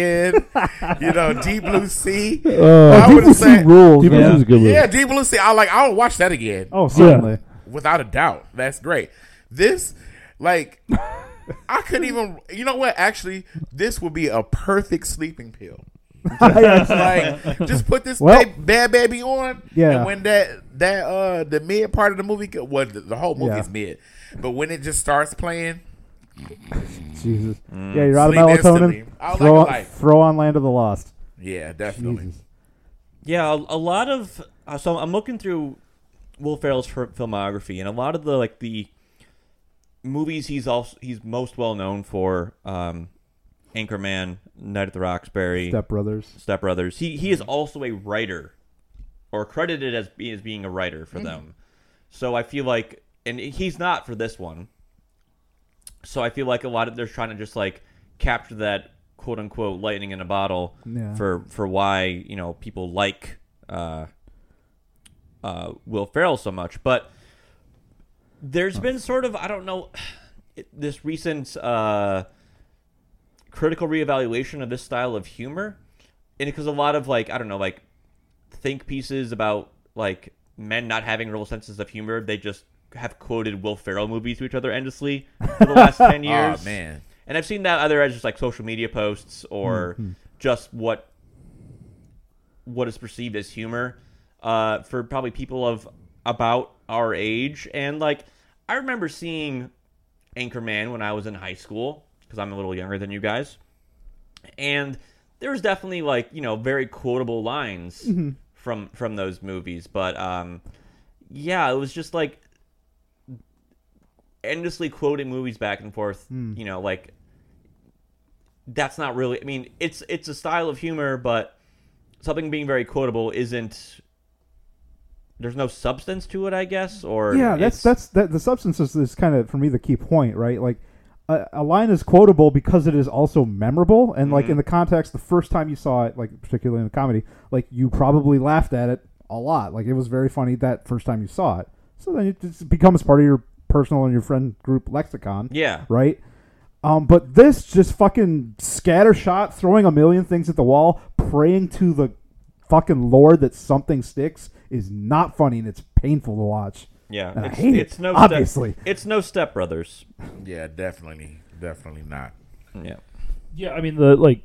C: Tekken. you know, Deep Blue Sea.
D: Uh,
C: I
B: Deep
C: would
B: Blue
C: say-
B: Sea rules,
D: Deep Blue
B: man.
D: Sea's a good movie.
C: Yeah, Deep Blue Sea. I like. I'll watch that again
B: Oh, certainly.
C: without a doubt. That's great. This,
B: [laughs]
C: like, I couldn't even. You know what? Actually, this would be a perfect sleeping
B: [laughs]
C: pill. Like, just put this
B: Well-
C: ba- bad baby on.
B: Yeah.
C: And when that that uh the mid part of the movie, co- well, the, the whole movie
B: Yeah.
C: is mid, but when it just starts playing,
B: Jesus.
D: Mm.
B: Yeah, you're out of
C: Sleep
B: melatonin.
C: instantly. I would
B: Throw,
C: like a
B: on,
C: light.
B: throw on Land of the Lost.
C: yeah, definitely.
B: Jesus.
A: Yeah, a, a lot of uh, so I'm looking through Will Ferrell's fir- filmography, and a lot of the like the movies he's also he's most well known for, um, Anchorman, Night at the Roxbury,
B: Step Brothers.
A: Step Brothers. He he is also a writer, or credited as be- as being a writer for them. So I feel like, and he's not for this one. So I feel like a lot of they're trying to just like capture that quote unquote lightning in a bottle
B: Yeah.
A: for for why you know people like uh, uh, Will Ferrell so much. But there's been sort of I don't know [sighs] it- this recent. Uh, critical reevaluation of this style of humor and because a lot of like i don't know like think pieces about like men not having real senses of humor they just have quoted will ferrell movies to each other endlessly for the last 10 years
C: Oh man,
A: And I've seen that either as just like social media posts or just what what is perceived as humor uh, for probably people of about our age. And like, I remember seeing Anchorman when I was in high school because I'm a little younger than you guys, and there was definitely like you know very quotable lines
B: Mm-hmm.
A: from from those movies. But um, yeah, it was just like endlessly quoting movies back and forth.
B: Hmm.
A: You know, like that's not really. I mean, it's it's a style of humor, but something being very quotable isn't. There's no substance to it, I guess. Or
B: yeah that's
A: it's-
B: that's that the substance is, is kind of for me the key point right like a, a line is quotable because it is also memorable and like in the context the first time you saw it like particularly in a comedy like you probably laughed at it a lot like it was very funny that first time you saw it so then it just becomes part of your personal and your friend group lexicon
A: yeah.
B: right? Um, but this just fucking scattershot, throwing a million things at the wall, praying to the fucking Lord that something sticks is not funny and it's painful to watch.
A: Yeah,
B: And I
A: it's,
B: hate it,
A: it's no
B: obviously.
A: Step, it's no Step Brothers.
C: Yeah, definitely, definitely not.
A: Yeah,
D: Yeah, I mean the like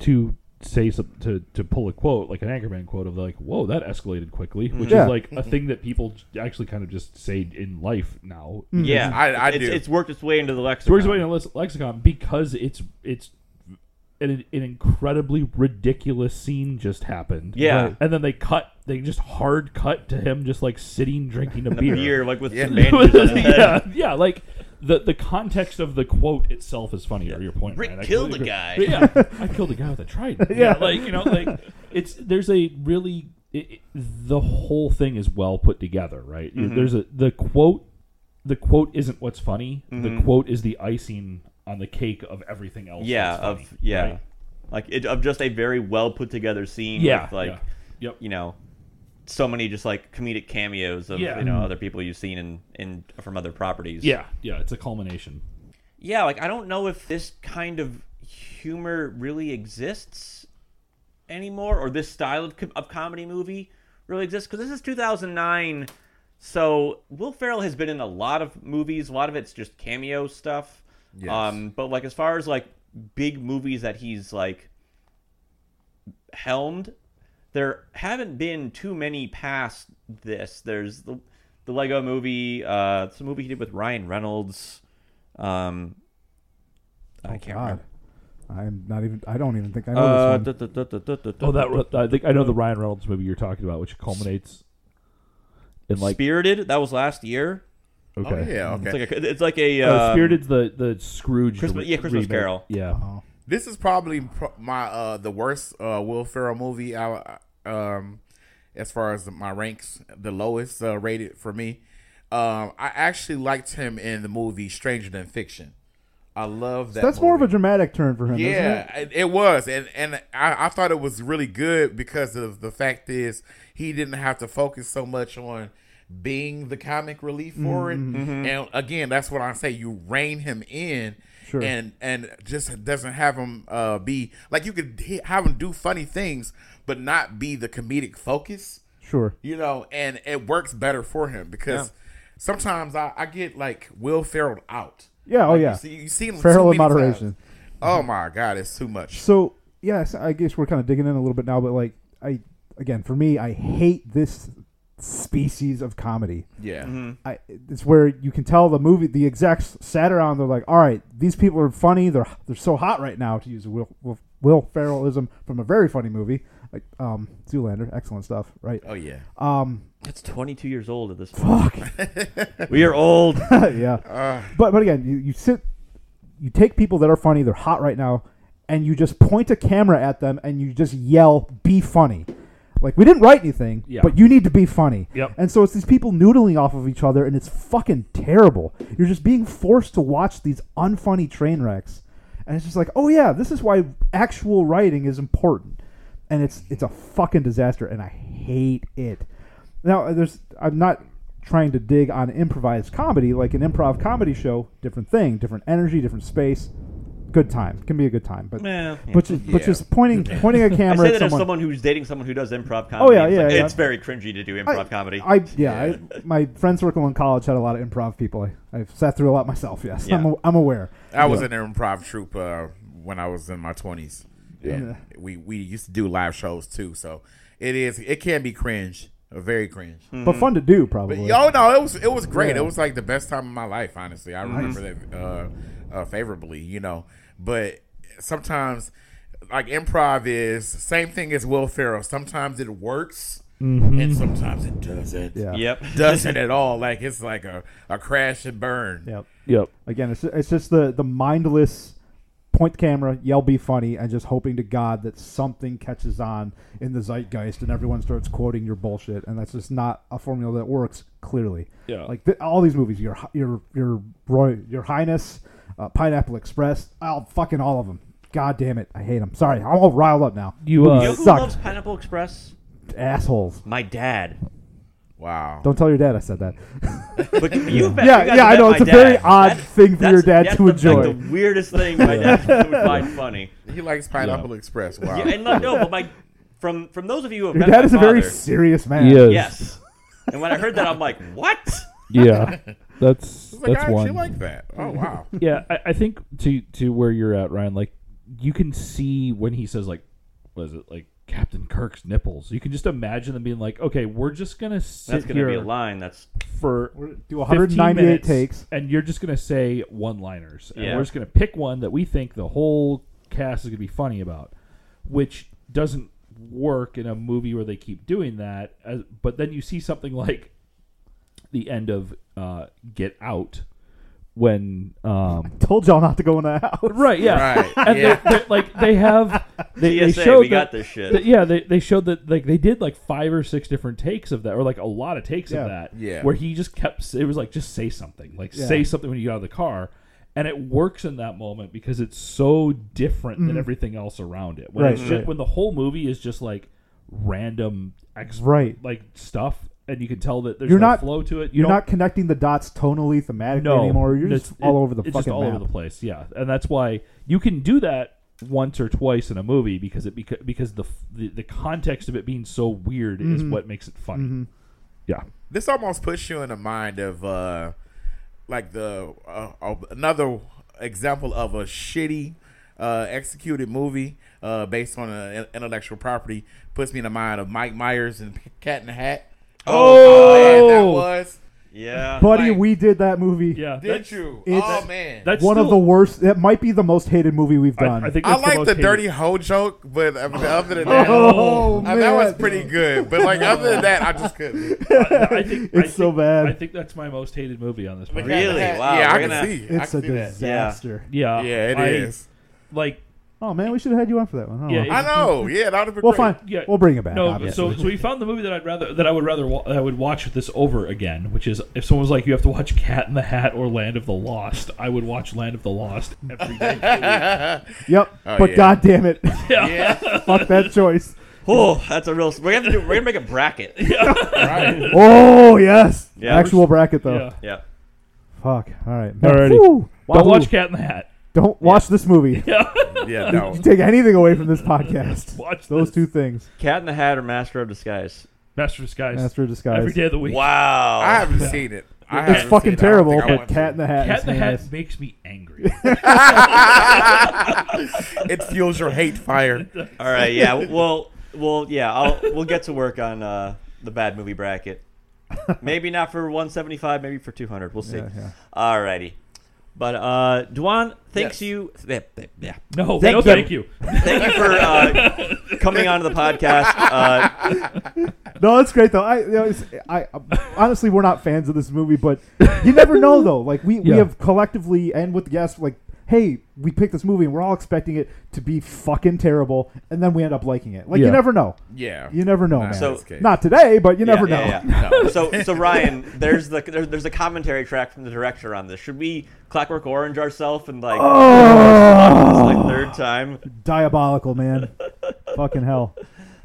D: to say some to to pull a quote like an Anchorman quote of like, "Whoa, that escalated quickly," which
B: Yeah.
D: is like a thing that people j- actually kind of just say in life now.
A: yeah.
C: I- I
A: it's,
C: do.
A: it's worked its way into the lexicon.
D: It works away in a lex- lexicon because it's it's an, an incredibly ridiculous scene just happened.
A: Yeah. Right.
D: and then they cut. They just hard cut to him just like sitting drinking a
A: the
D: beer.
A: beer, like with
C: Yeah.
A: some bandages on his head.
D: [laughs] yeah, yeah, like the the context of the quote itself is funnier. Your point,
A: Rick
D: Ryan. I
A: killed
D: totally
A: a
D: agree. But yeah, I killed a guy with a trident. yeah. like you know, like it's there's a really it, it- the whole thing is well put together, right? You-
A: Mm-hmm.
D: There's a the quote, the quote isn't what's funny. The
A: Mm-hmm.
D: quote is the icing on the cake of everything else.
A: Yeah,
D: that's funny,
A: of yeah,
D: right?
A: like it, of just a very well put together scene.
D: yeah,
A: with, like
D: yeah. yep.
A: you know, so many just like comedic cameos of
D: Yeah.
A: you know other people you've seen in, in from other properties.
D: Yeah, yeah, it's a culmination.
A: yeah. Like I don't know if this kind of humor really exists anymore, or this style of, com- of comedy movie really exists because this is 2009. So Will Ferrell has been in a lot of movies. A lot of it's just cameo stuff.
C: Yes.
A: Um, but like as far as like big movies that he's like helmed, there haven't been too many past this. There's the the Lego Movie. Uh, it's a movie he did with Ryan Reynolds. Um, I can't
B: Oh, God,
A: remember.
B: I'm not even. I don't even think I know
A: Uh,
B: this one.
A: duh, duh, duh, duh, duh, duh,
D: Oh, that
A: duh,
D: re- I think I know the Ryan Reynolds movie you're talking about, which culminates in like
A: Spirited. That was last year.
D: okay,
C: Oh yeah, okay.
A: It's like a, it's like a
D: Uh,
A: um,
D: Spirited's the the Scrooge.
A: Christmas-
D: re-
A: yeah, Christmas
D: remake.
A: Carol.
D: Yeah,
C: Uh-huh. This is probably pro- my uh the worst uh Will Ferrell movie I um as far as my ranks the lowest uh, rated for me. Um I actually liked him in the movie Stranger Than Fiction. I love that.
B: That's more of a
C: movie.
B: dramatic turn for him. isn't it?
C: yeah, it? it was, and and I, I thought it was really good because of the fact is he didn't have to focus so much on being the comic relief for
B: Mm-hmm.
C: it. And again, that's what I say. You rein him in,
B: Sure.
C: and and just doesn't have him uh, be like you could he- have him do funny things, but not be the comedic focus
B: sure.
C: you know, and it works better for him because sometimes I, I get like Will Ferrell out.
B: Yeah, oh,
C: Like,
B: yeah.
C: You see, you see him
B: Ferrell
C: too
B: in
C: many
B: moderation.
C: times. Oh my God, it's too much.
B: So yes, I guess we're kind of digging in a little bit now, but like I again for me, I hate this species of comedy.
C: Yeah,
B: I, it's where you can tell the movie the execs sat around. They're like, "All right, these people are funny. They're they're so hot right now." To use a Will Will, Will Ferrellism from a very funny movie like um, Zoolander, excellent stuff, right? Um,
C: Oh yeah.
B: Uh,
A: That's 22 years old
B: [laughs]
A: at this point. Fuck. we are old.
B: yeah. but but again, you, you sit, you take people that are funny, they're hot right now, and you just point a camera at them and you just yell, "Be funny." Like we didn't write anything,
D: Yeah.
B: but you need to be funny.
D: Yep.
B: And so it's these people noodling off of each other, and it's fucking terrible. You're just being forced to watch these unfunny train wrecks, and it's just like, oh yeah, this is why actual writing is important, and it's it's a fucking disaster, and I hate it. Now, uh, there's I'm not trying to dig on improvised comedy like an improv comedy show, different thing, different energy, different space. good time. Can be a good time, but
A: Meh, yeah.
B: but just, but
C: Yeah.
B: just pointing
A: [laughs]
B: pointing a
A: I
B: camera
A: say
B: at
A: that as
B: someone. Oh,
A: someone who's dating someone who does improv comedy.
B: yeah,
A: It's like-
B: yeah, yeah.
A: It's very cringy to do
B: I-
A: improv comedy.
B: I yeah, I, my friend circle in college had a lot of improv people. I, I've sat through a lot myself. Yes, I'm,
A: Yeah.
B: a, I'm aware.
C: I was in an improv troupe uh, when I was in my twenties.
B: Yeah.
C: And we we used to do live shows too, so it is it can be cringe, uh, very cringe.
A: Mm-hmm.
B: but fun to do probably.
C: But yo, no, it was it was great.
B: Mm-hmm. Yeah.
C: It was like the best time of my life. Honestly, I remember that uh, uh, favorably. You know, but sometimes like improv is same thing as Will Ferrell. Sometimes it works, and sometimes it doesn't.
B: Mm-hmm. yeah. [laughs]
A: yep.
C: [laughs] Doesn't at all. Like it's like a, a crash and burn.
B: Yep.
C: [laughs]
D: Yep.
B: Again, it's it's just the the mindless point the camera, yell, be funny, and just hoping to God that something catches on in the zeitgeist and everyone starts quoting your bullshit. And that's just not a formula that works. Clearly,
D: Yeah.
B: Like th- all these movies, your Hi- your your Roy, your Highness, uh, Pineapple Express, oh, fucking all of them. God damn it, I hate them. Sorry, I'm all riled up now.
A: You
D: You, uh,
A: know
B: Movies
A: who
B: suck,
A: loves Pineapple Express?
B: assholes.
A: My dad.
C: Wow.
B: Don't tell your dad I said that. [laughs]
A: But you've met,
B: Yeah,
A: you guys
B: yeah,
A: have
B: I
A: met
B: know,
A: my
B: it's a
A: dad.
B: very odd thing for
A: that's-
B: your dad
A: that's
B: to
A: the,
B: enjoy.
A: Like, the weirdest thing my
B: [laughs]
A: dad would find funny.
C: He likes Pineapple Express. Wow.
A: Yeah, and like, no, but my from from those of you who have
B: Your
A: met
B: dad
A: my
B: is a very
A: father-
B: serious man.
D: Yes.
A: yes. [laughs] And when I heard that, I'm like, what?
D: Yeah. That's
C: It's like,
D: that's
C: I
D: one.
C: actually like that. Oh
D: [laughs]
C: wow.
D: yeah, I, I think to to where you're at, Ryan. Like you can see when he says like, what is it like Captain Kirk's nipples? You can just imagine them being like, okay, we're just gonna sit
A: That's gonna
D: here
A: be a line. That's
D: for
B: Do
D: 15
B: 198
D: minutes,
B: takes.
D: and you're just gonna say one-liners, and
A: Yeah.
D: we're just gonna pick one that we think the whole cast is gonna be funny about, which doesn't work in a movie where they keep doing that. As, but then you see something like the end of uh, Get Out when um,
A: [laughs]
B: Told y'all not to go in the house.
D: [laughs] right, yeah,
C: Right.
D: and
C: yeah.
D: They, they, like they have
A: [laughs]
D: they, they
A: TSA.
D: showed
A: we got
D: that-
A: this shit.
D: that- yeah, they, they showed that like they did like five or six different takes of that, or like a lot of takes
B: Yeah.
D: of that.
C: Yeah.
D: Where he just kept s- it was like just say something, like say something when you get out of the car, and it works in that moment because it's so different than everything else around it.
B: Mm-hmm.
D: When
B: Right,
D: it's just,
B: right.
D: when the whole movie is just like random ex-
B: Right.
D: like stuff, and you can tell that there's
B: You're
D: no
B: not-
D: flow to it. You
B: You're
D: don't-
B: not connecting the dots tonally, thematically anymore. You're
D: it's-
B: just all
D: it-
B: over the
D: it's
B: fucking
D: just all
B: map.
D: over the place. Yeah, and that's why you can do that once or twice in a movie because it beca- because the, f- the the context of it being so weird is
B: Mm-hmm.
D: what makes it funny. Yeah,
C: This almost puts you in the mind of uh, like the uh, uh, another example of a shitty uh, executed movie uh, based on an intellectual property. Puts me in the mind of Mike Myers and Cat in the Hat.
D: Oh!
C: man, that was.
A: yeah.
B: Buddy,
C: Like-
B: we did that movie.
D: yeah.
C: Did
D: that's,
C: you?
B: it's-
C: oh man.
D: That's
B: One of the
D: still-
B: worst. That might be the most hated movie we've
D: I,
B: done.
D: I think
C: I
D: that's
C: like
D: most
C: the
D: hated-
C: dirty hoe joke, but uh, other than that,
B: [laughs] Oh,
C: uh, that was
B: man.
C: pretty good. But like other than that, I just couldn't. [laughs]
D: I think I
B: It's so
D: think-
B: bad.
D: I think that's my most hated movie on this.
C: The Cat in
D: Podcast.
C: the
A: Really?
C: Hat,
A: Wow,
C: [laughs] Yeah, I
A: we're
C: can
A: gonna-
C: see. I
B: it's
C: can
B: a
C: see that.
B: disaster.
D: Yeah,
C: Yeah, it
D: I-
C: is.
D: Like
B: Oh man, we should have had you on for that one. Oh,
D: Yeah,
B: well.
D: it-
C: I know. Yeah, that would have been
B: well,
C: great.
B: fine.
D: yeah.
B: We'll bring it back.
D: No,
B: obviously.
D: so so we found the movie that I'd rather that I would rather wa- that I would watch this over again, which is if someone was like you have to watch Cat in the Hat or Land of the Lost, I would watch Land of the Lost every
B: [laughs]
D: day.
B: yep.
C: Oh,
B: but
C: yeah.
B: god damn
D: [laughs]
B: it,
C: Yeah,
B: fuck that choice.
A: Oh, that's a real. We're gonna have to do. We're gonna make a bracket.
C: right.
B: Oh yes.
A: Yeah.
B: Actual bracket though.
D: yeah.
A: Yeah.
B: Fuck. All right.
D: Alrighty.
B: Whew. Wow.
D: Don't watch Cat in the Hat.
B: Don't watch this movie.
C: Yeah,
B: [laughs]
C: no.
B: Take anything away from this podcast.
D: Watch
B: Those
D: this.
B: two things.
A: Cat in the Hat or Master of Disguise.
D: Master of Disguise
B: Master of Disguise.
D: every day of the week.
A: Wow.
C: I haven't seen it. I haven't
B: It's
C: seen
B: fucking
C: it. I don't
B: terrible.
C: think I
B: Cat,
C: want to.
B: Cat in
C: [laughs]
B: the Hat.
D: Cat in the
B: is
D: Hat
B: heinous.
D: makes me angry.
C: It fuels your hate fire.
A: All right. Yeah. Well. Well. Yeah. I'll. We'll get to work on uh, the bad movie bracket. Maybe not for 175. Maybe for 200. We'll see.
B: Yeah, yeah.
A: All righty. But uh, Duan, thanks
C: Yes.
A: you. Yeah, yeah.
D: No,
A: Thank
D: no,
A: you.
D: thank you.
A: Thank you for uh, coming onto the podcast. Uh,
B: No, it's great though. I, you know, it's, I, um, honestly, we're not fans of this movie, but you never know though. Like we, we
D: Yeah.
B: have collectively and with the guests, like, hey, we picked this movie and we're all expecting it to be fucking terrible, and then we end up liking it. Like
D: Yeah.
B: you never know.
C: Yeah.
B: You never know, man.
C: in
A: So-
B: [laughs]
C: this case.
B: not today, but you never know.
A: yeah, yeah, yeah. So, so Ryan, there's the there, there's a commentary track from the director on this. Should we Clockwork Orange ourselves and like,
B: Oh,
A: like third time?
B: diabolical, man. fucking hell.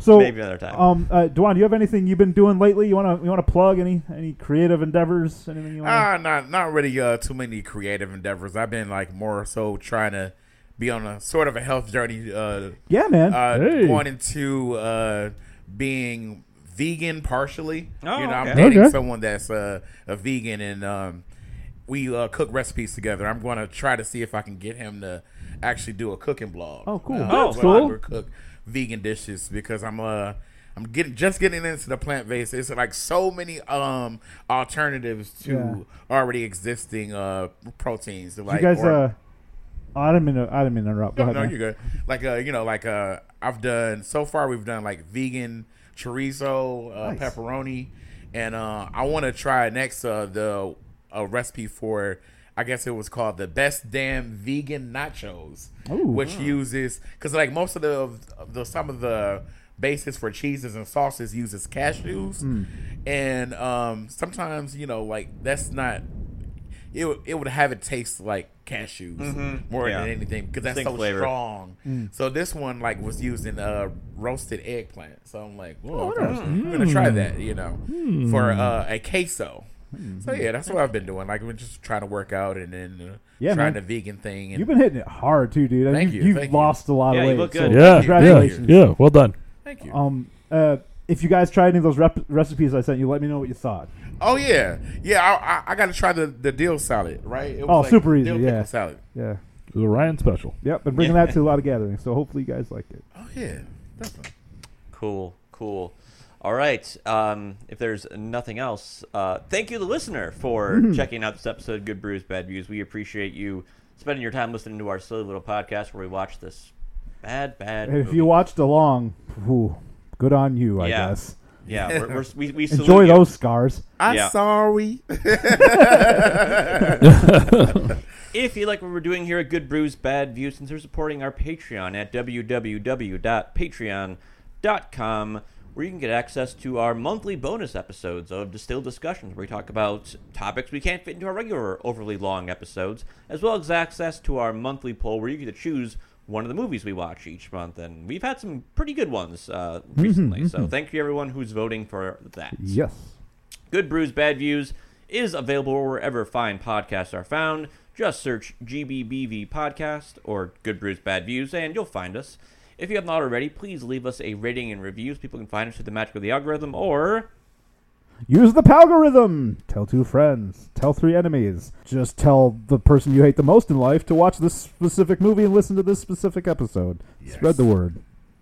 B: So
A: Maybe another time.
B: Um, uh, Dwan, do you have anything you've been doing lately? You wanna you wanna plug any any creative endeavors?
C: Uh,
B: Anything you wanna?
C: Ah, not not really uh, too many creative endeavors. I've been like more so trying to be on a sort of a health journey, uh,
B: Yeah, man.
C: uh,
D: Hey.
C: going into uh, being vegan partially.
A: Oh,
C: you know, I'm
A: okay.
C: dating
D: Okay.
C: someone that's uh, a vegan, and um, we uh, cook recipes together. I'm going to try to see if I can get him to actually do a cooking blog.
B: Oh, cool.
C: Uh,
B: Oh,
C: that's where I
D: cool.
C: would cook vegan dishes because I'm uh I'm getting just getting into the plant based. It's like so many um alternatives to already existing uh proteins. Like
B: you guys,
C: or-
B: uh, I didn't mean to, I didn't mean to interrupt. Go ahead,
C: no,
B: man.
C: you're good. Like uh, you know, like uh, I've done so far. We've done like vegan chorizo, uh,
B: Nice.
C: pepperoni, and uh, I want to try next uh, the a recipe for. I guess it was called the best damn vegan nachos,
B: Ooh.
C: which uses because like most of the, of the some of the basis for cheeses and sauces uses cashews,
B: Hmm.
C: and um, sometimes you know like that's not it. would- It would have it taste like cashews more
A: Yeah.
C: than anything because that's
A: Distinct
C: so
A: flavor.
C: strong.
B: Mm.
C: So this one like was using uh, roasted eggplant. So I'm like,
B: Oh,
C: whoa, okay, I'm gonna
B: hmm.
C: try that, you know, for uh, a queso.
B: Hmm.
C: So yeah, that's what I've been doing. Like we're just trying to work out and then uh,
B: Yeah,
C: trying
B: man.
C: the vegan thing. And
B: You've been hitting it hard too, dude. I mean,
C: Thank
B: you,
C: you,
B: You've
C: thank you.
B: lost a lot
A: Yeah,
B: of
A: you
B: weight.
A: look
B: so
A: good.
D: Yeah,
B: Congratulations.
D: yeah, yeah. Well done.
C: thank you.
B: Um, uh, if you guys try any of those rep- recipes I sent you, let me know what you thought.
C: oh yeah, yeah. I, I, I got to try the, the dill salad, right? It was
B: Oh, super easy,
C: dill
B: yeah.
C: pickle salad.
B: Yeah.
D: The Ryan special.
B: Yep. Been bringing that to a lot of gatherings, so hopefully you guys liked it.
C: Oh yeah, definitely.
A: Cool, cool. All right. Um, if there's nothing else, uh, thank you, the listener, for
B: Mm-hmm.
A: checking out this episode, Good Brews, Bad Views. We appreciate you spending your time listening to our silly little podcast where we watch this bad, bad.
B: And if
A: movie.
B: you watched along, whew, good on you, I
A: Yeah.
B: guess.
A: yeah, we're, we're, we we salute
B: [laughs] Enjoy
A: you.
B: those scars.
C: I'm
A: Yeah.
C: sorry.
A: If you like what we're doing here at Good Brews Bad Views, consider supporting our Patreon at www.patreon.com, where you can get access to our monthly bonus episodes of Distilled Discussions, where we talk about topics we can't fit into our regular overly long episodes, as well as access to our monthly poll, where you get to choose one of the movies we watch each month. And we've had some pretty good ones uh, recently, so thank you everyone who's voting for that.
B: Yes.
A: Good Brews, Bad Views is available wherever fine podcasts are found. Just search GBBV Podcast or Good Brews, Bad Views, and you'll find us. If you have not already, please leave us a rating and reviews. People can find us through the magic of the algorithm or
B: Use the palgorithm. Tell two friends. Tell three enemies. Just tell the person you hate the most in life to watch this specific movie and listen to this specific episode. Spread the word.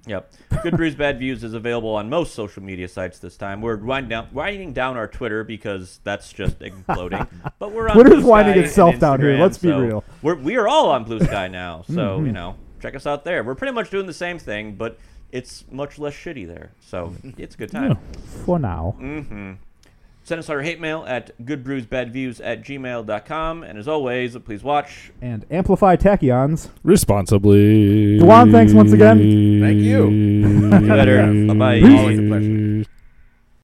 A: Yep. Good Brews Bad Views is available on most social media sites this time. We're winding down, winding down our Twitter because that's just
B: [laughs]
A: exploding. But we're on
B: Twitter's
A: Blue
B: winding
A: Sky and
B: itself down here,
A: Instagram,
B: let's be
A: so
B: real. Mm-hmm.
A: We're we are all on Blue Sky
B: [laughs]
A: now, so you know, check us out there. We're pretty much doing the same thing, but it's much less shitty there. So
B: Mm-hmm.
A: it's a good time.
B: For now.
A: Send us our hate mail at goodbrewsbadviews at gmail.com. And as always, please watch
B: And amplify tachyons.
D: Responsibly.
B: Dwan, thanks once again.
C: Thank you.
A: better. Bye-bye. [laughs]
C: Always a pleasure.